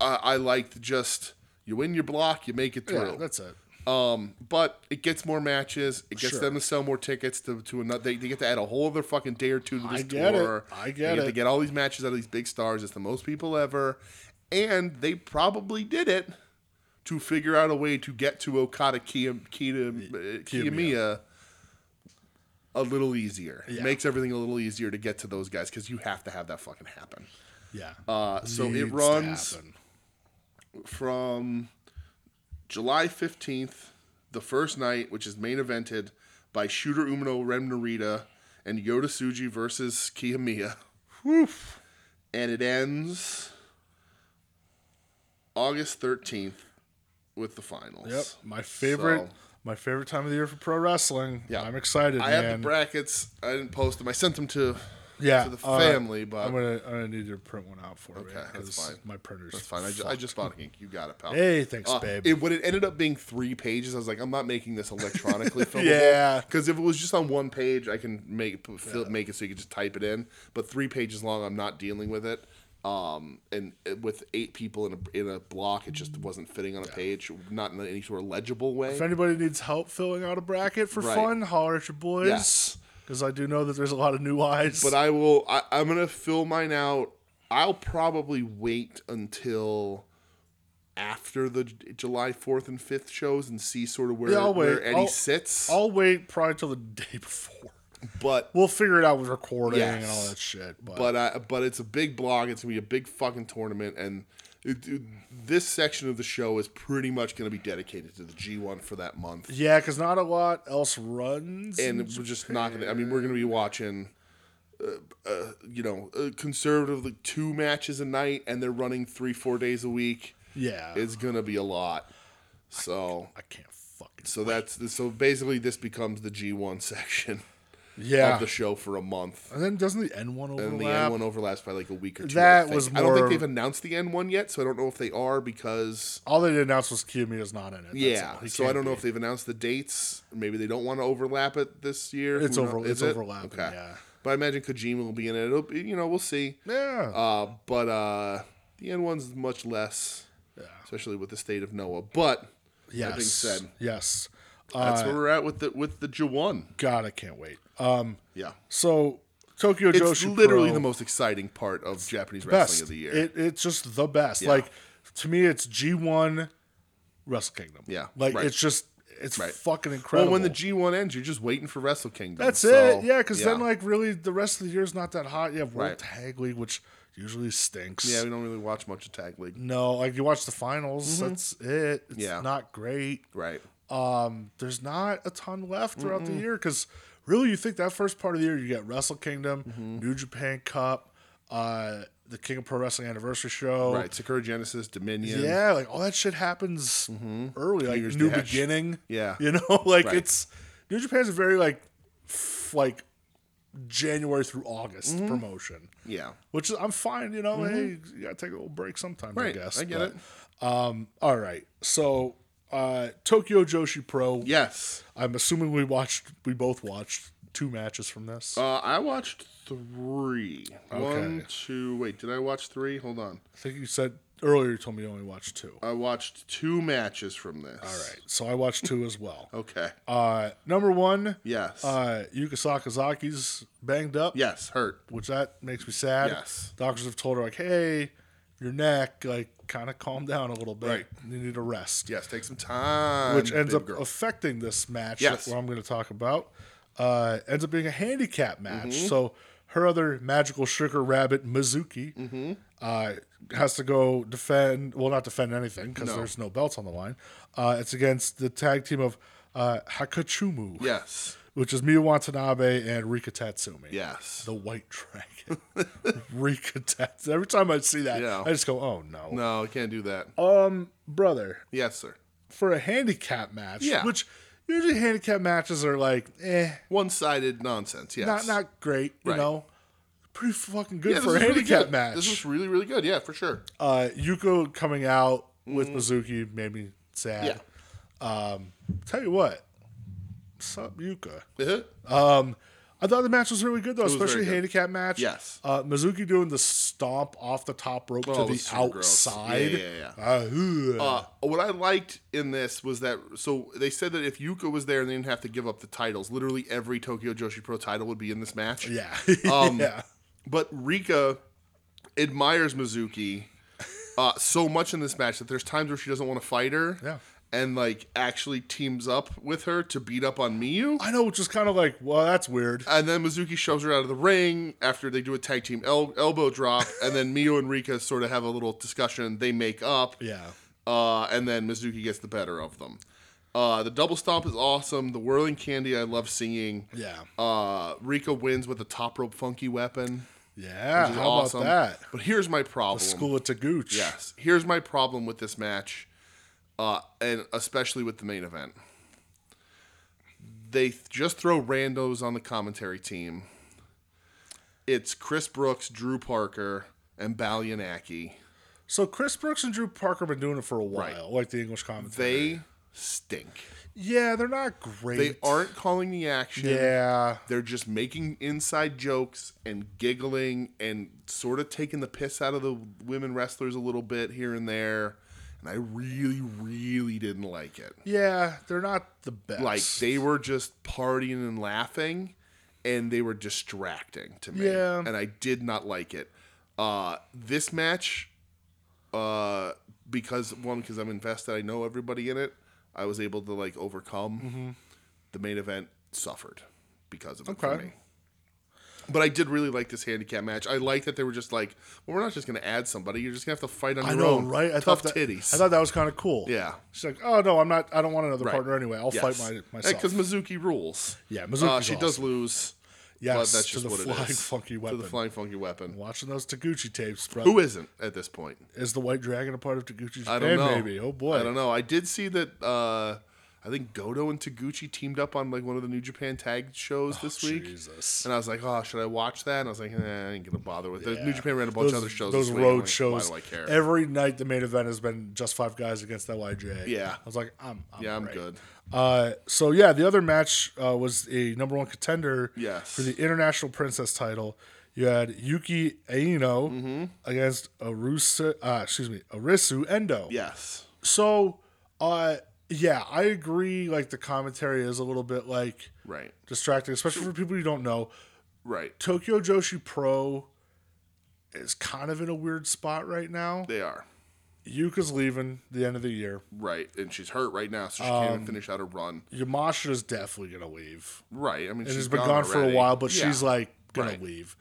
S1: I, I liked just you win your block, you make it through.
S2: Yeah, that's it.
S1: Um, but it gets more matches. It gets
S2: Sure.
S1: them to sell more tickets to, to another. They, they get to add a whole other fucking day or two to this
S2: I get it.
S1: tour.
S2: I get
S1: they Get to
S2: it.
S1: get all these matches out of these big stars. It's the most people ever, and they probably did it to figure out a way to get to Okada Kiy- Kiy- uh, Kiyomiya a little easier. It
S2: Yeah.
S1: makes everything a little easier to get to those guys because you have to have that fucking happen
S2: Yeah.
S1: Uh, so it
S2: Needs to
S1: runs-
S2: happen.
S1: from July 15th, the first night, which is main evented by Shooter Umino Rem Narita and Yoda Suji versus Kiyomiya. And it ends August 13th with the finals.
S2: Yep. My favorite.
S1: So-
S2: My favorite time of the year for pro wrestling.
S1: Yeah.
S2: I'm excited,
S1: I
S2: man.
S1: have the brackets. I didn't post them. I sent them to
S2: yeah, uh,
S1: to the
S2: all right.
S1: family, but-
S2: I'm gonna, I'm gonna need you to print one out for me.
S1: Okay, that's
S2: 'cause
S1: fine.
S2: My printer's
S1: That's fine. I, ju- I just bought ink. You got it, pal.
S2: Hey, thanks,
S1: Uh,
S2: babe.
S1: It, when it ended up being three pages, I was like, I'm not making this electronically filmable.
S2: Yeah.
S1: Because if it was just on one page, I can make p- fill, make it so you can just type it in. But three pages long, I'm not dealing with it. Um, and uh, with eight people in a, in a block, it just wasn't fitting on a page, not in any sort of legible way.
S2: If anybody needs help filling out a bracket for
S1: Right.
S2: fun, holler at your boys.
S1: Yes.
S2: Because I do know that there's a lot of new eyes.
S1: But I will. I, I'm gonna fill mine out. I'll probably wait until after the J- July 4th and 5th shows and see sort of where,
S2: Yeah, I'll
S1: where
S2: wait.
S1: Eddie
S2: I'll-
S1: sits.
S2: I'll wait probably till the day before.
S1: but
S2: We'll figure it out with recording and
S1: Yes.
S2: all that shit. But,
S1: but I, but it's a big blog. It's gonna be a big fucking tournament, and it, it- this section of the show is pretty much gonna be dedicated to the G1 for that month.
S2: yeah, because not a lot else runs.
S1: and we're just not gonna. I mean, we're gonna be watching, uh, uh, you know, uh, conservatively two matches a night, and they're running three, four days a week.
S2: yeah,
S1: It's gonna be a lot. So,
S2: I can't fucking.
S1: so that's so basically this becomes the G1 section
S2: Yeah,
S1: of the show for a month.
S2: and then doesn't the N one overlap?
S1: And the N1 overlaps by like a week or two.
S2: That
S1: I think.
S2: was
S1: I don't think
S2: more-
S1: they've announced the N1 yet, so I don't know if they are because
S2: all they did announce was Kiyomiya's not in it. That's all.
S1: yeah.
S2: He
S1: So I
S2: can't
S1: don't know
S2: be.
S1: if they've announced the dates. Maybe they don't want to overlap it this year.
S2: It's
S1: Who kno-
S2: over-
S1: is
S2: it's
S1: it?
S2: overlapping, yeah.
S1: But I imagine Kojima will be in it. It'll be, you know, we'll see.
S2: Yeah,
S1: Uh, but uh, the N1's much less, especially with the state of Noah. But
S2: yes,
S1: that being said,
S2: yes. Uh,
S1: that's where we're at with the with the J1.
S2: God, I can't wait. Um,
S1: Yeah.
S2: so Tokyo
S1: It's
S2: Joshi
S1: literally
S2: Pro-
S1: the most exciting part of Japanese
S2: best
S1: wrestling of the year.
S2: It, it's just the best. Like to me, it's G one Wrestle Kingdom.
S1: Yeah,
S2: like
S1: right.
S2: it's just it's
S1: Right.
S2: fucking incredible.
S1: well, when the G1 ends, you're just waiting for Wrestle Kingdom.
S2: that's
S1: So,
S2: it. Yeah, because then like really the rest of the year's not that hot. You have World
S1: Right.
S2: Tag League, which usually stinks.
S1: yeah, we don't really watch much of Tag League.
S2: No, like you watch the finals. That's it. It's
S1: Mm-hmm. Yeah.
S2: not great.
S1: Right.
S2: Um, there's not a ton left throughout the year because really, you think that first part of the year you get Wrestle Kingdom,
S1: Mm-hmm.
S2: New Japan Cup, uh, the King of Pro Wrestling Anniversary Show,
S1: Right. Sakura Genesis, Dominion.
S2: Yeah, like all that shit happens early, like
S1: Mm-hmm. Year's
S2: new
S1: Dash.
S2: beginning.
S1: Yeah.
S2: you know, like
S1: Right.
S2: it's New Japan's a very like f- like January through August promotion,
S1: Mm-hmm. Yeah. Mm-hmm.
S2: which is, I'm fine. You know, hey, you gotta take a little break sometimes. I
S1: Right,
S2: guess
S1: I get
S2: but,
S1: it.
S2: Um, all right, so uh, Tokyo Joshi Pro.
S1: Yes.
S2: I'm assuming we watched. We both watched two matches from this.
S1: Uh, I watched three.
S2: Okay.
S1: One, two. Wait, did I watch three? Hold on.
S2: I think you said earlier you told me you only watched two.
S1: I watched two matches from this.
S2: All right, so I watched two as well.
S1: Okay.
S2: Uh, number one,
S1: Yes.
S2: uh, Yuka Sakazaki's banged up.
S1: yes. Hurt.
S2: which that makes me sad.
S1: Yes.
S2: Doctors have told her like, "Hey, your neck, like, kind of calm down a little bit.
S1: Right.
S2: You need a rest."
S1: Yes. Take some time.
S2: Which ends
S1: big
S2: up
S1: girl.
S2: affecting this match
S1: Yes.
S2: that where I'm going to talk about. Uh, ends up being a handicap match.
S1: Mm-hmm.
S2: So her other magical sugar rabbit Mizuki
S1: Mm-hmm.
S2: uh, has to go defend. Well, not defend anything because there's no belts on the line. Uh, it's against the tag team of uh, Hakachumu,
S1: Yes.
S2: which is Miyu Watanabe and Rika Tatsumi.
S1: Yes.
S2: The White Dragon. Rika Tats. Every time I see that,
S1: Yeah.
S2: I just go, oh no.
S1: No, I can't do that.
S2: Oh. Brother,
S1: yes, sir.
S2: for a handicap match,
S1: Yeah.
S2: which usually handicap matches are like, eh,
S1: One-sided nonsense. Yes.
S2: not not great, you
S1: Right.
S2: know. Pretty fucking good
S1: Yeah, this
S2: for a
S1: is really
S2: handicap
S1: good.
S2: match.
S1: This is really, really good. Yeah, for sure.
S2: uh, Yuko coming out with Mizuki made me sad.
S1: Mm-hmm. Yeah.
S2: Tell you what, sup Yuka.
S1: Uh-huh.
S2: Um, I thought the match was really good though,
S1: was
S2: especially
S1: very good.
S2: handicap match.
S1: Yes.
S2: Uh, Mizuki doing the stomp off the top rope
S1: Oh, it
S2: to
S1: was
S2: the
S1: super gross.
S2: outside.
S1: Yeah, yeah, yeah.
S2: Uh, ugh.
S1: Uh, what I liked in this was that so they said that if Yuka was there and they didn't have to give up the titles, literally every Tokyo Joshi Pro title would be in this match.
S2: yeah.
S1: um,
S2: yeah.
S1: But Rika admires Mizuki uh, so much in this match that there's times where she doesn't want to fight her.
S2: Yeah.
S1: And like actually teams up with her to beat up on Miyu.
S2: I know, which is kind of like, well, that's weird.
S1: And then Mizuki shoves her out of the ring after they do a tag team el- elbow drop. and then Miyu and Rika sort of have a little discussion. They make up.
S2: Yeah.
S1: Uh, and then Mizuki gets the better of them. Uh, the double stomp is awesome. The whirling candy I love seeing.
S2: Yeah.
S1: Uh, Rika wins with the top rope funky weapon.
S2: Yeah.
S1: which is
S2: How
S1: awesome.
S2: about that?
S1: But here's my problem.
S2: School of Taguchi.
S1: Yes. Here's my problem with this match, uh, and especially with the main event. They th- just throw randos on the commentary team. It's Chris Brooks, Drew Parker, and Balyanaki.
S2: So Chris Brooks and Drew Parker been doing it for a while, like the English commentary.
S1: They stink.
S2: yeah, they're not great.
S1: They aren't calling the action.
S2: Yeah.
S1: They're just making inside jokes and giggling and sort of taking the piss out of the women wrestlers a little bit here and there. And I really, really didn't like it.
S2: Yeah, they're not the best.
S1: Like they were just partying and laughing, and they were distracting to me.
S2: Yeah.
S1: and I did not like it. Uh, this match, uh, because one, because I'm invested, I know everybody in it. I was able to like overcome.
S2: Mm-hmm.
S1: The main event suffered because of it for
S2: Okay.
S1: me. But I did really like this handicap match. I like that they were just like, well, we're not just going to add somebody. You're just going to have to fight on
S2: I
S1: your
S2: know,
S1: own.
S2: right? I
S1: Tough
S2: thought that,
S1: titties.
S2: I thought that was kind of cool.
S1: Yeah.
S2: She's like, oh no, I'm not. I don't want another
S1: Right.
S2: partner anyway. I'll fight my myself.
S1: Because Mizuki rules.
S2: yeah,
S1: Uh,
S2: Mizuki's
S1: she does lose.
S2: Yes,
S1: but that's
S2: to
S1: just
S2: the
S1: what it
S2: flying
S1: is.
S2: funky
S1: To
S2: weapon.
S1: the flying funky weapon.
S2: Watching those Taguchi tapes, bro.
S1: Who isn't at this point?
S2: is the White Dragon a part of Taguchi's
S1: I don't know.
S2: Maybe. Oh boy.
S1: I don't know. I did see that. Uh, I think Goto and Taguchi teamed up on like one of the New Japan tag shows this week.
S2: Oh, Jesus.
S1: And I was like, oh, should I watch that? And I was like, nah, I ain't gonna bother with it. New
S2: Yeah.
S1: Japan ran a bunch
S2: those,
S1: of other shows.
S2: Those
S1: this week. I'm
S2: road
S1: like,
S2: shows.
S1: Why do I care?
S2: Every night, the main event has been just five guys against that YJ.
S1: Yeah.
S2: I was like, I'm, I'm
S1: yeah, I'm
S2: great.
S1: good.
S2: Uh, so yeah, the other match uh, was a number one contender.
S1: Yes.
S2: For the international princess title, you had Yuki Aino
S1: Mm-hmm.
S2: against Arusa. Uh, excuse me, Arisu Endo.
S1: Yes.
S2: So, uh, yeah, I agree. Like the commentary is a little bit like
S1: Right.
S2: distracting, especially for people you don't know.
S1: Right.
S2: Tokyo Joshi Pro is kind of in a weird spot right now.
S1: They are.
S2: Yuka's leaving the end of the year.
S1: Right. And she's hurt right now, so she can't
S2: Um,
S1: even finish out her run.
S2: Yamashita is definitely gonna leave.
S1: Right. I mean,
S2: And
S1: she's
S2: has been gone for a
S1: already.
S2: while, but
S1: Yeah.
S2: she's like gonna
S1: Right.
S2: leave.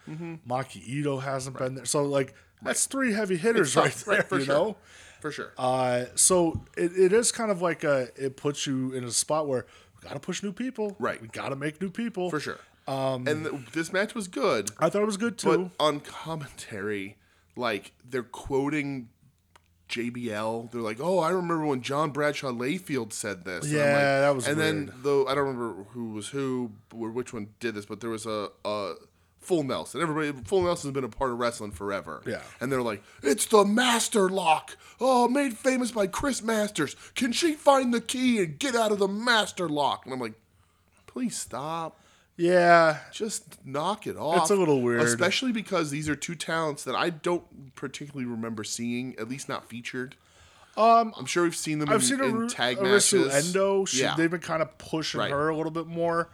S2: Maki Ito hasn't been there, so like that's three heavy hitters
S1: tough.
S2: right there.
S1: Right, for
S2: you
S1: sure.
S2: know.
S1: for sure.
S2: Uh, so it, it is kind of like a it puts you in a spot where we gotta push new people.
S1: Right.
S2: We gotta make new people
S1: for sure. Um, and th- this match was good,
S2: I thought it was good
S1: but
S2: too.
S1: on commentary, like they're quoting JBL. They're like, "Oh, I remember when John Bradshaw Layfield said this." And I'm
S2: Yeah,
S1: like-
S2: that was
S1: And then though I don't remember who was who or which one did this, but there was a. a Full Nelson. Everybody, Full Nelson's been a part of wrestling forever.
S2: Yeah.
S1: And they're like, it's the Master Lock. Oh, made famous by Chris Masters. Can she find the key and get out of the Master Lock? And I'm like, please stop.
S2: Yeah,
S1: Just knock it off.
S2: a little weird.
S1: especially because these are two talents that I don't particularly remember seeing, at least not featured. Um, I'm sure we've seen them. in,
S2: I've seen
S1: in
S2: Aru-
S1: tag
S2: Arisu
S1: matches.
S2: Endo. She,
S1: yeah,
S2: They've been kind of pushing
S1: Right.
S2: her a little bit more.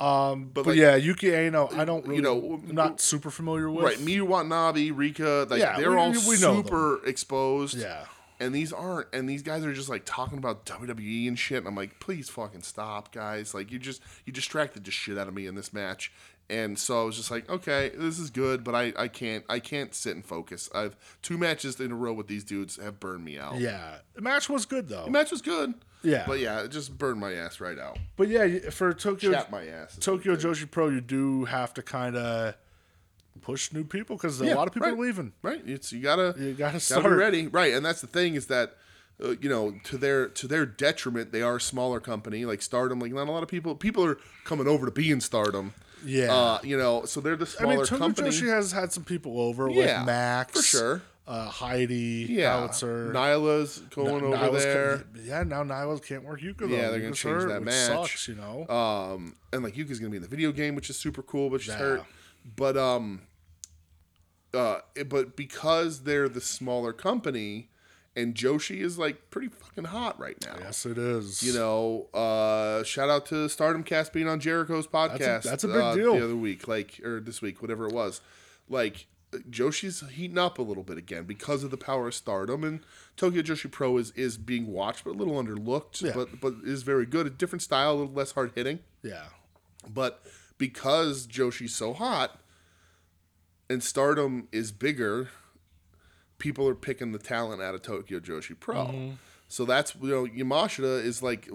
S2: Um, but
S1: like-
S2: yeah, Yuki Aino, I don't really, you
S1: know,
S2: know, I'm not super familiar with.
S1: right. Miyu Watanabe, Rika, like
S2: Yeah,
S1: they're
S2: we-
S1: all
S2: we know them.
S1: super exposed.
S2: Yeah.
S1: and these aren't. And these guys are just like talking about WWE and shit. And I'm like, please fucking stop, guys. Like you just you distracted the shit out of me in this match. And so I was just like, okay, this is good, but I, I can't I can't sit and focus. I've two matches in a row with these dudes have burned me out.
S2: Yeah, the match was good though.
S1: The match was good.
S2: Yeah.
S1: But yeah, it just burned my ass right out.
S2: But yeah, for Tokyo
S1: Chapped my ass.
S2: Tokyo Joshi Pro, you do have to kind of push new people because a lot of people
S1: right.
S2: are leaving.
S1: Right? It's you gotta
S2: You gotta
S1: gotta
S2: start.
S1: be ready. Right. And that's the thing is that uh, you know, to their to their detriment, they are a smaller company. Like Stardom, like not a lot of people people are coming over to be in Stardom.
S2: Yeah.
S1: Uh, you know, so they're the
S2: I
S1: smaller
S2: mean, Tokyo
S1: company.
S2: Joshi has had some people over,
S1: Yeah,
S2: like Max
S1: for sure.
S2: uh, Heidi,
S1: yeah.
S2: Howitzer,
S1: Nyla's going over
S2: Nyla's
S1: there.
S2: can- yeah, now Nyla can't work Yuka though.
S1: Yeah, they're gonna
S2: Yuka's
S1: change
S2: hurt,
S1: that
S2: which
S1: match.
S2: Sucks, you know.
S1: Um, and like Yuka's gonna be in the video game, which is super cool, but she's
S2: Yeah.
S1: hurt. But um, uh, it- but because they're the smaller company, and Joshi is like pretty fucking hot right now.
S2: yes, it is.
S1: You know, uh, shout out to Stardom Cast being on Jericho's podcast.
S2: that's a big
S1: uh,
S2: deal.
S1: The other week, like or this week, whatever it was, like. Joshi's heating up a little bit again because of the power of Stardom, and Tokyo Joshi Pro is is being watched, but a little underlooked,
S2: Yeah.
S1: but but is very good. A different style, a little less hard hitting.
S2: yeah,
S1: But because Joshi's so hot and stardom is bigger, people are picking the talent out of Tokyo Joshi Pro.
S2: Mm-hmm.
S1: So that's, you know, Yamashita is like,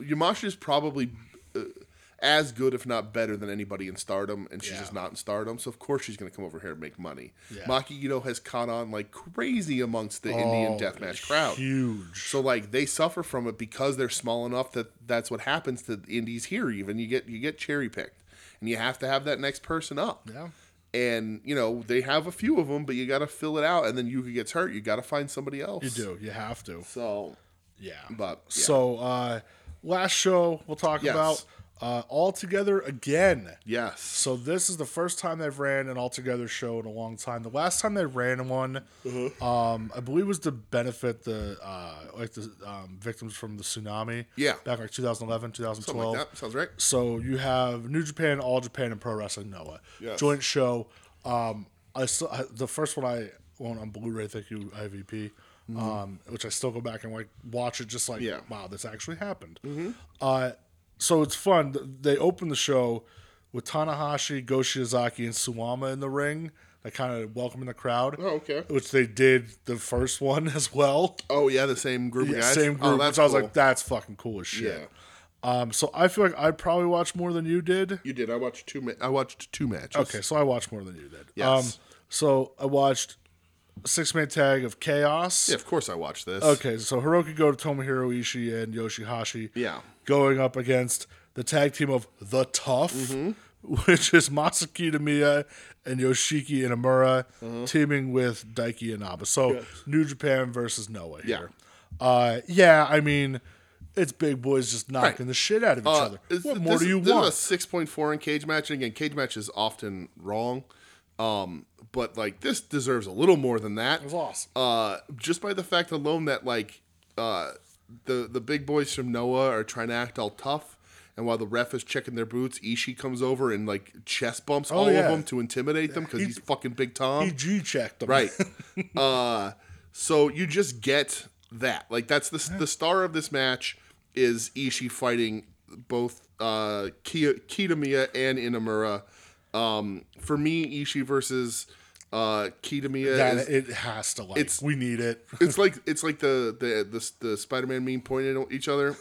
S1: Yamashita is probably uh, as good, if not better, than anybody in stardom, and she's
S2: Yeah.
S1: just not in stardom. So, of course, she's going to come over here and make money.
S2: Yeah.
S1: Maki Ito has caught on like crazy amongst the
S2: Oh,
S1: Indian deathmatch crowd.
S2: huge.
S1: So like they suffer from it because they're small enough that that's what happens to the indies here. Even you get you get cherry picked, and you have to have that next person up.
S2: Yeah,
S1: And you know they have a few of them, but you got to fill it out. And then you gets hurt. You got to find somebody else.
S2: you do. You have to.
S1: So
S2: Yeah.
S1: But, yeah.
S2: so uh, last show we'll talk
S1: Yes.
S2: about uh, all together again.
S1: yes,
S2: So this is the first time they've ran an altogether show in a long time. The last time they ran one,
S1: Mm-hmm.
S2: um, I believe, was to benefit the uh, like the um, victims from the tsunami.
S1: Yeah.
S2: back like 2011, 2012.
S1: Something like that sounds right.
S2: So you have New Japan, All Japan, and Pro Wrestling Noah
S1: Yes.
S2: joint show. Um, I, still, I the first one I own on Blu-ray. Thank you, IVP. Um, which I still go back and like watch it, just like
S1: Mm-hmm. Yeah. Mm-hmm.
S2: wow, this actually happened. Uh, so it's fun. Th- They open the show with Tanahashi, Goshiyazaki, and Suwama in the ring. They kind of welcoming the crowd.
S1: Oh, okay.
S2: Which they did the first one as well.
S1: Oh yeah, the same group of
S2: Yeah,
S1: guys.
S2: same group.
S1: Oh,
S2: so I was
S1: cool.
S2: like, that's fucking cool as shit.
S1: Yeah.
S2: Um, so I feel like I probably watched more than you did.
S1: you did. I watched two. Ma- I watched two matches.
S2: Okay, so I watched more than you did.
S1: Yes.
S2: Um, so I watched six man tag of chaos.
S1: Yeah, of course I watched this.
S2: Okay, so Hiroki Goto, Tomohiro Ishii, and Yoshihashi.
S1: Yeah.
S2: Going up against the tag team of the Tough, which is Masaki Tamiya and Yoshiki Inamura,
S1: Uh-huh.
S2: teaming with Daiki Inaba. So New Japan versus Noah here. Yeah. Uh, yeah, I mean, it's big boys just knocking the shit out of each
S1: Uh,
S2: other.
S1: is-
S2: What more
S1: this-
S2: do you
S1: this is
S2: want?
S1: a six point four in cage match, and again, cage match is often wrong. Um, but like this deserves a little more than that. It
S2: was awesome.
S1: Uh, just by the fact alone that like uh, the the big boys from Noah are trying to act all tough, and while the ref is checking their boots, Ishii comes over and like chest bumps all of
S2: Oh, yeah.
S1: them to intimidate them because he's fucking big Tom.
S2: PG checked them.
S1: Right. uh, so you just get that. Like that's the the star of this match is Ishii fighting both uh, Ki- Kitamiya and Inamura. Um, for me, Ishii versus uh, Kitamiya
S2: That,
S1: is
S2: it has to like.
S1: it's-
S2: we need it.
S1: it's like it's like the the the, the Spider Man meme pointing at each other.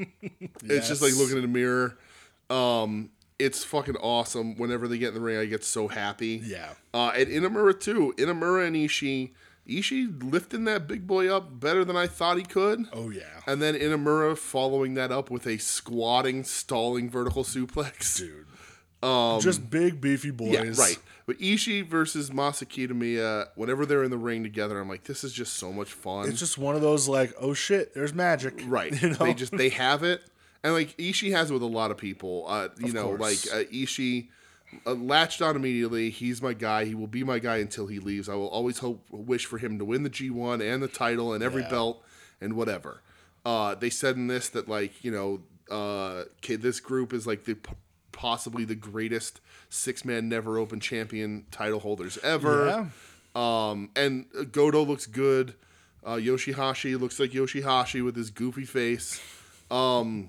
S1: It's just like
S2: Yes.
S1: looking in a mirror. Um, it's fucking awesome. Whenever they get in the ring, I get so happy.
S2: Yeah.
S1: Uh, and Inamura too. Inamura and Ishii. Ishii lifting that big boy up better than I thought he could.
S2: Oh yeah,
S1: And then Inamura following that up with a squatting, stalling vertical suplex.
S2: dude. just big beefy boys.
S1: Um, Yeah, right. But Ishii versus Masaki Tamiya, whenever they're in the ring together, I'm like, this is just so much fun.
S2: It's just one of those like, oh shit, there's magic.
S1: Right.
S2: You know?
S1: They just they have it and like Ishii has it with a lot of people. Uh, you
S2: Of
S1: know,
S2: course.
S1: like uh, Ishii uh, latched on immediately. He's my guy. He will be my guy until he leaves. I will always hope, wish for him to win the G1 and the title and every
S2: Yeah.
S1: belt and whatever. Uh, they said in this that like you know, uh, okay, this group is like the p- possibly the greatest six man never open champion title holders ever.
S2: Yeah.
S1: Um, and Godo looks good. Uh, Yoshihashi looks like Yoshihashi with his goofy face. Um,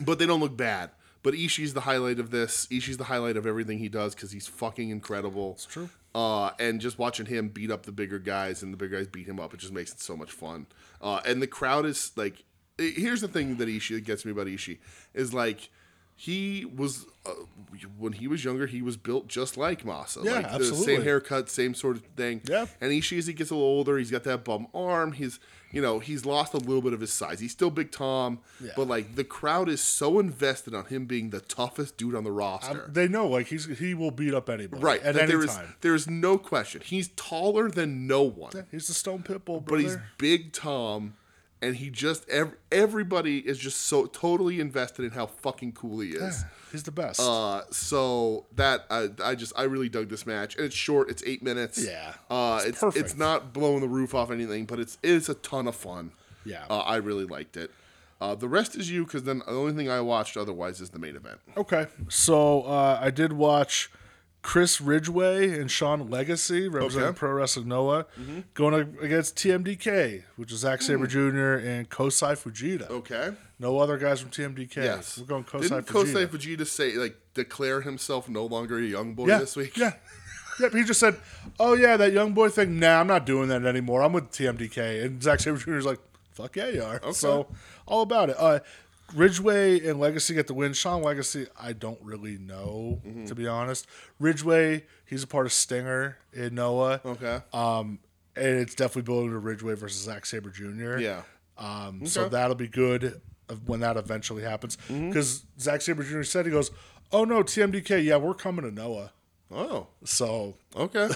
S1: but they don't look bad. But Ishii's the highlight of this. Ishii's the highlight of everything he does because he's fucking incredible. It's
S2: true.
S1: Uh, and just watching him beat up the bigger guys and the bigger guys beat him up, it just makes it so much fun. Uh, and the crowd is like, eh, here's the thing that Ishii that gets me about Ishii is like, he was uh, when he was younger, he was built just like Masa.
S2: Yeah,
S1: like The same
S2: absolutely.
S1: haircut, same sort of thing.
S2: Yeah.
S1: And Ishii, as he gets a little older, he's got that bum arm. He's, you know, he's lost a little bit of his size. He's still Big Tom,
S2: Yeah.
S1: but like the crowd is so invested on him being the toughest dude on the roster.
S2: They know like he's he will beat up anybody
S1: right.
S2: at
S1: that
S2: any
S1: there is-
S2: time.
S1: there is no question. He's taller than no one,
S2: He's the Stone Pitbull, brother.
S1: but he's Big Tom. And he just ev- everybody is just so totally invested in how fucking cool he is.
S2: He's the best.
S1: Uh, so that I, I just I really dug this match, and it's short. It's eight minutes.
S2: Yeah.
S1: uh,
S2: It's
S1: it's it's,
S2: perfect.
S1: not blowing the roof off anything, but it's it's a ton of fun.
S2: Yeah.
S1: uh, I really liked it. Uh, the rest is you, because then the only thing I watched otherwise is the main event.
S2: okay, so uh, I did watch Chris Ridgway and Sean Legacy representing
S1: Okay. Mm-hmm.
S2: Pro Wrestling Noah going ag- against TMDK, which is Zack Saber Jr. and Kosai Fujita.
S1: Hmm. Okay.
S2: No other guys from TMDK.
S1: Yes,
S2: We're going Kosai
S1: Didn't Kosei
S2: Fujita.
S1: Fujita say like declare himself no longer a young boy
S2: yeah.
S1: this week?
S2: Yeah. Yep, he just said, "Oh yeah, that young boy thing. Nah, I'm not doing that anymore. I'm with TMDK." And Zack Sabre Jr. is like, "Fuck yeah, you are." So all about it. Uh, Ridgeway and Legacy get the win. Sean Legacy, I don't really know
S1: Mm-hmm.
S2: to be honest. Ridgeway, he's a part of Stinger in Noah.
S1: Okay.
S2: Um, and it's definitely building to Ridgeway versus Zack Saber Jr.
S1: Yeah.
S2: Um, so that'll be good of- when that eventually happens
S1: Mm-hmm.
S2: because Zack Saber Jr. said he goes, "Oh no, TMDK, yeah, we're coming to Noah."
S1: Oh.
S2: So
S1: Okay.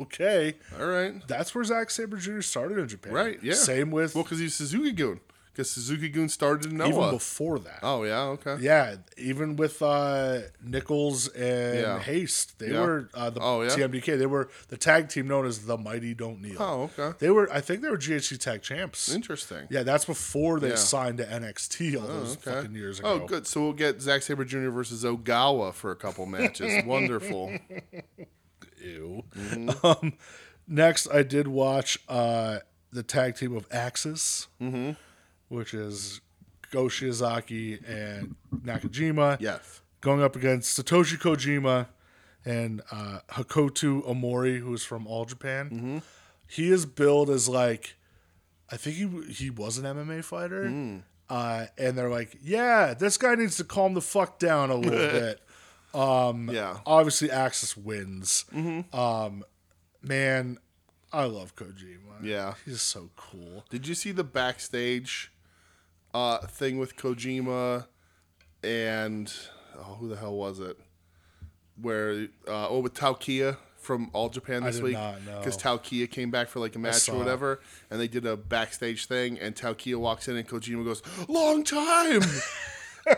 S2: okay,
S1: All right.
S2: that's where Zack Saber Jr. started in Japan.
S1: Right. Yeah.
S2: Same with
S1: well, because he's Suzuki Goon. Because Suzuki Goon started in Noah.
S2: even before that.
S1: oh yeah. Okay.
S2: Yeah, even with uh, Nichols and
S1: Yeah.
S2: Haste, they
S1: Yeah.
S2: were uh, the
S1: Oh, yeah?
S2: TMDK. They were the tag team known as the Mighty Don't Kneel.
S1: Oh, okay.
S2: They were, I think, they were GHC Tag Champs.
S1: Interesting.
S2: Yeah, that's before they
S1: Yeah. Oh,
S2: signed to NXT all those
S1: Okay.
S2: fucking years ago.
S1: Oh, good. So we'll get Zack Saber Jr. versus Ogawa for a couple matches. Wonderful.
S2: Ew. Um, next, I did watch uh, the tag team of Axis, which is Go Shiozaki and Nakajima.
S1: Yes.
S2: Going up against Satoshi Kojima and uh, Hakoto Omori, who is from All Japan. He is billed as like, I think he he was an MMA fighter. Uh, and they're like, yeah, this guy needs to calm the fuck down a little bit
S1: Yeah.
S2: obviously Axis wins.
S1: Mm-hmm.
S2: Um, man, I love Kojima.
S1: Yeah.
S2: he's so cool.
S1: Did you see the backstage uh, thing with Kojima and oh, who the hell was it? Where uh, oh with Taukia from All Japan this
S2: did
S1: week
S2: not know.
S1: because Taukia came back for like a match
S2: saw
S1: or
S2: it.
S1: whatever, and they did a backstage thing, and Taukia walks in and Kojima goes, "Long time."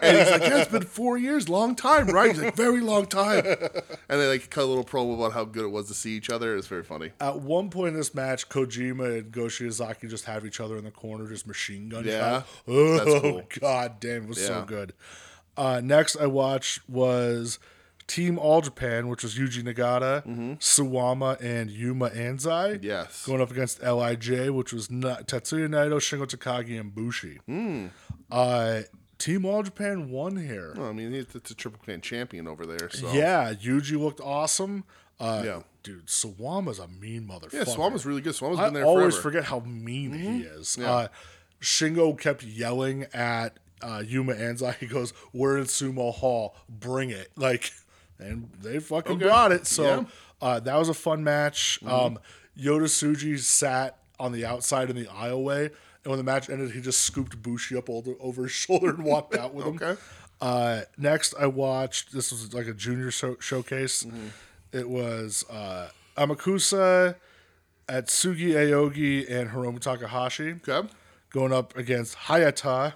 S1: And he's like, yeah, it's been four years, long time, right? He's like, very long time. And they like cut a little promo about how good it was to see each other. It's very funny.
S2: At one point in this match, Kojima and Go Shiozaki just have each other in the corner, just machine gun.
S1: Yeah,
S2: shot. oh
S1: cool.
S2: god damn, it was so
S1: Yeah.
S2: good. Uh, next, I watched was Team All Japan, which was Yuji Nagata,
S1: Mm-hmm.
S2: Suwama, and Yuma Anzai.
S1: Yes.
S2: going up against Lij, which was not Tetsuya Naito, Shingo Takagi, and Bushi.
S1: Hmm.
S2: Uh, Team All Japan won here.
S1: Well, I mean, he's it's a triple crown champion over there. Oh, So
S2: Yeah, Yuji looked awesome. Uh,
S1: Yeah.
S2: dude, Sawama's a mean motherfucker.
S1: Yeah, Swama's really good. Swama's
S2: I
S1: been there forever.
S2: always
S1: Mm-hmm.
S2: forget how mean he is. Uh, Shingo kept yelling at uh, Yuma Anzai. He goes, "We're in Sumo Hall. Bring it!" Like, and they fucking brought it. So
S1: Yeah. Mm-hmm.
S2: uh, that was a fun match. Um, Yoda Suji sat on the outside in the aisleway, and when the match ended, he just scooped Bushi up over, over his shoulder and walked out with him.
S1: Okay.
S2: Uh, next, I watched this was like a junior so- showcase.
S1: Mm-hmm.
S2: It was uh, Amakusa, Atsugi Aogi, and Hiromu Takahashi
S1: Okay. Mm.
S2: going up against Hayata,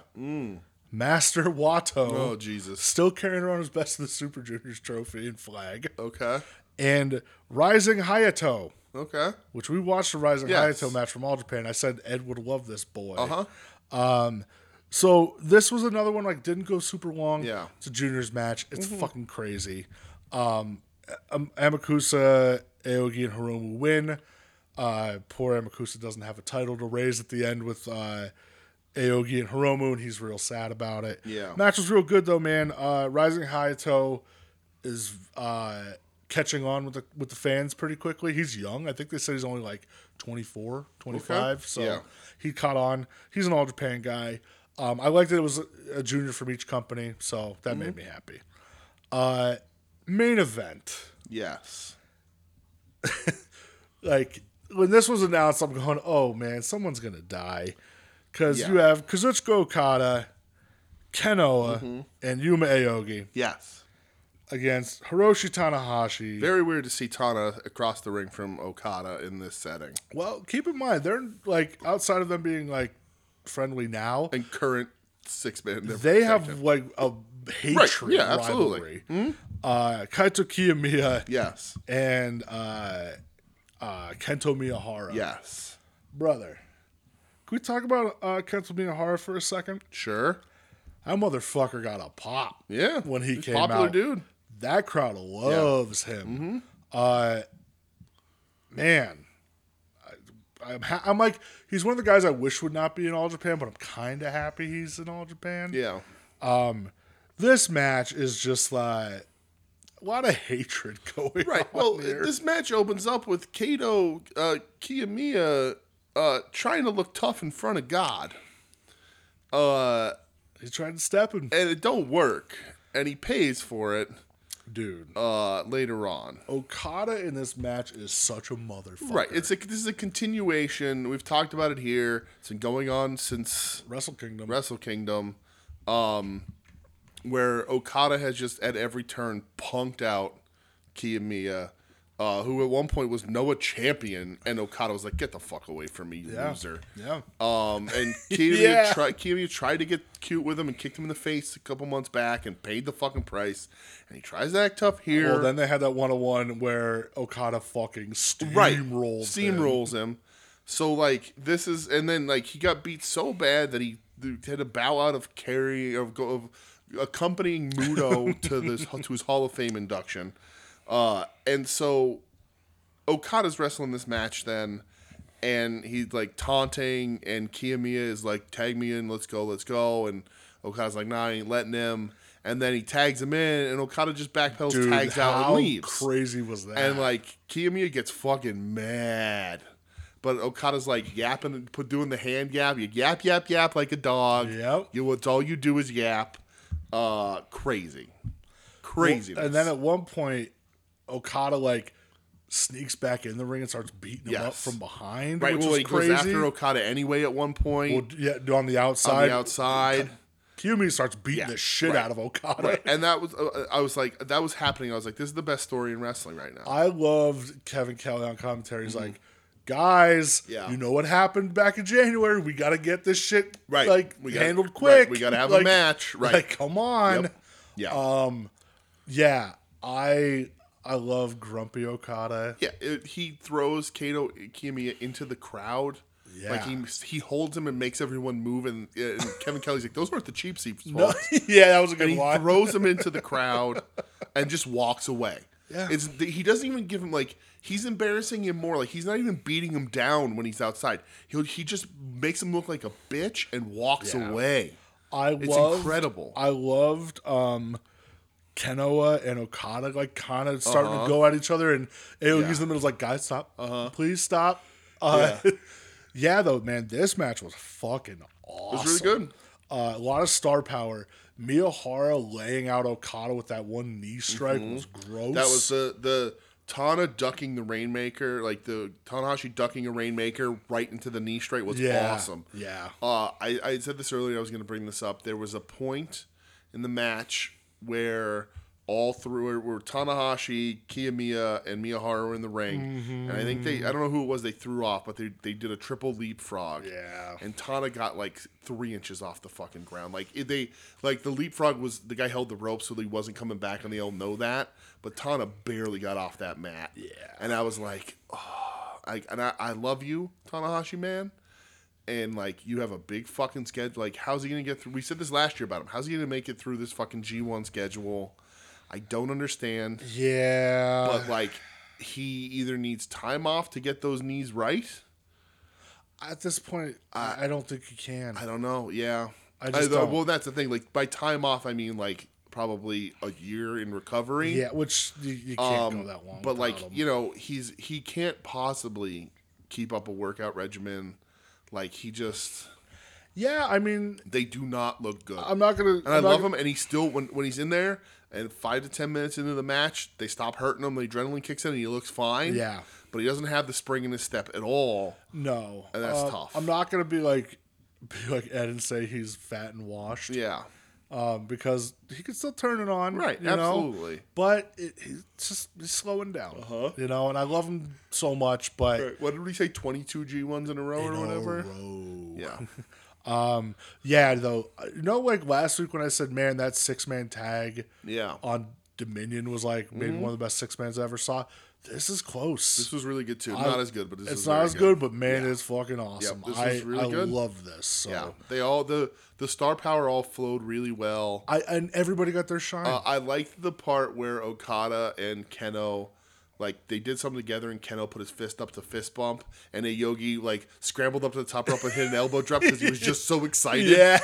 S2: Master Watto
S1: Oh Jesus.
S2: still carrying around his best of the Super Juniors trophy and flag,
S1: Okay.
S2: and Rising Hayato,
S1: Okay.
S2: which we watched the Rising
S1: Yes.
S2: Hayato match from All Japan. I said Ed would love this boy.
S1: Uh huh.
S2: So this was another one like didn't go super long.
S1: Yeah.
S2: it's a juniors match. It's fucking crazy. Um, Am- Amakusa, Aogi, and Hiromu win. Uh, poor Amakusa doesn't have a title to raise at the end with uh, Aogi and Hiromu, and he's real sad about it.
S1: Yeah.
S2: match was real good though, man. Uh, Rising Hayato is uh, catching on with the with the fans pretty quickly. He's young. I think they said he's only like 24, 25. So
S1: Yeah.
S2: he caught on. He's an all Japan guy. Um, I liked that it was a junior from each company, so that
S1: Mm-hmm.
S2: made me happy. Uh, main event,
S1: Yes.
S2: like when this was announced, I'm going, oh man, someone's gonna die, because
S1: Yeah.
S2: you have Kazuchika Okada, Kenoa,
S1: Mm-hmm.
S2: and Yuma Aogi
S1: Yes.
S2: against Hiroshi Tanahashi.
S1: Very weird to see Tana across the ring from Okada in this setting
S2: well, keep in mind they're like outside of them being like friendly now,
S1: and current six man.
S2: they have like a hatred
S1: yeah, absolutely.
S2: rivalry. Uh, Kaito Kiyomiya
S1: Yes.
S2: and uh, uh, Kento Miyahara.
S1: Yes.
S2: brother. Can we talk about uh, Kento Miyahara for a second?
S1: Sure.
S2: That motherfucker got a pop.
S1: Yeah.
S2: when he
S1: He's a
S2: came
S1: popular
S2: out,
S1: dude. Mm-hmm.
S2: that crowd loves him. Uh, man, I, I'm ha- I'm like he's one of the guys I wish would not be in All Japan, but I'm kind of happy he's in All Japan.
S1: Yeah.
S2: this match is just like a lot of hatred going
S1: Right.
S2: on
S1: Well,
S2: here.
S1: this match opens up with Kato uh, Kiyomiya uh, trying to look tough in front of God. Uh,
S2: He's trying to step him,
S1: and it don't work. And he pays for it
S2: dude.
S1: uh, later on.
S2: Okada in this match is such a motherfucker.
S1: Right. It's a, this is a continuation. We've talked about it here. It's been going on since
S2: Wrestle Kingdom.
S1: Wrestle Kingdom, um, where Okada has just at every turn punked out Kiyomiya, uh, who at one point was Noah champion, and Okada was like, "Get the fuck away from me, you loser."
S2: yeah.
S1: Um, and Kiyomiya,
S2: Yeah.
S1: tri- Kiyomiya tried to get cute with him and kicked him in the face a couple months back and paid the fucking price. And he tries to act tough here.
S2: Well, then they had that one on one where Okada fucking
S1: right
S2: steamrolls. him.
S1: steamrolls him. So like this is, and then like he got beat so bad that he th- had to bow out of carry of, go- of accompanying Muto to this to his Hall of Fame induction, uh, and so Okada's wrestling this match then, and he's like taunting, and Kiyomiya is like, tag me in, let's go, let's go. And Okada's like, nah, I ain't letting him. And then he tags him in, and Okada just backpedals,
S2: Dude,
S1: tags out,
S2: how
S1: and leaves.
S2: crazy was that?
S1: And like Kiyomiya gets fucking mad. But Okada's like yapping and put doing the hand yap. You yap, yap, yap like a dog.
S2: Yep.
S1: You it's all you do is yap. Uh crazy. Crazy.
S2: and then at one point, Okada like sneaks back in the ring and starts beating him up
S1: Yes.
S2: from behind,
S1: right,
S2: which
S1: well,
S2: was
S1: he
S2: crazy.
S1: goes after Okada anyway at one point
S2: Well, yeah, on the
S1: on
S2: outside.
S1: the outside.
S2: Kiyomi starts beating
S1: Yeah,
S2: the shit
S1: right,
S2: out of Okada.
S1: And that was uh, I was like that was happening. I was like this is the best story in wrestling right now.
S2: I loved Kevin Kelly on commentary. He's like, guys,
S1: Mm-hmm. Yeah.
S2: you know what happened back in January. We got to get this shit
S1: Right.
S2: like
S1: We gotta-
S2: handled
S1: right,
S2: quick.
S1: we gotta have a
S2: like,
S1: match, right.
S2: Like, come on. Uh,
S1: Yep. Yeah.
S2: Yeah, I I love Grumpy Okada.
S1: Yeah, it, he throws Kato Kiyomiya into the crowd.
S2: Yeah.
S1: Like he he holds him and makes everyone move, and, and Kevin Kelly's like, "Those weren't the cheap seats."
S2: yeah, that was a
S1: and
S2: good
S1: he
S2: one.
S1: throws him into the crowd and just walks away.
S2: Yeah.
S1: It's he doesn't even give him like he's embarrassing him more. Like he's not even beating him down when he's outside. He he just makes him look like a bitch and walks
S2: Yeah.
S1: away.
S2: I
S1: It's
S2: loved,
S1: incredible.
S2: I loved um Kenoa and Okada like kind of starting
S1: Uh-huh.
S2: to go at each other, and Aoki's in the middle is like, guys, stop, please stop. Uh, yeah. though, man, this match was fucking awesome.
S1: It was really good.
S2: Uh, a lot of star power. Miyahara laying out Okada with that one knee strike was gross.
S1: Mm-hmm. That was the the Tana ducking the Rainmaker, like the Tanahashi ducking a Rainmaker right into the knee straight was
S2: Yeah,
S1: awesome.
S2: yeah.
S1: Uh, I, I said this earlier, I was going to bring this up. There was a point in the match where all through it were Tanahashi, Kiyomiya, and Miyahara were in the ring. And I think they, I don't know who it was they threw off, but they, they did a triple leapfrog.
S2: Yeah.
S1: And Tana got like three inches off the fucking ground. Like it, they, like the leapfrog was, the guy held the rope so he wasn't coming back and they all know that. But Tana barely got off that mat. Yeah. And I was like, oh, I, and I, I love you, Tanahashi man and like you have a big fucking schedule. Like, how's he gonna get through? We said this last year about him. How's he gonna make it through this fucking G one schedule? I don't understand.
S2: Yeah.
S1: But like, he either needs time off to get those knees right.
S2: At this point, I, I don't think you can.
S1: I don't know. Yeah.
S2: I just
S1: though-
S2: don't.
S1: Well, that's the thing. Like by time off, I mean like probably a year in recovery. Um,
S2: yeah, which you, you can't go that long.
S1: But like
S2: without 'em.
S1: you know, he's he can't possibly keep up a workout regimen. Like he just
S2: yeah, I mean,
S1: they do not look good.
S2: I'm not gonna.
S1: And I love him, and he still when when he's in there, and five to ten minutes into the match, they stop hurting him. The adrenaline kicks in, and he looks fine.
S2: Yeah.
S1: but he doesn't have the spring in his step at all.
S2: No,
S1: And that's
S2: Uh,
S1: tough.
S2: I'm not gonna be like, be like Ed and say he's fat and washed.
S1: Yeah,
S2: um, because he could still turn it on,
S1: Right,
S2: you know?
S1: absolutely.
S2: But it, it's just he's slowing down, uh-huh. you know. And I love him so much, but
S1: what did we say? Twenty two G ones in a row or whatever.
S2: Row.
S1: Yeah,
S2: Um, yeah, though, uh, you know, like last week when I said, "Man, that six man tag
S1: yeah. Mm-hmm.
S2: on Dominion was like maybe one of the best six mans I ever saw." This is close.
S1: This was really good too. Not as good, but this
S2: it's
S1: was
S2: not
S1: very
S2: as good, but man, it's fucking awesome.
S1: this was
S2: I,
S1: really
S2: I
S1: good.
S2: love this. So.
S1: Yeah, they all the the star power all flowed really well.
S2: I and everybody got their shine.
S1: Uh, I liked the part where Okada and Keno, like they did something together, and Keno put his fist up to fist bump, and a Yogi like scrambled up to the top rope and hit an elbow drop because he was just so excited.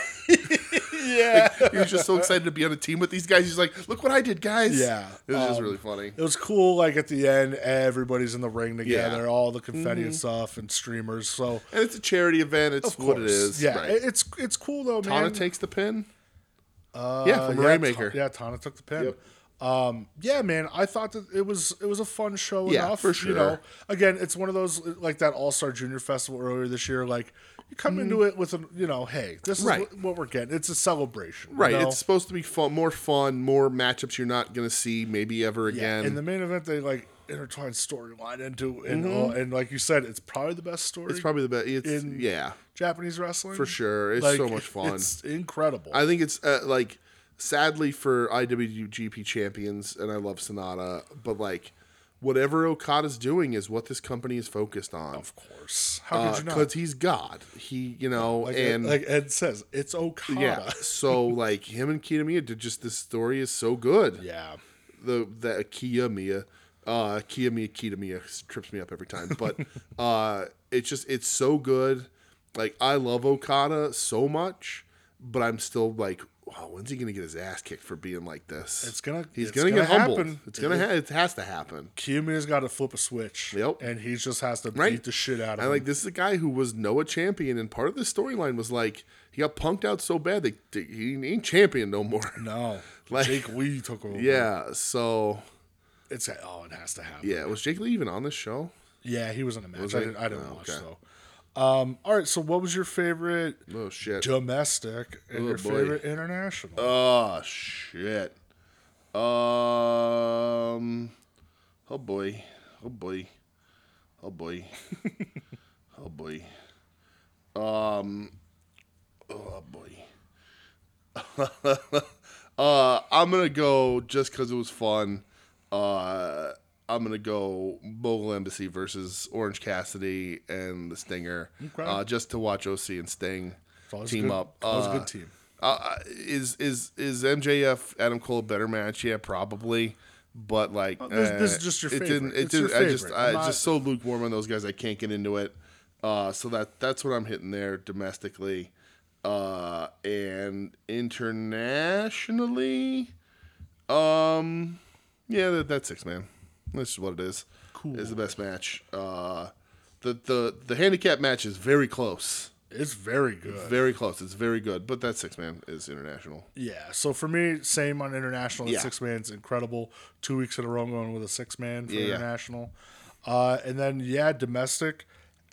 S2: yeah.
S1: he was just so excited to be on a team with these guys. He's like, "Look what I did, guys!"
S2: Yeah, Um,
S1: it was just really funny.
S2: It was cool. Like at the end, everybody's in the ring together,
S1: Yeah.
S2: all the confetti and stuff, and streamers. So
S1: And it's a charity event. It's what it
S2: course.
S1: is.
S2: Yeah,
S1: right.
S2: it- it's it's cool though, man.
S1: Tana takes the pin.
S2: Uh,
S1: yeah, from
S2: yeah,
S1: Rainmaker.
S2: Ta- yeah, Tana took the pin.
S1: Yep.
S2: Um, yeah, man. I thought that it was it was a fun show
S1: Yeah,
S2: enough.
S1: for
S2: You know,
S1: sure.
S2: again, it's one of those like that All Star Junior Festival earlier this year. Like you come into it with a you know, hey, this is
S1: Mm-hmm. Right.
S2: what, what we're getting. It's a celebration, you
S1: Right,
S2: know?
S1: it's supposed to be fun, more fun, more matchups you're not gonna see maybe ever again.
S2: in the main event, they like intertwine storyline into and all, and like you said, it's probably the best story.
S1: Mm-hmm. it's probably the best. It's
S2: in-
S1: yeah.
S2: Japanese wrestling
S1: For sure. It's so much fun.
S2: It's incredible.
S1: I think it's uh, like sadly for IWGP champions, and I love Sonata, but like whatever Okada's doing is what this company is focused on
S2: of course, how could you not?
S1: because he's God. He, you know,
S2: like,
S1: Uh,
S2: uh,
S1: and
S2: like Ed says, it's Okada.
S1: yeah.
S2: Yeah,
S1: so like him and Kiyomiya did just this story is so good. The the Kiyomiya. Uh, Kiyomiya Kiyomiya trips me up every time, but uh, it's just it's so good. Like I love Okada so much, but I'm still like, wow, when's he gonna get his ass kicked for being like this?
S2: It's gonna-
S1: he's
S2: it's
S1: gonna,
S2: gonna
S1: get humbled.
S2: happen.
S1: It's gonna ha- it has to happen.
S2: Kiyomiya's got to flip a switch.
S1: Yep.
S2: and he just has to
S1: Right.
S2: beat the shit out of
S1: And
S2: him.
S1: like this is a guy who was Noah champion, and part of the storyline was like he got punked out so bad they, they he ain't champion no more.
S2: no,
S1: like-
S2: Jake Lee took over.
S1: Yeah, so
S2: it's oh, it has to happen. Yeah,
S1: yeah, was Jake Lee even on this show?
S2: he was in a match.
S1: Was
S2: I
S1: he?
S2: didn't, I didn't
S1: Oh,
S2: watch
S1: okay.
S2: though. Um, all right, so what was your favorite
S1: Oh shit.
S2: domestic and
S1: Oh,
S2: your
S1: boy.
S2: favorite international?
S1: Oh shit. Um. Oh boy. Oh boy. Oh boy. oh boy. Um. Oh boy. uh, I'm gonna go just because it was fun. Uh, I'm gonna go Mogul Embassy versus Orange Cassidy and the Stinger,
S2: Okay.
S1: uh, just to watch OC and Sting
S2: always
S1: team
S2: good-
S1: up.
S2: it's always a good
S1: Uh,
S2: team.
S1: uh, is is is MJF Adam Cole a better match? Yeah, probably. But like,
S2: Oh, this-
S1: eh,
S2: this is just your
S1: it didn't.
S2: favorite.
S1: It
S2: It's your
S1: didn't. I just
S2: favorite.
S1: I
S2: I'm not-
S1: just so lukewarm on those guys. I can't get into it. Uh, so that that's what I'm hitting there domestically, uh, and internationally. Um, yeah, that, that's six man. That's just what it is.
S2: Cool.
S1: It's the best match. Uh, the the the handicap match is very close.
S2: It's very good.
S1: Very close. It's very good, but that six man is international.
S2: Yeah. So for me, same on international. The
S1: Yeah.
S2: six man's incredible. Two weeks in a row going with a six man for
S1: Yeah, yeah.
S2: international. Uh, and then yeah, domestic.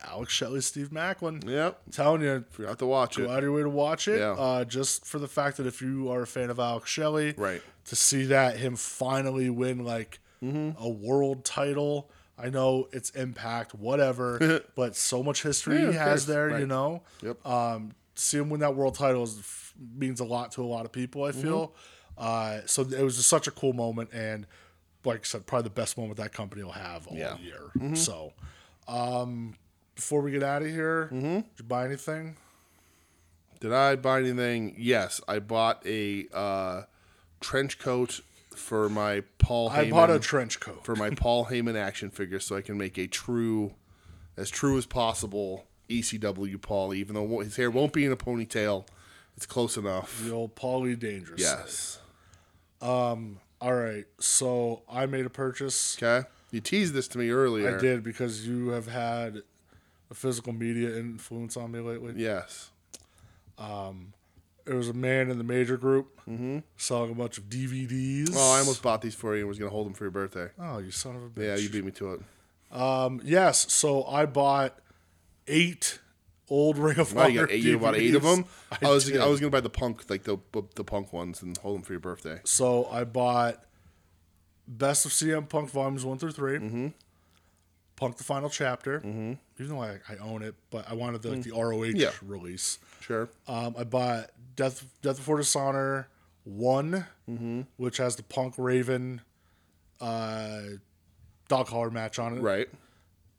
S2: Alex Shelley, Steve Macklin.
S1: Yep.
S2: I'm telling you,
S1: Forgot to watch
S2: go
S1: it.
S2: out of your way to watch it.
S1: Yeah.
S2: Uh, just for the fact that if you are a fan of Alex Shelley,
S1: Right.
S2: to see that him finally win like
S1: Mm-hmm.
S2: a world title. I know it's Impact, whatever, but so much history
S1: Yeah,
S2: he
S1: of
S2: has
S1: course.
S2: there, you
S1: Right.
S2: know.
S1: Yep.
S2: Um, see him win that world title is, f- means a lot to a lot of people. I
S1: Mm-hmm.
S2: feel. Uh, so it was just such a cool moment, and like I said, probably the best moment that company will have all
S1: Yeah. Mm-hmm.
S2: year. So, um, before we get out of here,
S1: Mm-hmm.
S2: did you buy anything?
S1: Did I buy anything? Yes, I bought a uh, trench coat for my Paul. Heyman,
S2: I bought a trench coat.
S1: for my Paul Heyman action figure, so I can make a true, as true as possible ECW Paul. Even though his hair won't be in a ponytail, it's close enough.
S2: the old Paulie Dangerous.
S1: Yes.
S2: All right. So I made a purchase.
S1: Okay. You teased this to me earlier.
S2: I did because you have had a physical media influence on me lately.
S1: Yes.
S2: There was a man in the major group selling a bunch of DVDs.
S1: Mm-hmm. Oh, I almost bought these for you and was gonna hold them for your birthday.
S2: Oh, you son of a bitch.
S1: Yeah, you beat me to it.
S2: Um, yes. So I bought eight old Ring of
S1: Oh,
S2: Honor.
S1: you got eight. You bought eight of
S2: DVDs.
S1: them.
S2: I,
S1: I, was
S2: did.
S1: I was gonna buy the punk like the the punk ones and hold them for your birthday.
S2: So I bought Best of CM Punk volumes one through 3 Punk the Final Chapter. Mm-hmm. Mm. Even though I, I own it, but I wanted the, like, the ROH
S1: Yeah.
S2: release.
S1: Sure.
S2: Um, I bought Death Death Before Dishonor one, which has the Punk Raven uh, dog collar match on it,
S1: Right.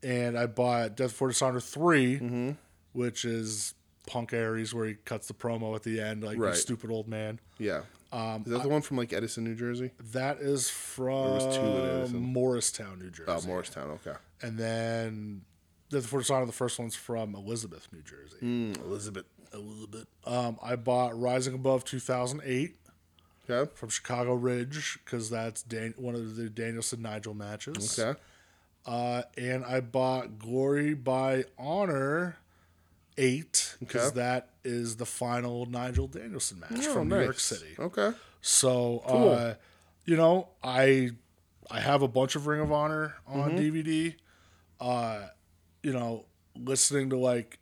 S2: and I bought Death Before Dishonor 3
S1: Mm-hmm.
S2: which is Punk Aries where he cuts the promo at the end like a
S1: Right.
S2: stupid old man.
S1: Yeah. Um, Is that the one from like Edison, New Jersey?
S2: That is from
S1: was two in it, isn't it?
S2: Morristown, New Jersey,
S1: Oh, Morristown. Okay.
S2: and then Death Before Dishonor the first one's from Elizabeth, New Jersey.
S1: Mm. Elizabeth.
S2: Elizabeth. Um, I bought Rising Above 2008.
S1: Okay.
S2: from Chicago Ridge because that's Dan- one of the Danielson Nigel matches.
S1: Okay.
S2: Uh, and I bought Glory by Honor eight because
S1: Okay.
S2: that is the final Nigel Danielson match
S1: Oh,
S2: from New
S1: nice.
S2: York City.
S1: Okay.
S2: So, uh, you know, I I have a bunch of Ring of Honor
S1: Mm-hmm.
S2: on DVD. Uh, you know, listening to like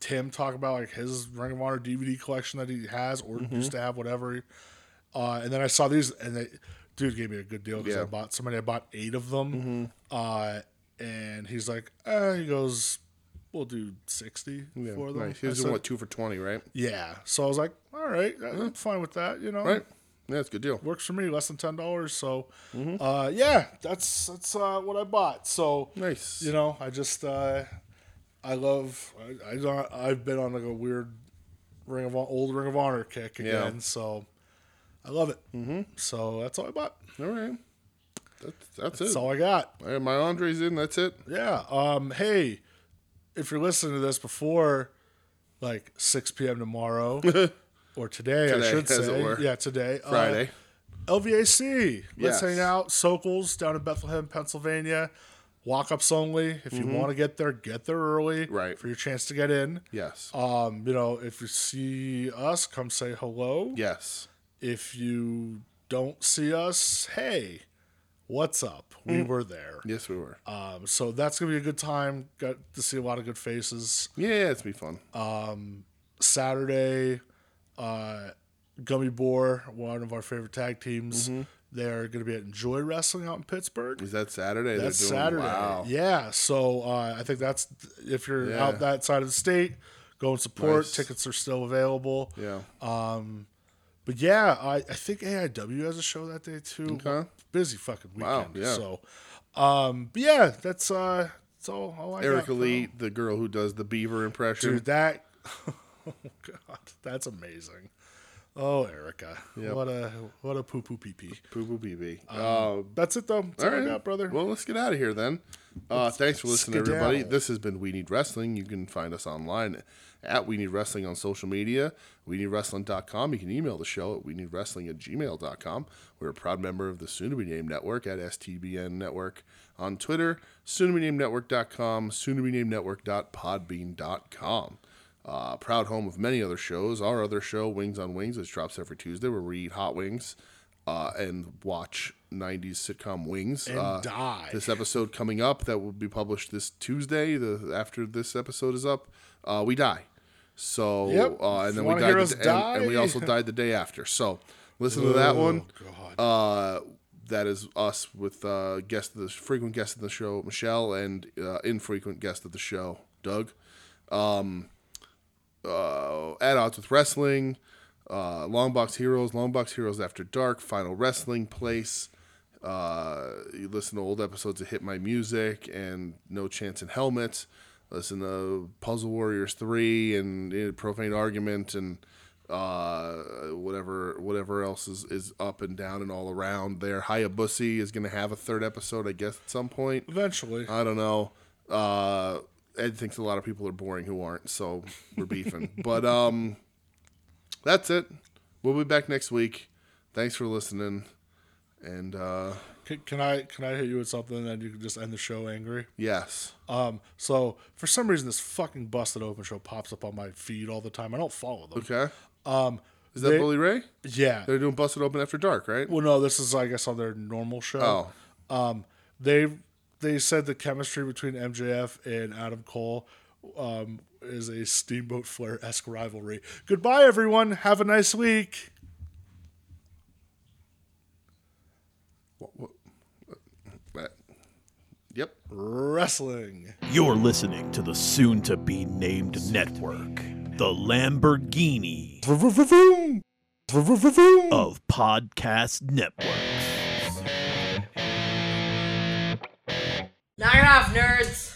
S2: Tim talk about like his Ring of Honor DVD collection that he has or
S1: Mm-hmm.
S2: used to have, whatever. Uh, and then I saw these, and they, dude gave me a good deal because I
S1: Yeah. Mm-hmm.
S2: bought somebody. I bought eight of them, uh, and he's like, eh, he goes, "We'll do sixty
S1: Yeah,
S2: for them."
S1: nice.
S2: I
S1: He was
S2: said,
S1: doing what two for twenty, right?
S2: yeah. So I was like, "All right, I'm fine with that." You know,
S1: Right. Oh. Yeah, that's a good deal.
S2: works for me less than ten dollars so
S1: Mm-hmm.
S2: uh yeah that's that's uh what i bought so
S1: Nice.
S2: you know i just uh i love i, I don't, i've been on like a weird ring of Hon- old ring of honor kick
S1: Yeah.
S2: again so i love it mm-hmm. so that's all i bought
S1: All right. That's that's,
S2: that's
S1: it.
S2: all i got
S1: All right, my Andre's in. That's it.
S2: yeah um hey if you're listening to this before like 6 p.m tomorrow or today, i
S1: Today,
S2: should
S1: as it
S2: say
S1: were.
S2: yeah today uh,
S1: Friday.
S2: LVAC.
S1: Yes.
S2: Let's hang out. Sokals down in Bethlehem, Pennsylvania. Walk ups only. If you want to get there, get there early.
S1: Mm-hmm. Right.
S2: For your chance to get in.
S1: yes.
S2: Um, you know, if you see us, come say hello.
S1: yes.
S2: If you don't see us, hey, what's up? We
S1: Mm.
S2: were there.
S1: Yes, we were.
S2: Um, so that's gonna be a good time. Got to see a lot of good faces.
S1: yeah, it's be fun.
S2: Saturday, uh, Gummy Boar, one of our favorite tag teams.
S1: Mm-hmm.
S2: They're going to be at Enjoy Wrestling out in Pittsburgh.
S1: Is that Saturday? They're
S2: That's
S1: doing-
S2: Saturday.
S1: Wow.
S2: Yeah. So uh, I think that's if you're
S1: Yeah.
S2: out that side of the state, go and support.
S1: Nice.
S2: Tickets are still available.
S1: Yeah.
S2: But yeah, I, I think AIW has a show that day too.
S1: Okay.
S2: Busy fucking
S1: Wow,
S2: weekend.
S1: yeah.
S2: So, um, but yeah, that's uh, that's all, all I got
S1: Erica
S2: for
S1: Lee, the girl who does the beaver impression.
S2: Dude, that oh god, that's amazing. Oh, Erica, what a what a poo poo pee pee.
S1: Poo poo bee bee. Uh,
S2: That's it though. That's all,
S1: All
S2: I
S1: right,
S2: got, Um, brother.
S1: Well, let's get out of here then. Uh, thanks for listening, everybody.
S2: skedaddle.
S1: This has been We Need Wrestling. You can find us online at We Need Wrestling on social media, we need wrestling.com. You can email the show at we need wrestling at gmail.com. We're a proud member of the Soon to Be Named Network at STBN Network on Twitter, soon to be named network.com, soon to be named network.podbean.com. Uh, proud home of many other shows. Our other show, Wings on Wings, which drops every Tuesday, where we eat hot wings uh, and watch 90s sitcom Wings.
S2: And
S1: uh,
S2: die.
S1: This episode coming up that will be published this Tuesday, the after this episode is up, uh, we die. So
S2: Yep.
S1: uh, and
S2: If
S1: then
S2: you
S1: we
S2: wanna
S1: died
S2: hear
S1: the-
S2: us
S1: and, and we
S2: die.
S1: also died the day after. So listen to that one.
S2: Oh, God.
S1: Uh, that is us with uh, guest of the frequent guest of the show Michelle and uh, infrequent guest of the show Doug. Um, uh, at odds with wrestling, uh, long box heroes, long box heroes after dark, final wrestling place. Uh, you listen to old episodes of Hit My Music and No Chance in Helmet. Listen to Puzzle Warriors Three and uh, Profane Argument and uh, whatever whatever else is, is up and down and all around there. Hayabusa is going to have a third episode, I guess, at some point.
S2: Eventually.
S1: I don't know. Uh, Ed thinks a lot of people are boring who aren't, so we're beefing. but um, that's it. We'll be back next week. Thanks for listening. And uh,
S2: Can, can I can I hit you with something and you can just end the show angry?
S1: yes,
S2: Um, so for some reason this fucking busted open show pops up on my feed all the time. I don't follow them.
S1: okay.
S2: Um,
S1: Is that
S2: they-
S1: Bully Ray?
S2: yeah.
S1: They're doing Busted Open After Dark, right?
S2: Well, no, this is I guess on their normal show.
S1: Oh.
S2: Um, they they said the chemistry between MJF and Adam Cole um, is a Steamboat Flair esque rivalry. Goodbye, everyone. Have a nice week.
S1: But- yep.
S2: Wrestling.
S3: You're listening to the soon to be named network, the Lamborghini of podcast networks.
S4: Knock it off, nerds!